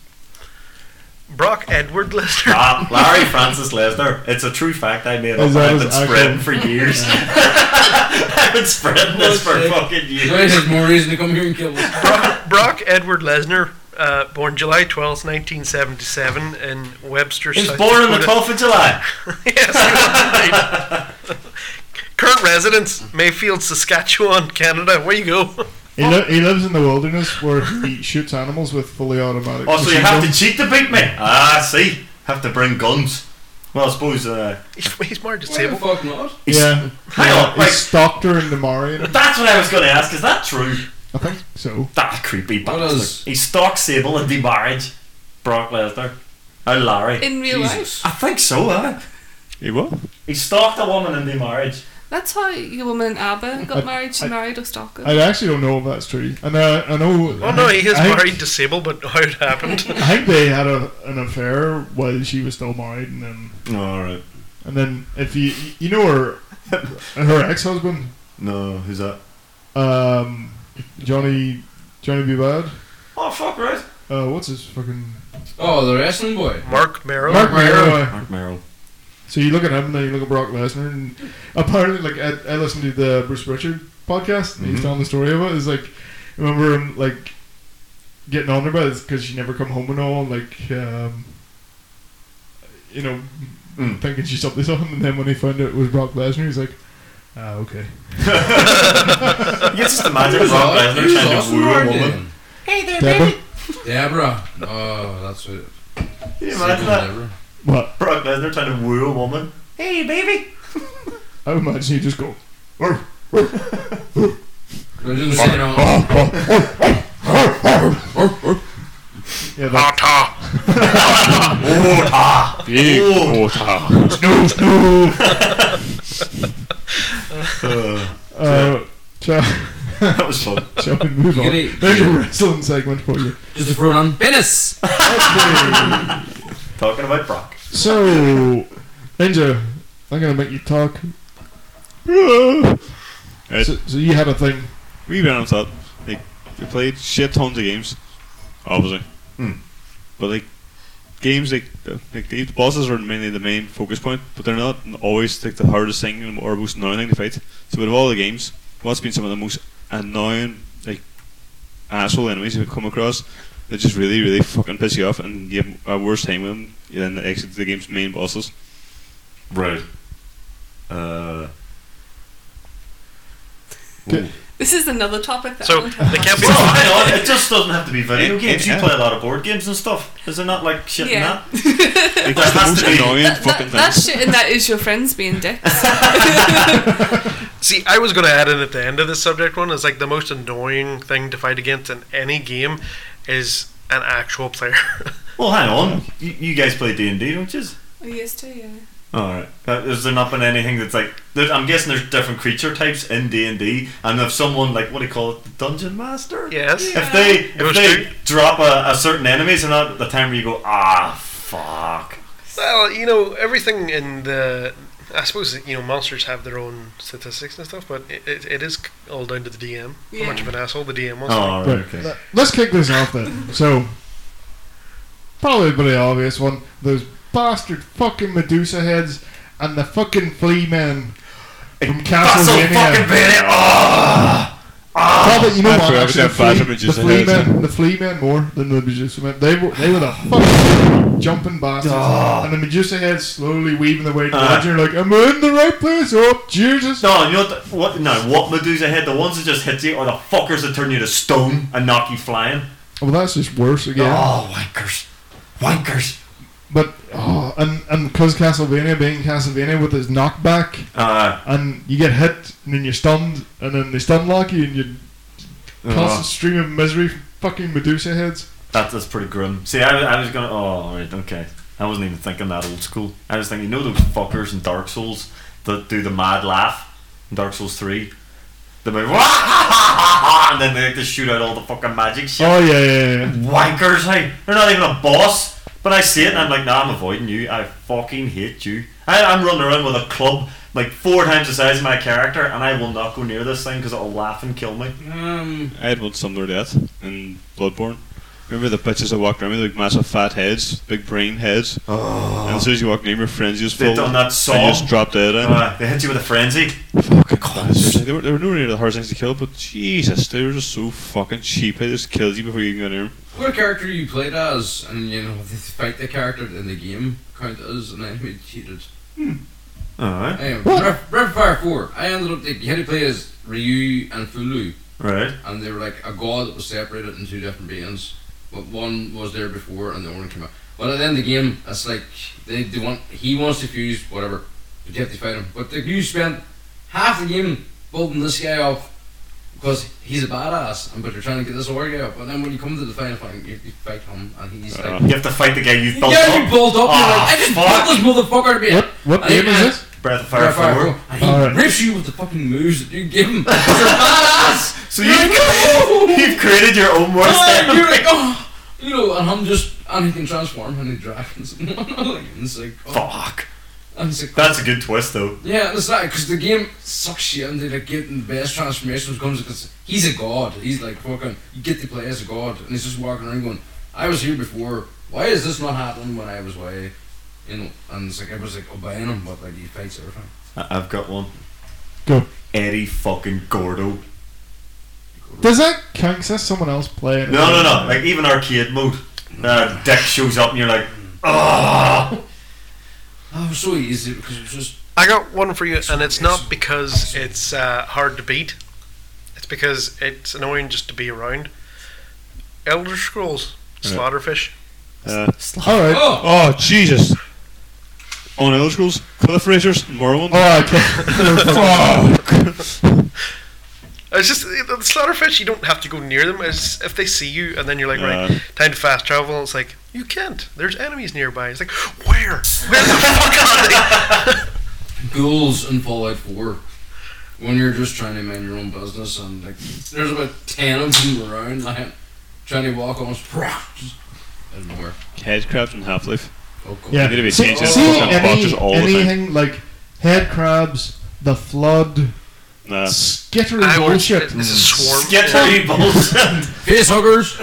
S3: Brock Edward Lester.
S1: Ah, Larry Francis Lesnar. It's a true fact I made up.
S2: Is that
S1: I've
S2: his
S1: been spreading
S2: actual-
S1: for years. I've been spreading this for
S7: Bullshit.
S1: fucking
S7: So he
S1: years.
S7: has more reason to come here and kill us.
S3: Brock, Brock Edward Lesnar, uh, born July 12th, 1977, in Webster,
S1: He was
S3: South
S1: born on the
S3: Dakota.
S1: 12th of July.
S3: yes, he was indeed. Current residence, Mayfield, Saskatchewan, Canada. Where you go?
S2: He, li- he lives in the wilderness where he shoots animals with fully automatic.
S1: Oh, so you
S2: machine
S1: have to
S2: guns.
S1: cheat to beat me? Ah, I see. Have to bring guns. Well, I suppose. Uh,
S3: He's, he's more
S7: Why the
S3: disabled.
S7: fuck not?
S2: Yeah.
S1: hang
S2: yeah
S1: on,
S2: he
S1: like,
S2: stalked her in the Marion.
S1: that's what I was going to ask. Is that true?
S2: I think so.
S1: That creepy
S7: What
S1: bastard.
S7: is-
S1: He stalks Sable and demarriage Brock Lesnar. Oh, Larry.
S4: in real
S7: Jesus.
S4: life.
S1: I think so, eh?
S8: He what?
S1: He stalked a woman in demarriage.
S4: That's how your woman in ABBA got married. She married a stalker.
S2: I actually don't know if that's true. And uh, I know.
S3: Well, Oh, no, he is
S2: I think-
S3: married, disabled, but how it happened.
S2: I think they had a, an affair while she was still married, and then
S1: Oh, Alright.
S2: and then if you you know her her ex husband
S1: No, who's that?
S2: um, Johnny Johnny B Bad
S1: Oh, fuck, right.
S2: uh, what's his fucking
S7: Oh, the wrestling boy.
S3: Mark Merrill.
S2: Mark Merrow. uh,
S1: Mark Merrill.
S2: So you look at him, and then you look at Brock Lesnar, and apparently, like I, I listened to the Bruce Richard podcast, and
S1: Mm-hmm.
S2: he's telling the story of it. It's like remember him like getting on her about it because she never come home and all, like um, you know,
S1: Mm.
S2: thinking she's up to something, and then when he found out it was Brock Lesnar, he's like, ah, okay.
S1: You just imagine Brock Lesnar trying to woo a woman.
S2: Deborah,
S7: Deborah. Oh, that's what.
S1: Can you imagine that?
S7: Deborah.
S2: what?
S1: Brock Lesnar trying to woo a woman. Hey, baby.
S2: I would imagine you just go.
S7: But I didn't say no.
S2: Yeah, that,
S8: Big water.
S2: no, no. uh, shall,
S1: That was fun.
S2: shall we move on?
S7: Giddy.
S2: There's a wrestling segment for you.
S7: Just a throw on Venice.
S1: Talking about Brock.
S2: So, Ninja, I'm gonna make you talk.
S8: Right.
S2: So, so you had a thing.
S8: We ran off that. Like, we played shit tons of games, obviously.
S1: Hmm.
S8: But like, games like the- like the bosses are mainly the main focus point, but they're not always like the hardest thing or most annoying thing to fight. So out of all the games, what's been some of the most annoying like asshole enemies you come across that just really, really fucking piss you off and you have a worse time with them than the exit the game's main bosses.
S1: Right. Uh.
S2: Okay.
S4: This is another topic that
S3: So
S4: I want to
S3: they can't be.
S1: Well, Oh, hang on. It just doesn't have to be video
S8: Yeah,
S1: games. You
S8: yeah.
S1: play a lot of board games and stuff. Is there not like shit in
S4: Yeah.
S1: that?
S8: It's
S1: That
S8: the
S1: has
S8: most
S1: to be-
S8: annoying
S4: That,
S8: fucking
S4: that, that
S8: thing.
S4: shit and that is your friends being dicks.
S3: See, I was going to add in at the end of this subject one is like the most annoying thing to fight against in any game is an actual player.
S1: Well, hang on. You, you guys play D and D, don't you?
S4: I used to, Oh, yeah.
S1: All right. Uh, Has there not been anything that's like? There, I'm guessing there's different creature types in D and D, and if someone like what do you call it, the dungeon master?
S3: yes.
S1: If they if
S3: Goes
S1: they drop a, a certain enemy, it's not the time where you go ah fuck.
S3: Well, you know, everything in the. I suppose, you know, monsters have their own statistics and stuff, but it, it, it is all down to the DM.
S4: Yeah.
S3: How much of an asshole the DM was.
S1: Oh, all right,
S2: Right.
S1: okay.
S2: Let- Let's kick this off then. So, probably a pretty obvious one. Those bastard fucking Medusa heads and the fucking flea men from
S1: Castle fucking
S2: Castlevania.
S1: Bailey. Ah.
S2: Probably, you know
S8: I
S2: what?
S8: forgot
S2: Actually, the
S8: about that bastard
S2: flea, the
S8: Medusa
S2: flea
S8: heads.
S2: men, the flea men more than the Medusa men. They were, they were the fucking jumping bastards, and the Medusa heads slowly weaving their way to the
S1: Uh.
S2: edge. And you're like, I'm in the right place. Oh, Jesus!
S1: No, you know what? The, what no, what Medusa head? The ones that just hit you, or the fuckers that turn you to stone and knock you flying?
S2: Well, that's just worse again.
S1: Oh, wankers, wankers.
S2: But oh, and and because Castlevania being Castlevania with his knockback.
S1: Uh,
S2: and you get hit, and then you're stunned, and then they stun lock you, and you constant
S1: uh,
S2: stream of misery, from fucking Medusa heads.
S1: that's that's pretty grim. See, I, I was gonna. Oh, all right, okay. I wasn't even thinking that old school. I was thinking, you know, those fuckers in Dark Souls that do the mad laugh in Dark Souls Three. They make and then they like to shoot out all the fucking magic shit.
S2: Oh yeah, yeah, yeah.
S1: wankers, hey. They're not even a boss. But I see it and I'm like, nah, I'm avoiding you. I fucking hate you. I, I'm running around with a club like four times the size of my character and I will not go near this thing because it'll laugh and kill me.
S7: Um,
S8: I had one similar to that in Bloodborne. Remember the bitches that walked around me with like massive fat heads, big brain heads?
S2: Oh.
S8: And as soon as you walk near them, your friends just
S1: They've done
S8: fold.
S1: that
S8: And you
S1: song.
S8: just drop dead in.
S1: Uh, they hit you with a frenzy.
S8: fucking cunts. They were, they were nowhere near the hardest things to kill, but Jesus, they were just so fucking cheap. They just killed you before you can go near them.
S7: what character you played as, and you know, if you fight the character in the game, count as an enemy cheated.
S1: Alright.
S7: Anyway,
S2: What?
S7: Ref, Ref Fire 4, I ended up, you had to play as Ryu and Fulu,
S1: Right.
S7: and they were like a god that was separated into two different beings, but one was there before and the other one came out. But at the end of the game, it's like, they, they want, he wants to fuse whatever, but you have to fight him. But the, you spent half the game building this guy up because he's a badass, and but you're trying to get this other guy up, and then when you come to the final fight, you, you fight him, and he's like,
S1: You have to fight the guy you thought
S7: yeah, you build up. you're
S1: Ah,
S7: like, I just
S1: fuck.
S7: built this motherfucker to be.
S2: What what
S7: I-
S2: game is
S7: I-
S2: this?
S1: Breath of Fire
S7: Fire,
S1: 4.
S7: fire, fire. And he
S2: Alright.
S7: rips you with the fucking moves that you give him. "Oh!" It's a badass.
S1: So you've, you've created your own worst
S7: And
S1: enemy.
S7: you're like, oh, you know, and I'm just, and he can transform into dragons. and like, it's like, oh,
S1: Fuck.
S7: and it's like, oh.
S1: That's a good twist though.
S7: yeah, it's that because the game sucks shit into like getting the best transformations comes because he's a god. He's like fucking, you get to play as a god, and he's just walking around going, I was here before. Why is this not happening when I was away? You know, and it's like I was like obeying him, but like he fights everything.
S1: I- I've got one.
S2: Go.
S1: Eddie fucking Gordo.
S2: Does that count? 'Cause that's someone else playing.
S1: No, no, no. Like even arcade mode, uh, deck shows up and you're like, ah.
S7: Oh, it was so easy because it was just
S3: I got one for you, and it's not because it's uh, hard to beat. It's because it's annoying just to be around. Elder Scrolls, Slaughterfish.
S8: Uh,
S2: All right.
S7: oh,
S8: oh, Jesus. On Elder Scrolls, Cliff Racers, Morrowind.
S2: Oh, okay.
S3: It's just the the Slaughterfish. You don't have to go near them. It's if they see you, and then you're like,
S8: Yeah.
S3: right, time to fast travel. And it's like you can't. There's enemies nearby. It's like where? Where the fuck are they?
S7: ghouls in Fallout 4. When you're just trying to mind your own business and like, there's about ten of them around, like trying to walk on, just out of nowhere.
S8: Headcrabs in Half Life.
S7: Oh god.
S2: yeah.
S8: Need to be
S2: See,
S8: changing
S2: see
S8: fucking boxes
S2: any,
S8: all the time.
S2: anything like head crabs, the flood,
S8: Nah.
S2: skittering
S3: I was-
S2: bullshit.
S3: It's a
S1: Mm.
S3: swarm.
S1: Skittery bullshit.
S7: Face huggers.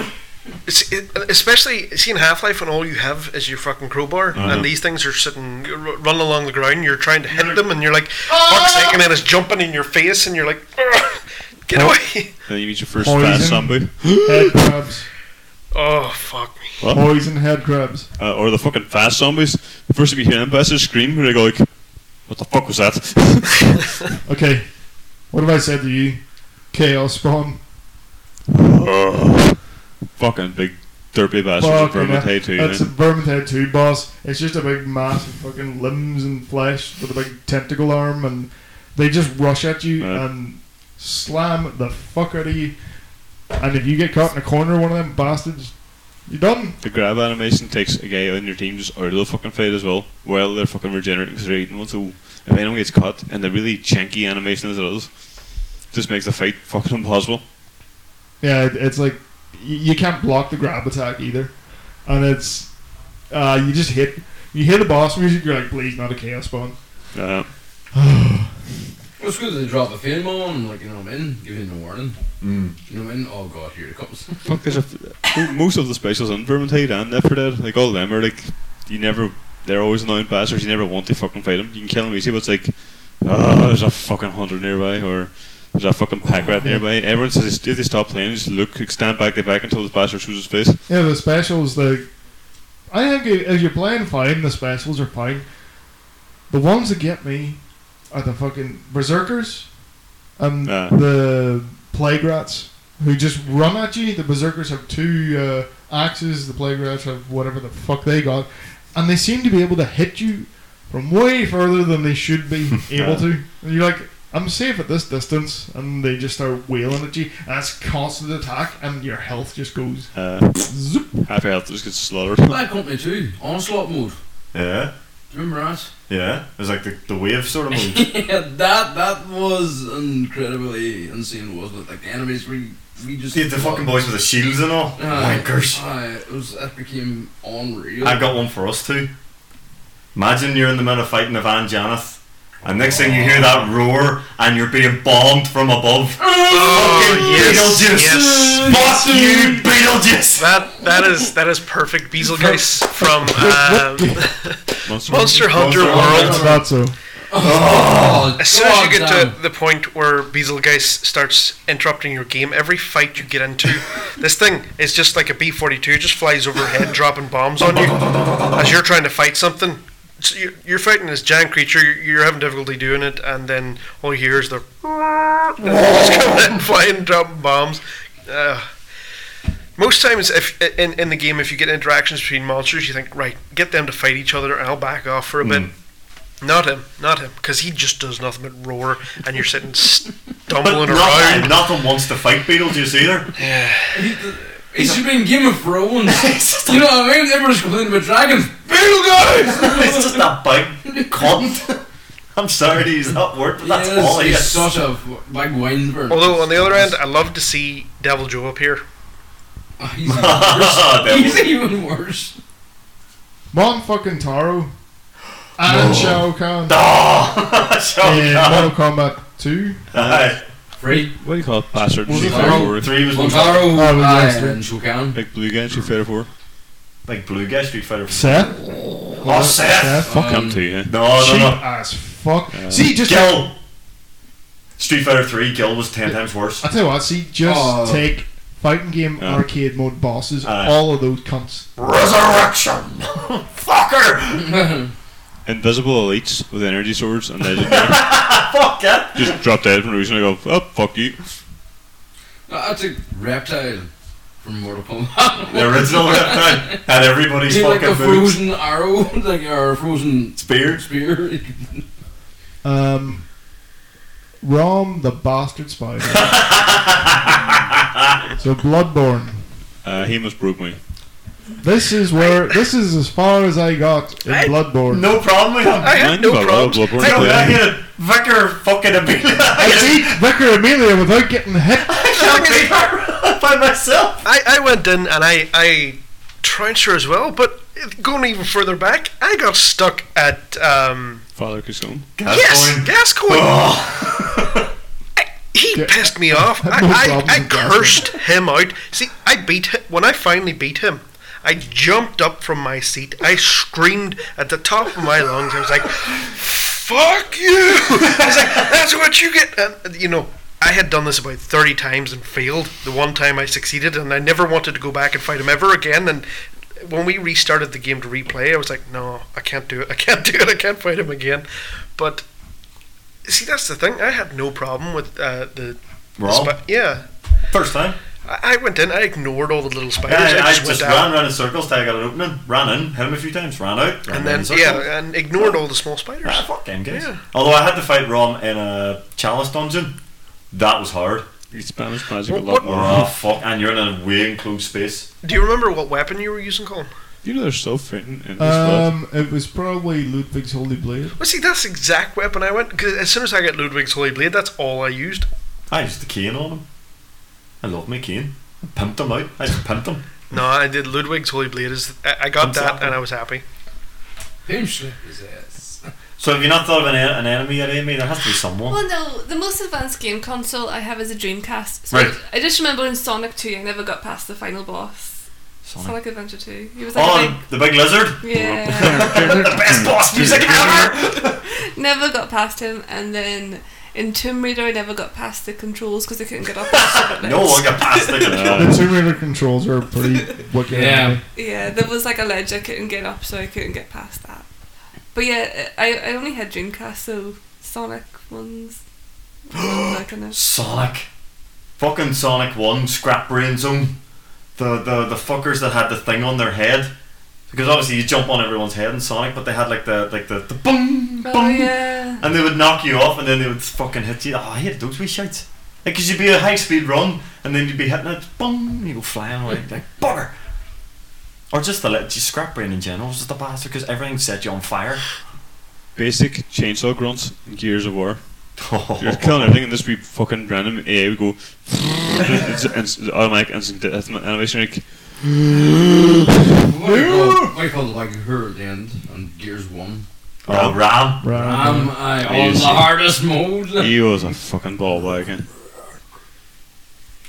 S3: It's- it- especially seeing Half Life when all you have is your fucking crowbar, and these things are sitting r- running along the ground. You're trying to hit them, and you're like, "Fuck's sake!" And then it's jumping in your face, and you're like, Ah! Get away!
S8: Then you meet your first
S2: Poison.
S8: fat zombie.
S2: Head crabs.
S3: Oh, fuck me.
S8: What?
S2: Poison head crabs.
S8: Uh, or the fucking fast zombies. The first time you hear them, bastards scream, and they go like, "What the fuck was that?"
S2: Okay. What have I said to you? Chaos spawn.
S8: fucking big derpy bastards
S2: Fuck,
S8: from
S2: yeah.
S8: Vermintide too.
S2: That's a
S8: Man.
S2: Vermintide 2 boss. It's just a big mass of fucking limbs and flesh with a big tentacle arm, and they just rush at you
S8: Yeah.
S2: and slam the fuck out of you. And if you get caught in a corner of one of them bastards, you're done.
S8: The grab animation takes a guy on your team just out of the fucking fight as well, while they're fucking regenerating because they're eating one. So if anyone gets caught, and the really janky animation as it is, just makes the fight fucking impossible.
S2: Yeah, it, it's like you, you can't block the grab attack either, and it's uh, you just hit you hear the boss music. You're like, please, not a chaos spawn.
S8: Uh,
S7: It's good that they drop a film on, like, you know what I mean? Give you no warning.
S1: Mm.
S7: You know what I mean? Oh god, here it comes.
S8: Fuck, there's a mo- most of the specials in Vermintide and Neperdad, like all of them are like you never they're always annoying bastards. You never want to fucking fight them. You can kill them easy, but it's like oh, there's a fucking hunter nearby or there's a fucking pack rat nearby. Everyone says if they stop playing, just look, like, stand back, they back until the bastard shoots his face.
S2: Yeah, the specials. The I think if- if you're playing fine, the specials are fine. The ones that get me are the fucking berserkers and
S8: Ah.
S2: the plague rats who just run at you. The berserkers have two uh, axes. The plague rats have whatever the fuck they got, and they seem to be able to hit you from way further than they should be able to. And you're like. I'm safe at this distance, and they just start wailing at you. And it's constant attack, and your health just goes
S8: Uh,
S2: zoop.
S8: happy health just gets slaughtered.
S7: Bad company too. Onslaught mode.
S1: Yeah,
S7: Do you remember that?
S1: yeah. It's like the, the wave sort of mode.
S7: yeah, that that was incredibly insane, wasn't it? Like the enemies we we just
S1: See the fucking boys with the shields and all.
S7: Aye,
S1: Wankers.
S7: aye, it was that became unreal.
S1: I've got one for us too. Imagine you're in the middle of fighting a Van Janeth, and next thing you hear that roar, and you're being bombed from above. Fucking
S3: Oh, yes,
S1: Beetlejuice!
S3: yes.
S1: Fuck you, Beetlejuice!
S3: That that is that is perfect Beetlejuice from um,
S8: Monster,
S3: Monster Hunter
S2: Oh,
S3: World.
S2: I thought so.
S7: oh,
S3: As soon as you get
S7: goddamn.
S3: to the point where Beetlejuice starts interrupting your game, every fight you get into, this thing is just like a B forty two, just flies overhead, dropping bombs on you as you're trying to fight something. So you're, you're fighting this giant creature, you're, you're having difficulty doing it, and then all you hear is the and it's just coming in flying, dropping bombs. Uh, most times, if in, in the game, if you get interactions between monsters, you think, right, get them to fight each other, and I'll back off for a bit. Not him, not him, because he just does nothing but roar, and you're sitting
S1: But
S3: stumbling
S1: nothing,
S3: around.
S1: nothing wants to fight Beetlejuice either.
S7: He should be in Game of Thrones. you know what I mean? Everyone's complaining about dragons. Beetle
S1: It's just
S7: guys!
S1: a big cunt. I'm sorry to use that word, but that's all he
S7: he's
S1: is.
S7: such a f- big windbird.
S3: Although on the other end, I love to see Devil Joe up here.
S7: Oh, he's, even worse. he's even worse.
S2: Mon fucking Taro and Shao Kahn
S1: Oh,
S2: in
S1: Shao
S2: Mortal Kombat 2.
S1: Kahn.
S7: Free.
S8: What do you call it? Bastard.
S2: Was it
S7: Taro?
S1: Three was
S7: Montaro
S1: Oh,
S2: I was
S7: aye,
S2: actually-
S7: and Shokan.
S8: Big blue guy in Street Fighter 4.
S1: like Blue Guy Street Fighter.
S2: Seth?
S1: Oh, Seth!
S2: Seth? Fuck
S8: Come to you.
S1: No, no,
S2: Cheap
S1: no.
S2: as fuck. see, just.
S1: Gil! Street Fighter 3, Gil was 10 times worse.
S2: I tell you what, see, just
S7: Oh.
S2: take fighting game
S8: Yeah.
S2: arcade mode bosses,
S1: Aye.
S2: all of those cunts.
S1: Resurrection! Fucker!
S8: Invisible elites with energy swords and legendary.
S1: Fuck it!
S8: just drop dead from the reason I go, oh, fuck you.
S7: I took Ah, Reptile from Mortal Kombat.
S1: The original Riptide had everybody's
S7: He's like
S1: fucking
S7: a
S1: moves.
S7: frozen arrow, like or a frozen
S1: Spear.
S7: spear.
S2: Um, Rom the Bastard Spider. so, Bloodborne.
S8: Uh, he must broke me.
S2: This is where. This is as far as I got in Bloodborne.
S1: No problem with him.
S3: I had
S8: Mind
S3: no
S8: about
S3: problems.
S8: Rob Bloodborne
S1: Take
S8: playing.
S1: that, you Vicar fucking Amelia.
S2: I beat Vicar Amelia without getting hit.
S1: I beat her by myself.
S3: I, I went in and I I trounced her as well, but going even further back, I got stuck at um,
S8: Father Cuscone.
S3: yes, Gascoigne.
S1: Oh.
S3: He
S2: Yeah.
S3: pissed me off. I,
S2: No
S3: I,
S2: problems
S3: I
S2: with Gascoigne.
S3: cursed him out. See, I beat him. When I finally beat him, I jumped up from my seat. I screamed at the top of my lungs. I was like, fuck you. I was like, that's what you get. And, you know, I had done this about 30 times and failed. The one time I succeeded, and I never wanted to go back and fight him ever again. And when we restarted the game to replay, I was like, no, I can't do it. I can't do it. I can't fight him again. But see, that's the thing. I had no problem with uh, the. the
S1: Raw?
S3: spi- yeah.
S1: First time.
S3: I, I went in, I ignored all the little spiders.
S1: Yeah, I,
S3: I,
S1: I
S3: just went
S1: just
S3: out.
S1: ran around in circles till I got an opening. Ran in, hit him a few times, ran out, ran
S3: and
S1: around
S3: then
S1: in circles.
S3: yeah, and ignored all the small spiders.
S1: Ah, fuck them guys.
S3: Yeah.
S1: Although I had to fight Rom in a chalice dungeon, that was hard.
S8: Spanish magic a
S3: What-
S8: lot
S3: what-
S8: more.
S1: Oh fuck! And you're in a way enclosed space.
S3: Do you remember what weapon you were using, Colin?
S8: You know there's so fitting in this world.
S2: Um, it was probably Ludwig's Holy Blade.
S3: Well, see, that's the exact weapon I went. Because as soon as I got Ludwig's Holy Blade, that's all I used.
S1: I used the cane on him. I love my cane. I pimped him out. I just pimped him.
S3: No, I did Ludwig's Holy Blade. Is I I got
S1: Thumbs
S3: that
S1: up.
S3: and I was happy.
S7: Pinch his ass.
S1: So have you not thought of an, en- an enemy yet, Amy? There has to be someone.
S4: Well, no, the most advanced game console I have is a Dreamcast. So
S1: Right.
S4: I just remember in Sonic 2, I never got past the final boss.
S1: Sonic.
S4: Sonic, Adventure 2. He was like, a
S1: Oh, the big lizard.
S4: big, yeah.
S1: Best boss music ever.
S4: never got past him, and then in Tomb Raider, I never got past the controls because I couldn't get off. the
S1: no one got past the
S2: The
S1: control.
S2: Tomb Raider controls are pretty wicked.
S7: Yeah.
S2: anyway.
S4: Yeah, there was like a ledge I couldn't get up, so I couldn't get past that. But yeah, I, I only had Dreamcast, so Sonic ones. I don't know.
S1: Sonic. Fucking Sonic One, Scrap Brain Zone. The the the fuckers that had the thing on their head. Because obviously you jump on everyone's head in Sonic, but they had like the like the, the boom boom.
S4: Oh yeah.
S1: and they would knock you off, and then they would fucking hit you. Oh, I hate those wee shouts. Like, cause you'd be a high speed run, and then you'd be hitting it, boom, and you go flying away like bugger. Or just the let you scrap brain in general, it's just a bastard, because everything set you on fire.
S8: Basic chainsaw grunts in Gears of War.
S1: Oh,
S8: You're killing everything, and this be fucking random AI would go. it's, it's, it's automatic instant death animation. Like,
S7: What do you call- what do you call it, like her at the end on Gears 1?
S1: oh, Ram.
S2: Right.
S7: I'm I, on
S8: Easy.
S7: the hardest mode.
S8: he was a fucking ball black. eh?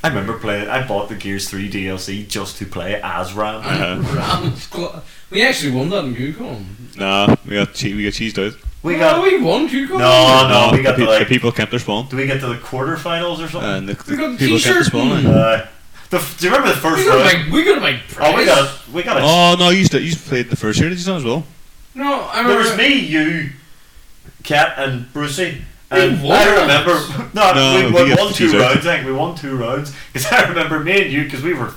S1: I remember playing. I bought the Gears Three DLC just to play as Ram.
S8: Uh,
S7: Ram squad. We actually won that in QCon.
S8: nah, we got che- we got cheesed out.
S1: We
S7: No,
S1: got
S7: we won QCon.
S1: no, no.
S8: Nah,
S1: We got the
S8: the, pe- the
S1: like.
S8: people kept their spawn,
S1: Do we get to the quarterfinals or something?
S8: and the, the
S7: We got
S8: people kept their
S7: t-shirts.
S8: spawn. eh?
S1: Uh, the, f- do you remember the
S7: We
S1: first
S7: got a
S1: round?
S7: big, we got a big prize.
S1: Oh, we got a, we got a.
S8: Oh no, you used to, you played the first year, did you not as well?
S7: No, I
S1: There
S7: remember.
S1: was me, you, Kat, and Brucey.
S7: We
S1: And
S7: won.
S1: I remember, no,
S8: No,
S1: we,
S8: we
S1: won-
S8: got
S1: won
S8: the
S1: two
S8: teaser.
S1: rounds. I think we won two rounds because I remember me and you because we were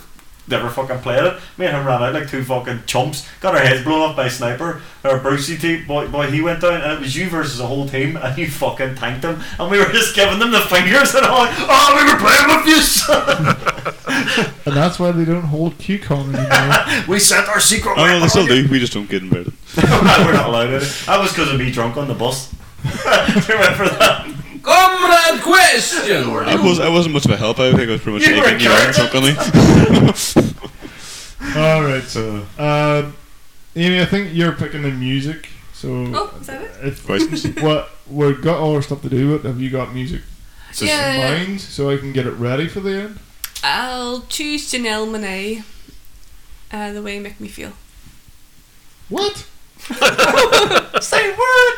S1: never fucking playing it. Me and him ran out like two fucking chumps, got our heads blown off by a sniper. Our Brucey team, boy, boy, he went down, and it was you versus the whole team, and you fucking tanked him, and we were just giving them the fingers, and all. Like, oh, we were playing with you.
S2: And that's why they don't hold QCon anymore.
S1: we sent our secret.
S8: Oh no,
S1: weapon
S8: they still
S1: on you."
S8: do. We just don't get invited.
S1: we're not allowed. in. That was because of me drunk on the bus. remember that?
S7: Comrade question.
S8: I was I wasn't much of a help. I think I was pretty much
S1: You were
S8: taking you out
S1: character.
S8: drunkenly.
S2: All right. So, um, Amy, I think you're picking the music. So,
S4: Oh, is that it?
S2: if
S8: Questions?
S2: what we've got all our stuff to do, but have you got music
S1: So
S4: yeah.
S2: in mind so I can get it ready for the end?
S4: I'll choose Janelle Monet. Uh, the way you make me feel.
S2: What?
S1: Say what?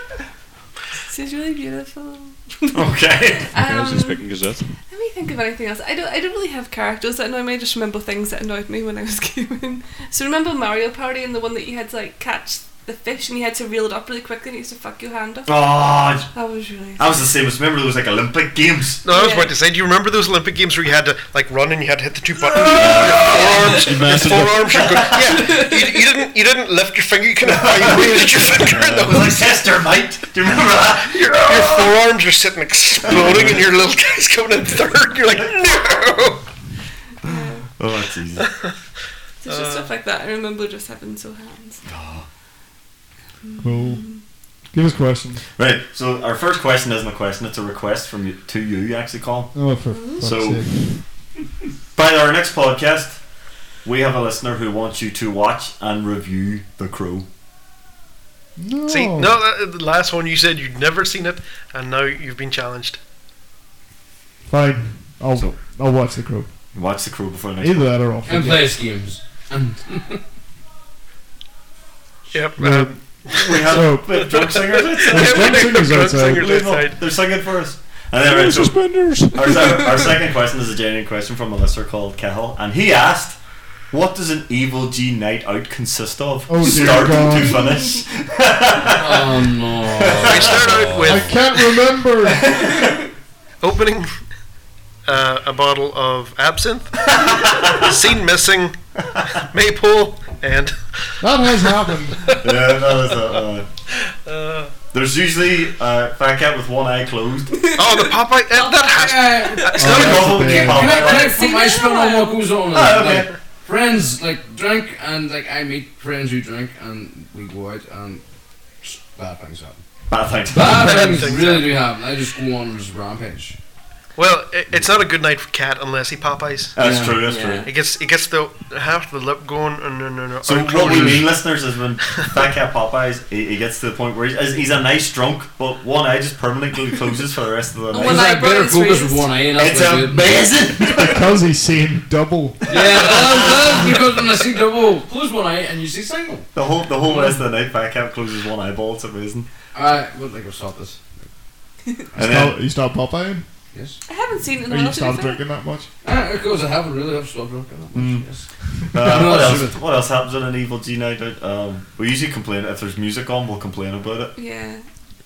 S4: She's really beautiful.
S1: Okay.
S8: I was just
S4: Um,
S8: picking Gazette.
S4: Let me think of anything else. I don't. I don't really have characters that annoy me. I just remember things that annoyed me when I was gaming. So remember Mario Party and the one that you had to like catch the fish and you had to reel it up really quickly and it used to fuck your hand off.
S1: God,
S4: That was really.
S1: Oh, I was the same as remember those like Olympic games.
S3: No, I was
S4: Yeah.
S3: about to say, do you remember those Olympic games where you had to like run and you had to hit the two buttons? Forearms,
S8: You mastered the-
S3: forearms, you go, yeah. You, you didn't, you didn't lift your finger. You kind of raised your finger, and
S1: It
S3: that
S1: was
S3: was
S1: like Sister Mate. Do you remember that?
S3: your, your forearms are sitting exploding, and your little guy's coming in third. You're like, no.
S1: Oh, that's easy.
S4: There's just stuff like that. I remember just having sore hands.
S2: Cool. Give us questions.
S1: Right. So our first question isn't a question; it's a request from you, to you, actually, Colin.
S2: Oh, for fuck's
S1: So-
S2: sake.
S1: By our next podcast, we have a listener who wants you to watch and review The Crow.
S2: No.
S3: See,
S1: Oh.
S3: no, that, the last one you said you'd never seen it, and now you've been challenged.
S2: Fine. I'll,
S1: So-
S2: I'll watch the crow.
S1: Watch The Crow before next.
S2: Either that or I'll
S7: and
S2: forget.
S7: plays games. And
S3: Yep.
S2: No.
S3: Um,
S1: We have
S2: So-
S1: we have drum singers. outside.
S2: There's drum singers
S3: Drum
S2: outside.
S3: singers
S1: Unbelievable.
S3: outside.
S1: They're singing for us. And then, right, so
S8: suspenders.
S1: our, se- our second question is a genuine question from a listener called Kehl, and he asked, "What does an evil G night out consist of,
S2: Oh, dear
S1: starting
S2: God.
S1: to finish?"
S7: Oh no.
S3: We start out
S2: I
S3: with
S2: can't remember.
S3: opening uh, a bottle of absinthe, seen missing, maypole, and
S2: That has happened.
S1: yeah, that is a, uh,
S3: uh,
S1: there's usually uh, fat cat with one eye closed. It's
S3: oh, the Popeye. eh, that has.
S7: Uh,
S1: not a
S2: that's
S1: novel
S2: bad.
S1: game,
S7: Can I, can I
S1: Popeye.
S7: put my spin on what goes on?
S1: Ah, okay.
S7: Like, friends like drink, and like I meet friends who drink, and we go out, and bad things happen.
S1: Bad things.
S7: Bad things
S3: things
S7: really do happen. I just go on this rampage.
S3: Well, it, it's not a good night for cat unless he Popeyes.
S1: That's
S7: Yeah,
S1: true. That's
S7: yeah.
S1: true.
S3: It gets it gets the half the lip going and no no no.
S1: So what we mean, listeners, is when Fat Cat Popeyes, he, he gets to the point where he's, he's a nice drunk, but one eye just permanently closes for the rest of the
S4: Well,
S7: He's
S1: night.
S4: I
S7: like
S4: brought
S7: better
S4: his
S7: focus with
S4: raised.
S7: one eye. and That's
S1: It's
S7: what I did.
S1: amazing.
S2: Because he's seen double.
S7: Yeah, that's, that's because when I see double, close one eye and you see single.
S1: the whole the whole rest of the night, Fat Cat closes one eyeball. It's amazing.
S7: I would like to stop this.
S1: And
S2: Stop,
S1: then
S2: you stopped Popeye?
S7: Yes.
S4: I haven't seen it in
S2: Or
S4: a
S2: you
S4: while. to be
S2: stopped
S4: fair.
S2: drinking that much?
S7: Ah, because I haven't really have stopped drinking that much.
S1: Mm.
S7: Yes.
S1: uh,
S7: No,
S1: what
S7: that's
S1: else?
S7: true.
S1: What else happens on an evil G night out? Um, we usually complain if there's music on. We'll complain about it.
S4: Yeah.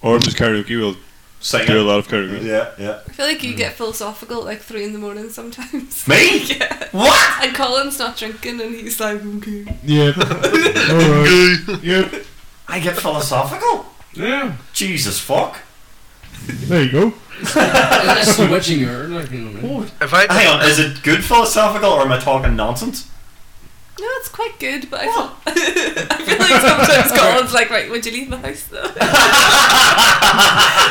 S8: Or if it's karaoke, we'll
S1: Sing
S8: do a
S1: it.
S8: lot of karaoke.
S1: Yeah, yeah.
S4: I feel like you get philosophical at like three in the morning sometimes.
S1: Me?
S4: yeah.
S1: What?
S4: And Colin's not drinking, and he's like, okay.
S2: Yeah. Alright. Yep.
S1: I get philosophical.
S7: Yeah.
S1: Jesus fuck.
S2: There you go.
S7: That's the witching hour, like, you know what I mean?
S3: If I
S1: Hang on, is it good philosophical or am I talking nonsense?
S4: No, it's quite good, but I feel, I feel like sometimes Colin's like, right, would you leave the house though?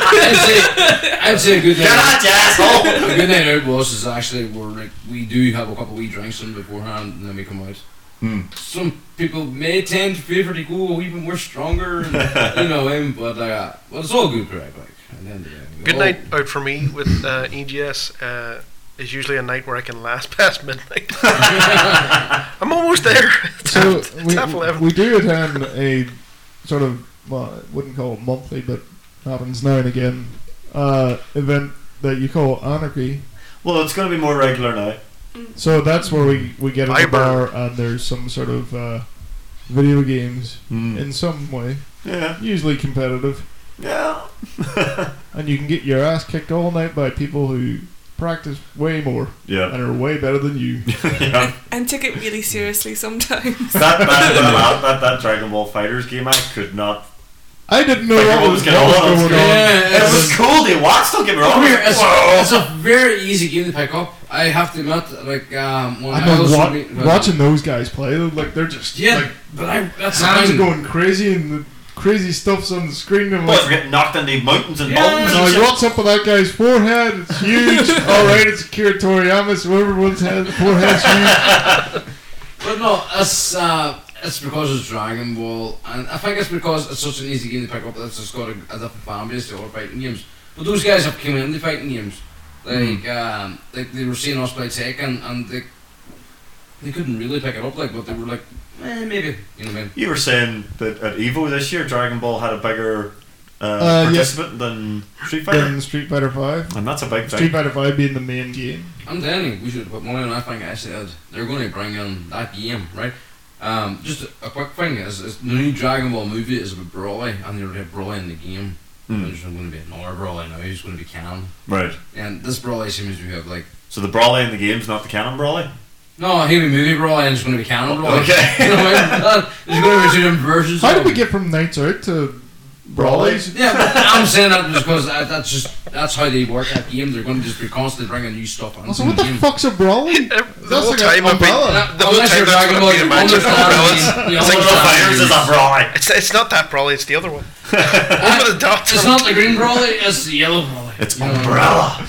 S7: I'd say, I'd say a good
S1: Get
S7: night.
S1: out, you asshole!
S7: A good night out, boss, is actually where like we do have a couple wee drinks in beforehand, and then we come out.
S1: Hmm.
S7: Some people may tend to favour to go even more stronger, and, you know, um, but uh, well, it's all good, right? Like, at the end of the day, we
S3: good
S7: all-
S3: night
S1: Oh.
S3: out for me with uh, EGS uh, is usually a night where I can last past midnight. I'm almost there. It's
S2: So
S3: half- it's half
S2: we,
S3: eleven.
S2: we do attend a sort of, well, I wouldn't call it monthly, but happens now and again, uh, event that you call Anarchy.
S1: Well, it's going to be more regular now.
S2: So that's where we, we get in the
S3: Fiber.
S2: bar and there's some sort of uh, video games
S1: Hmm.
S2: in some way,
S1: Yeah,
S2: usually competitive.
S1: yeah.
S2: and you can get your ass kicked all night by people who practice way more
S1: Yeah.
S2: and are way better than you.
S1: yeah.
S4: And took it really seriously sometimes.
S1: That, that, that, that, that Dragon Ball Fighters game, I could not.
S2: I didn't know
S1: Like,
S2: what
S1: everyone
S2: was
S1: was
S2: going
S1: getting all
S2: on.
S1: those It
S7: Yeah, um,
S1: was
S7: it's,
S1: cool to watch, don't get me wrong.
S7: Come here, it's,
S1: Whoa.
S7: it's a very easy game to pick up. I have to admit, like, um, when
S2: I
S7: I,
S2: know
S7: also
S2: wa-
S7: meet-
S2: watching those guys play, they're like they're just
S7: Yeah,
S2: like
S7: but I, that's the
S2: hands
S7: thing.
S2: are going crazy and the crazy stuff's on the screen. And I'm
S1: Boys were
S2: like,
S1: getting knocked into mountains and
S7: Yeah.
S1: mountains
S2: no,
S1: and
S2: like,
S1: shit.
S2: what's up with that guy's forehead? It's huge. all right, it's Akira Toriyama, so everyone's head, forehead's huge.
S7: But no, it's uh, it's because it's Dragon Ball, and I think it's because it's such an easy game to pick up. that It's just got a, a different fan base to other fighting games. But those guys have come in the fighting games, like
S2: Hmm.
S7: um, like they were seeing us play Tekken, and they they couldn't really pick it up, like, but they were like, eh, maybe, you know what I mean?
S1: You were saying that at Evo this year, Dragon Ball had a bigger uh,
S2: Uh, yeah.
S1: participant than Street Fighter.
S2: Then Street Fighter Five,
S1: And that's a big
S2: Street
S1: thing.
S2: Fighter Five being the main game.
S7: I'm telling you, we should put money on that thing. I said they're going to bring in that game, right? Um, just a quick thing is, is the new Dragon Ball movie is about Broly, and they're going to have Broly in the game.
S1: Mm.
S2: Hmm.
S7: There's not going to be another Brawley now. He's going to be canon.
S1: Right.
S7: And this Brawley seems to have like
S1: So the Brawley in the game's not the canon Brawley?
S7: no, he'll be movie Brawley and it's going to be canon Brawley.
S1: Okay.
S7: you know what I mean? There's going to be two different versions.
S2: How
S7: of
S2: did we
S7: him.
S2: get from Nights Out to Brawlies?
S7: Yeah, but I'm saying that because that, that's just that's how they work at game. They're going to just be constantly bringing new stuff on.
S2: Also, what the fuck's a brawling?
S3: The
S2: That's
S3: whole
S2: like an
S3: Mm-hmm. time I've been-
S2: umbrella.
S3: the whole time that's what I've been imagining.
S1: It's like the Fighters is a Brawley.
S3: It's, it's not that Brawley. It's the other one. Over the dot.
S7: It's not the green Brawley. It's the yellow Brawley.
S1: It's
S7: Yeah.
S1: Umbrella.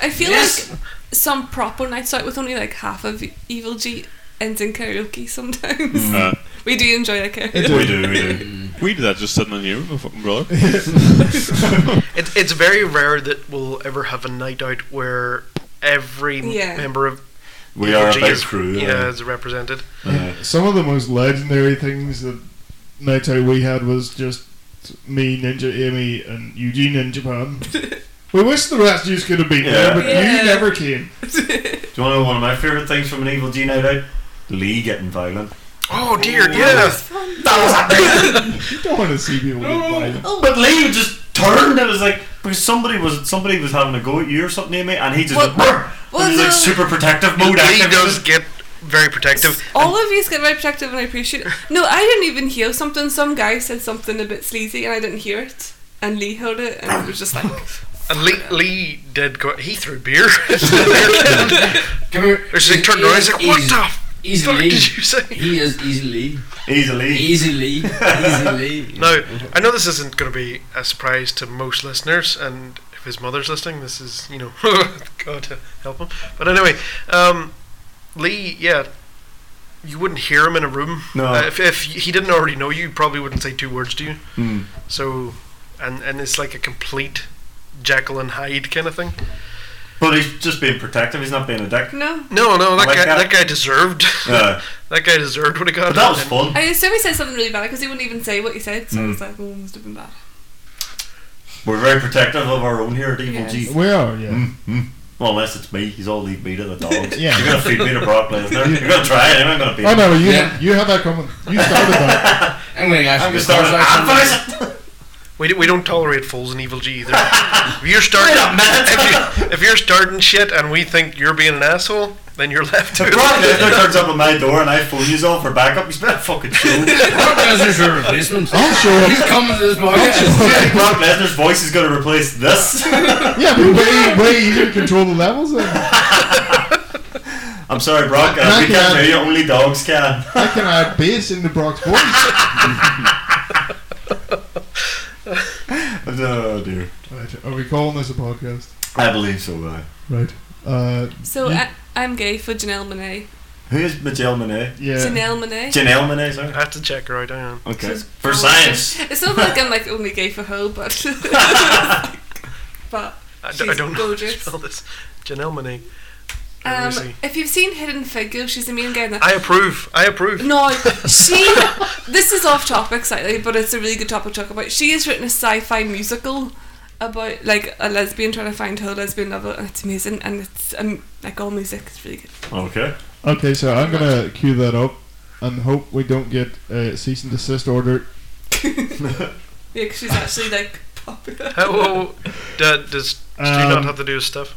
S4: I feel
S7: Yes.
S4: like some proper nights out with only like half of Evil G ends in karaoke sometimes.
S8: Uh,
S4: We do enjoy a karaoke.
S2: It
S1: We
S2: did.
S1: do, we do.
S8: we did that just sitting in here with my fucking brother.
S3: It, it's very rare that we'll ever have a night out where every m-
S4: Yeah.
S3: member of
S1: We are a
S3: EG
S1: big
S3: is,
S1: crew.
S3: yeah,
S1: Yeah.
S3: is represented.
S1: Yeah.
S2: Some of the most legendary things that night out we had was just me, Ninja Amy, and Eugene in Japan. We wish the rest of you could have been there,
S1: Yeah.
S2: but
S4: Yeah.
S2: you never came.
S1: Do you want to know one of my favourite things from an Evil G Night Out? Lee getting violent.
S3: Oh dear, yeah.
S2: You don't want to see people get violent.
S1: But Lee just turned and was like, because somebody was somebody was having a go at you or something, Amy, and he just
S4: What-
S1: went, "Brr,"
S4: what
S1: and he's like
S4: the-
S1: super protective mode
S3: Lee
S1: active.
S3: does get very protective.
S4: All of these get very protective and I appreciate it. No, I didn't even hear something. Some guy said something a bit sleazy and I didn't hear it. And Lee heard it and it was just like,
S3: And Lee, Lee did go. He threw beer. There's
S7: Come here.
S3: like turned around. He's like, "What the f- fuck
S7: Easily.
S3: did you say?"
S7: He is easily.
S1: Easily.
S7: Easily. Easily.
S3: Now, I know this isn't going to be a surprise to most listeners, and if his mother's listening, this is you know, God to help him. But anyway, um, Lee, yeah, you wouldn't hear him in a room.
S1: No.
S3: Uh, if, if he didn't already know you, you probably wouldn't say two words to you.
S1: Hmm.
S3: So, and and it's like a complete Jekyll and Hyde kind of thing.
S1: But he's just being protective. He's not being a dick.
S4: no.
S3: No, no, that
S1: Like
S3: guy,
S1: that.
S3: that. guy deserved.
S1: Yeah.
S3: that guy deserved what he got.
S1: But that was
S3: And-
S1: fun.
S4: I assume he said something really bad because he wouldn't even say what he said. So I was like, oh, must have been bad.
S1: We're very protective of our own here at Evil
S4: Yes.
S1: G.
S2: We are, yeah.
S1: Mm-hmm. Well, unless it's me, he's all leave me to the dogs.
S2: Yeah.
S1: You're gonna feed me to Brock Lesnar. You're gonna try it. I'm not gonna beat
S2: Oh
S1: him.
S2: no, you
S7: Yeah.
S2: you have that coming. You started that.
S7: I'm going to ask
S1: I'm
S7: you
S1: gonna start "Ah, an
S7: a
S1: advice.
S3: We, d- we don't tolerate fools in Evil G either. if you're starting,
S1: Wait a minute.
S3: if, you, if you're starting shit and we think you're being an asshole, then you're left to
S1: If Brock Lesnar turns up at my door and I phone you all for backup, he's better fucking show.
S7: Brock Lesnar's your replacement.
S2: I'll show up.
S7: He's coming to this podcast.
S1: Brock Lesnar's voice is gonna replace this.
S2: Yeah, but way way easier to control the levels. Then.
S1: I'm sorry, Brock. Uh,
S2: Not
S1: we can't
S2: yet.
S1: hear you. Only dogs can.
S2: I can add bass into Brock's voice.
S1: oh dear.
S2: Right, are we calling this a podcast?
S1: I believe so. Uh,
S2: Right. Uh,
S4: So
S2: Yeah.
S4: I, I'm gay for Janelle Monet.
S1: who is Michelle Monet?
S2: yeah.
S4: Janelle Monet.
S1: Janelle Monet, sorry.
S3: I have to check her out. Hang on.
S1: Okay.
S4: She's
S1: For
S4: gorgeous.
S1: science.
S4: It's not like I'm like only gay for her, but. but.
S3: I, d-
S4: She's
S3: I don't know how to
S4: gorgeous.
S3: spell this. Janelle Monáe. Let me
S4: Um,
S3: see.
S4: if you've seen Hidden Figures, she's the main guy in that.
S3: I approve. I approve.
S4: No, she. this is off topic slightly, but it's a really good topic to talk about. She has written a sci-fi musical about like a lesbian trying to find her lesbian lover, and it's amazing. And it's um, like all music, it's really good.
S1: Okay.
S2: Okay, so I'm gonna cue that up and hope we don't get a cease and desist order.
S4: Yeah, 'cause she's actually like popular.
S3: How, whoa, whoa. D- does do you
S2: Um,
S3: not have to do his stuff?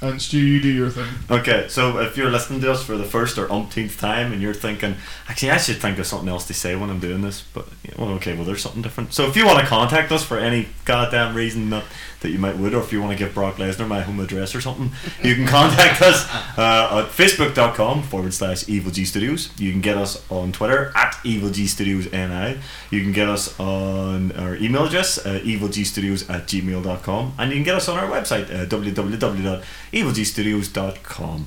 S2: And Stu, you do your thing.
S1: Okay, so if you're listening to us for the first or umpteenth time and you're thinking, actually, I should think of something else to say when I'm doing this, but yeah, well, okay, well, there's something different. So if you want to contact us for any goddamn reason that, that you might would, or if you want to give Brock Lesnar my home address or something, you can contact us uh, at facebook.com forward slash Evil G Studios. You can get us on Twitter at Evil G Studios NI. You can get us on our email address, uh, evilgstudios at gmail.com. And you can get us on our website, uh, www.evilgstudios.com.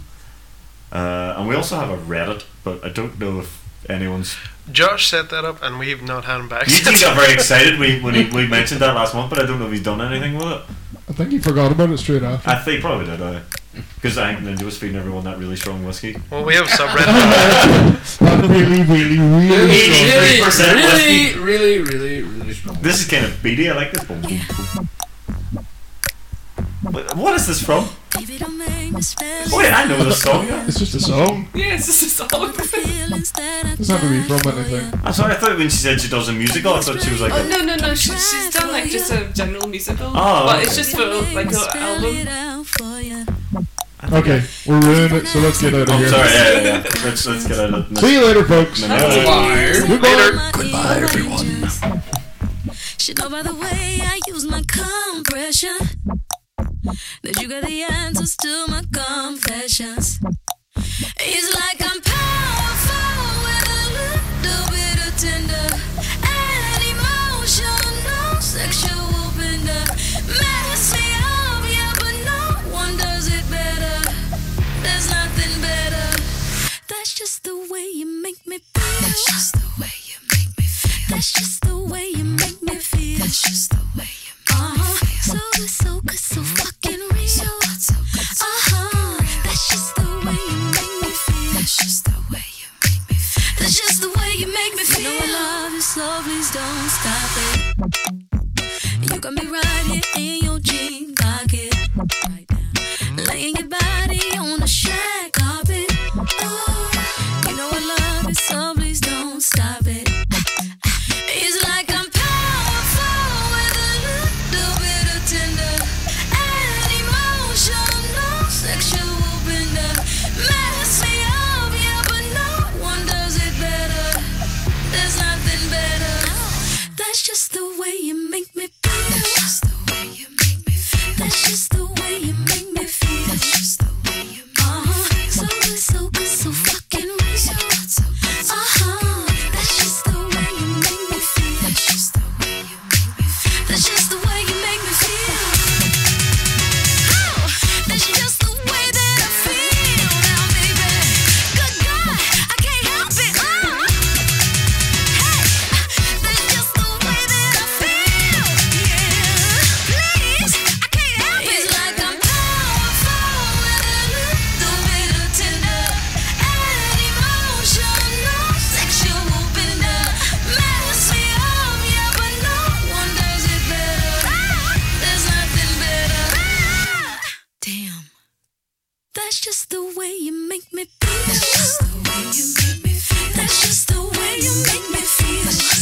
S1: Uh, and we also have a Reddit, but I don't know if anyone's.
S3: Josh set that up, and we've not had him back.
S1: Eugene
S3: since.
S1: got very excited when, he, when he, we mentioned that last month, but I don't know if he's done anything with it.
S2: I think you forgot about it straight after.
S1: I think probably did, I. Because I think Ninja was feeding everyone that really strong whiskey.
S3: Well, we have subreddit.
S2: That really, really, really.
S1: Really?
S2: strong.
S7: Really,
S1: 23%
S7: really, really, really, really strong.
S1: This is kind of beady. I like this. Boom, boom, boom. Wait, What is this from?
S9: Baby, don't make me spell
S1: Oh, yeah, I know this song. yeah.
S2: It's just a song.
S4: Yeah, it's just a song.
S9: feelings that I
S2: Doesn't have to be
S9: got
S2: from
S9: for
S2: anything.
S9: ya.
S1: I'm sorry, I thought when she said she does a musical, I thought she was like,
S4: Oh
S1: a,
S4: no no no! She, she's done like just a general musical,
S1: Oh,
S4: but
S1: okay.
S4: it's just for like
S9: Make
S4: her
S9: me spell
S4: album.
S9: it out for ya.
S2: Okay, we're ruining it, so let's get out of
S1: I'm
S2: here.
S1: sorry, yeah, yeah, yeah. Let's, let's get out of
S2: See
S1: this.
S2: you later, folks.
S1: No.
S7: Fire.
S2: Goodbye.
S9: Goodbye,
S5: everyone.
S9: Should know by the way I use my compression that you got the answers to my confessions. It's like I'm powerful with a little bit of tender and emotional sexual bender. Mess me up, yeah, but no one does it better. There's nothing better. That's just the way you make me feel. That's just the way you make me feel. That's just the way you make me feel. That's just the way you make uh-huh. me feel. So good, so good, so fucking real. So good, so good, so uh-huh. That's just the way you make me feel. That's just the way you make me feel. That's just the way you make me feel. You know I love you so please don't stop it. You got me right here in your jean pocket. Uh-huh. Uh-huh. Uh-huh. way you make me feel. That's just the way you make me feel. That's just the way you make me feel. Uh-huh.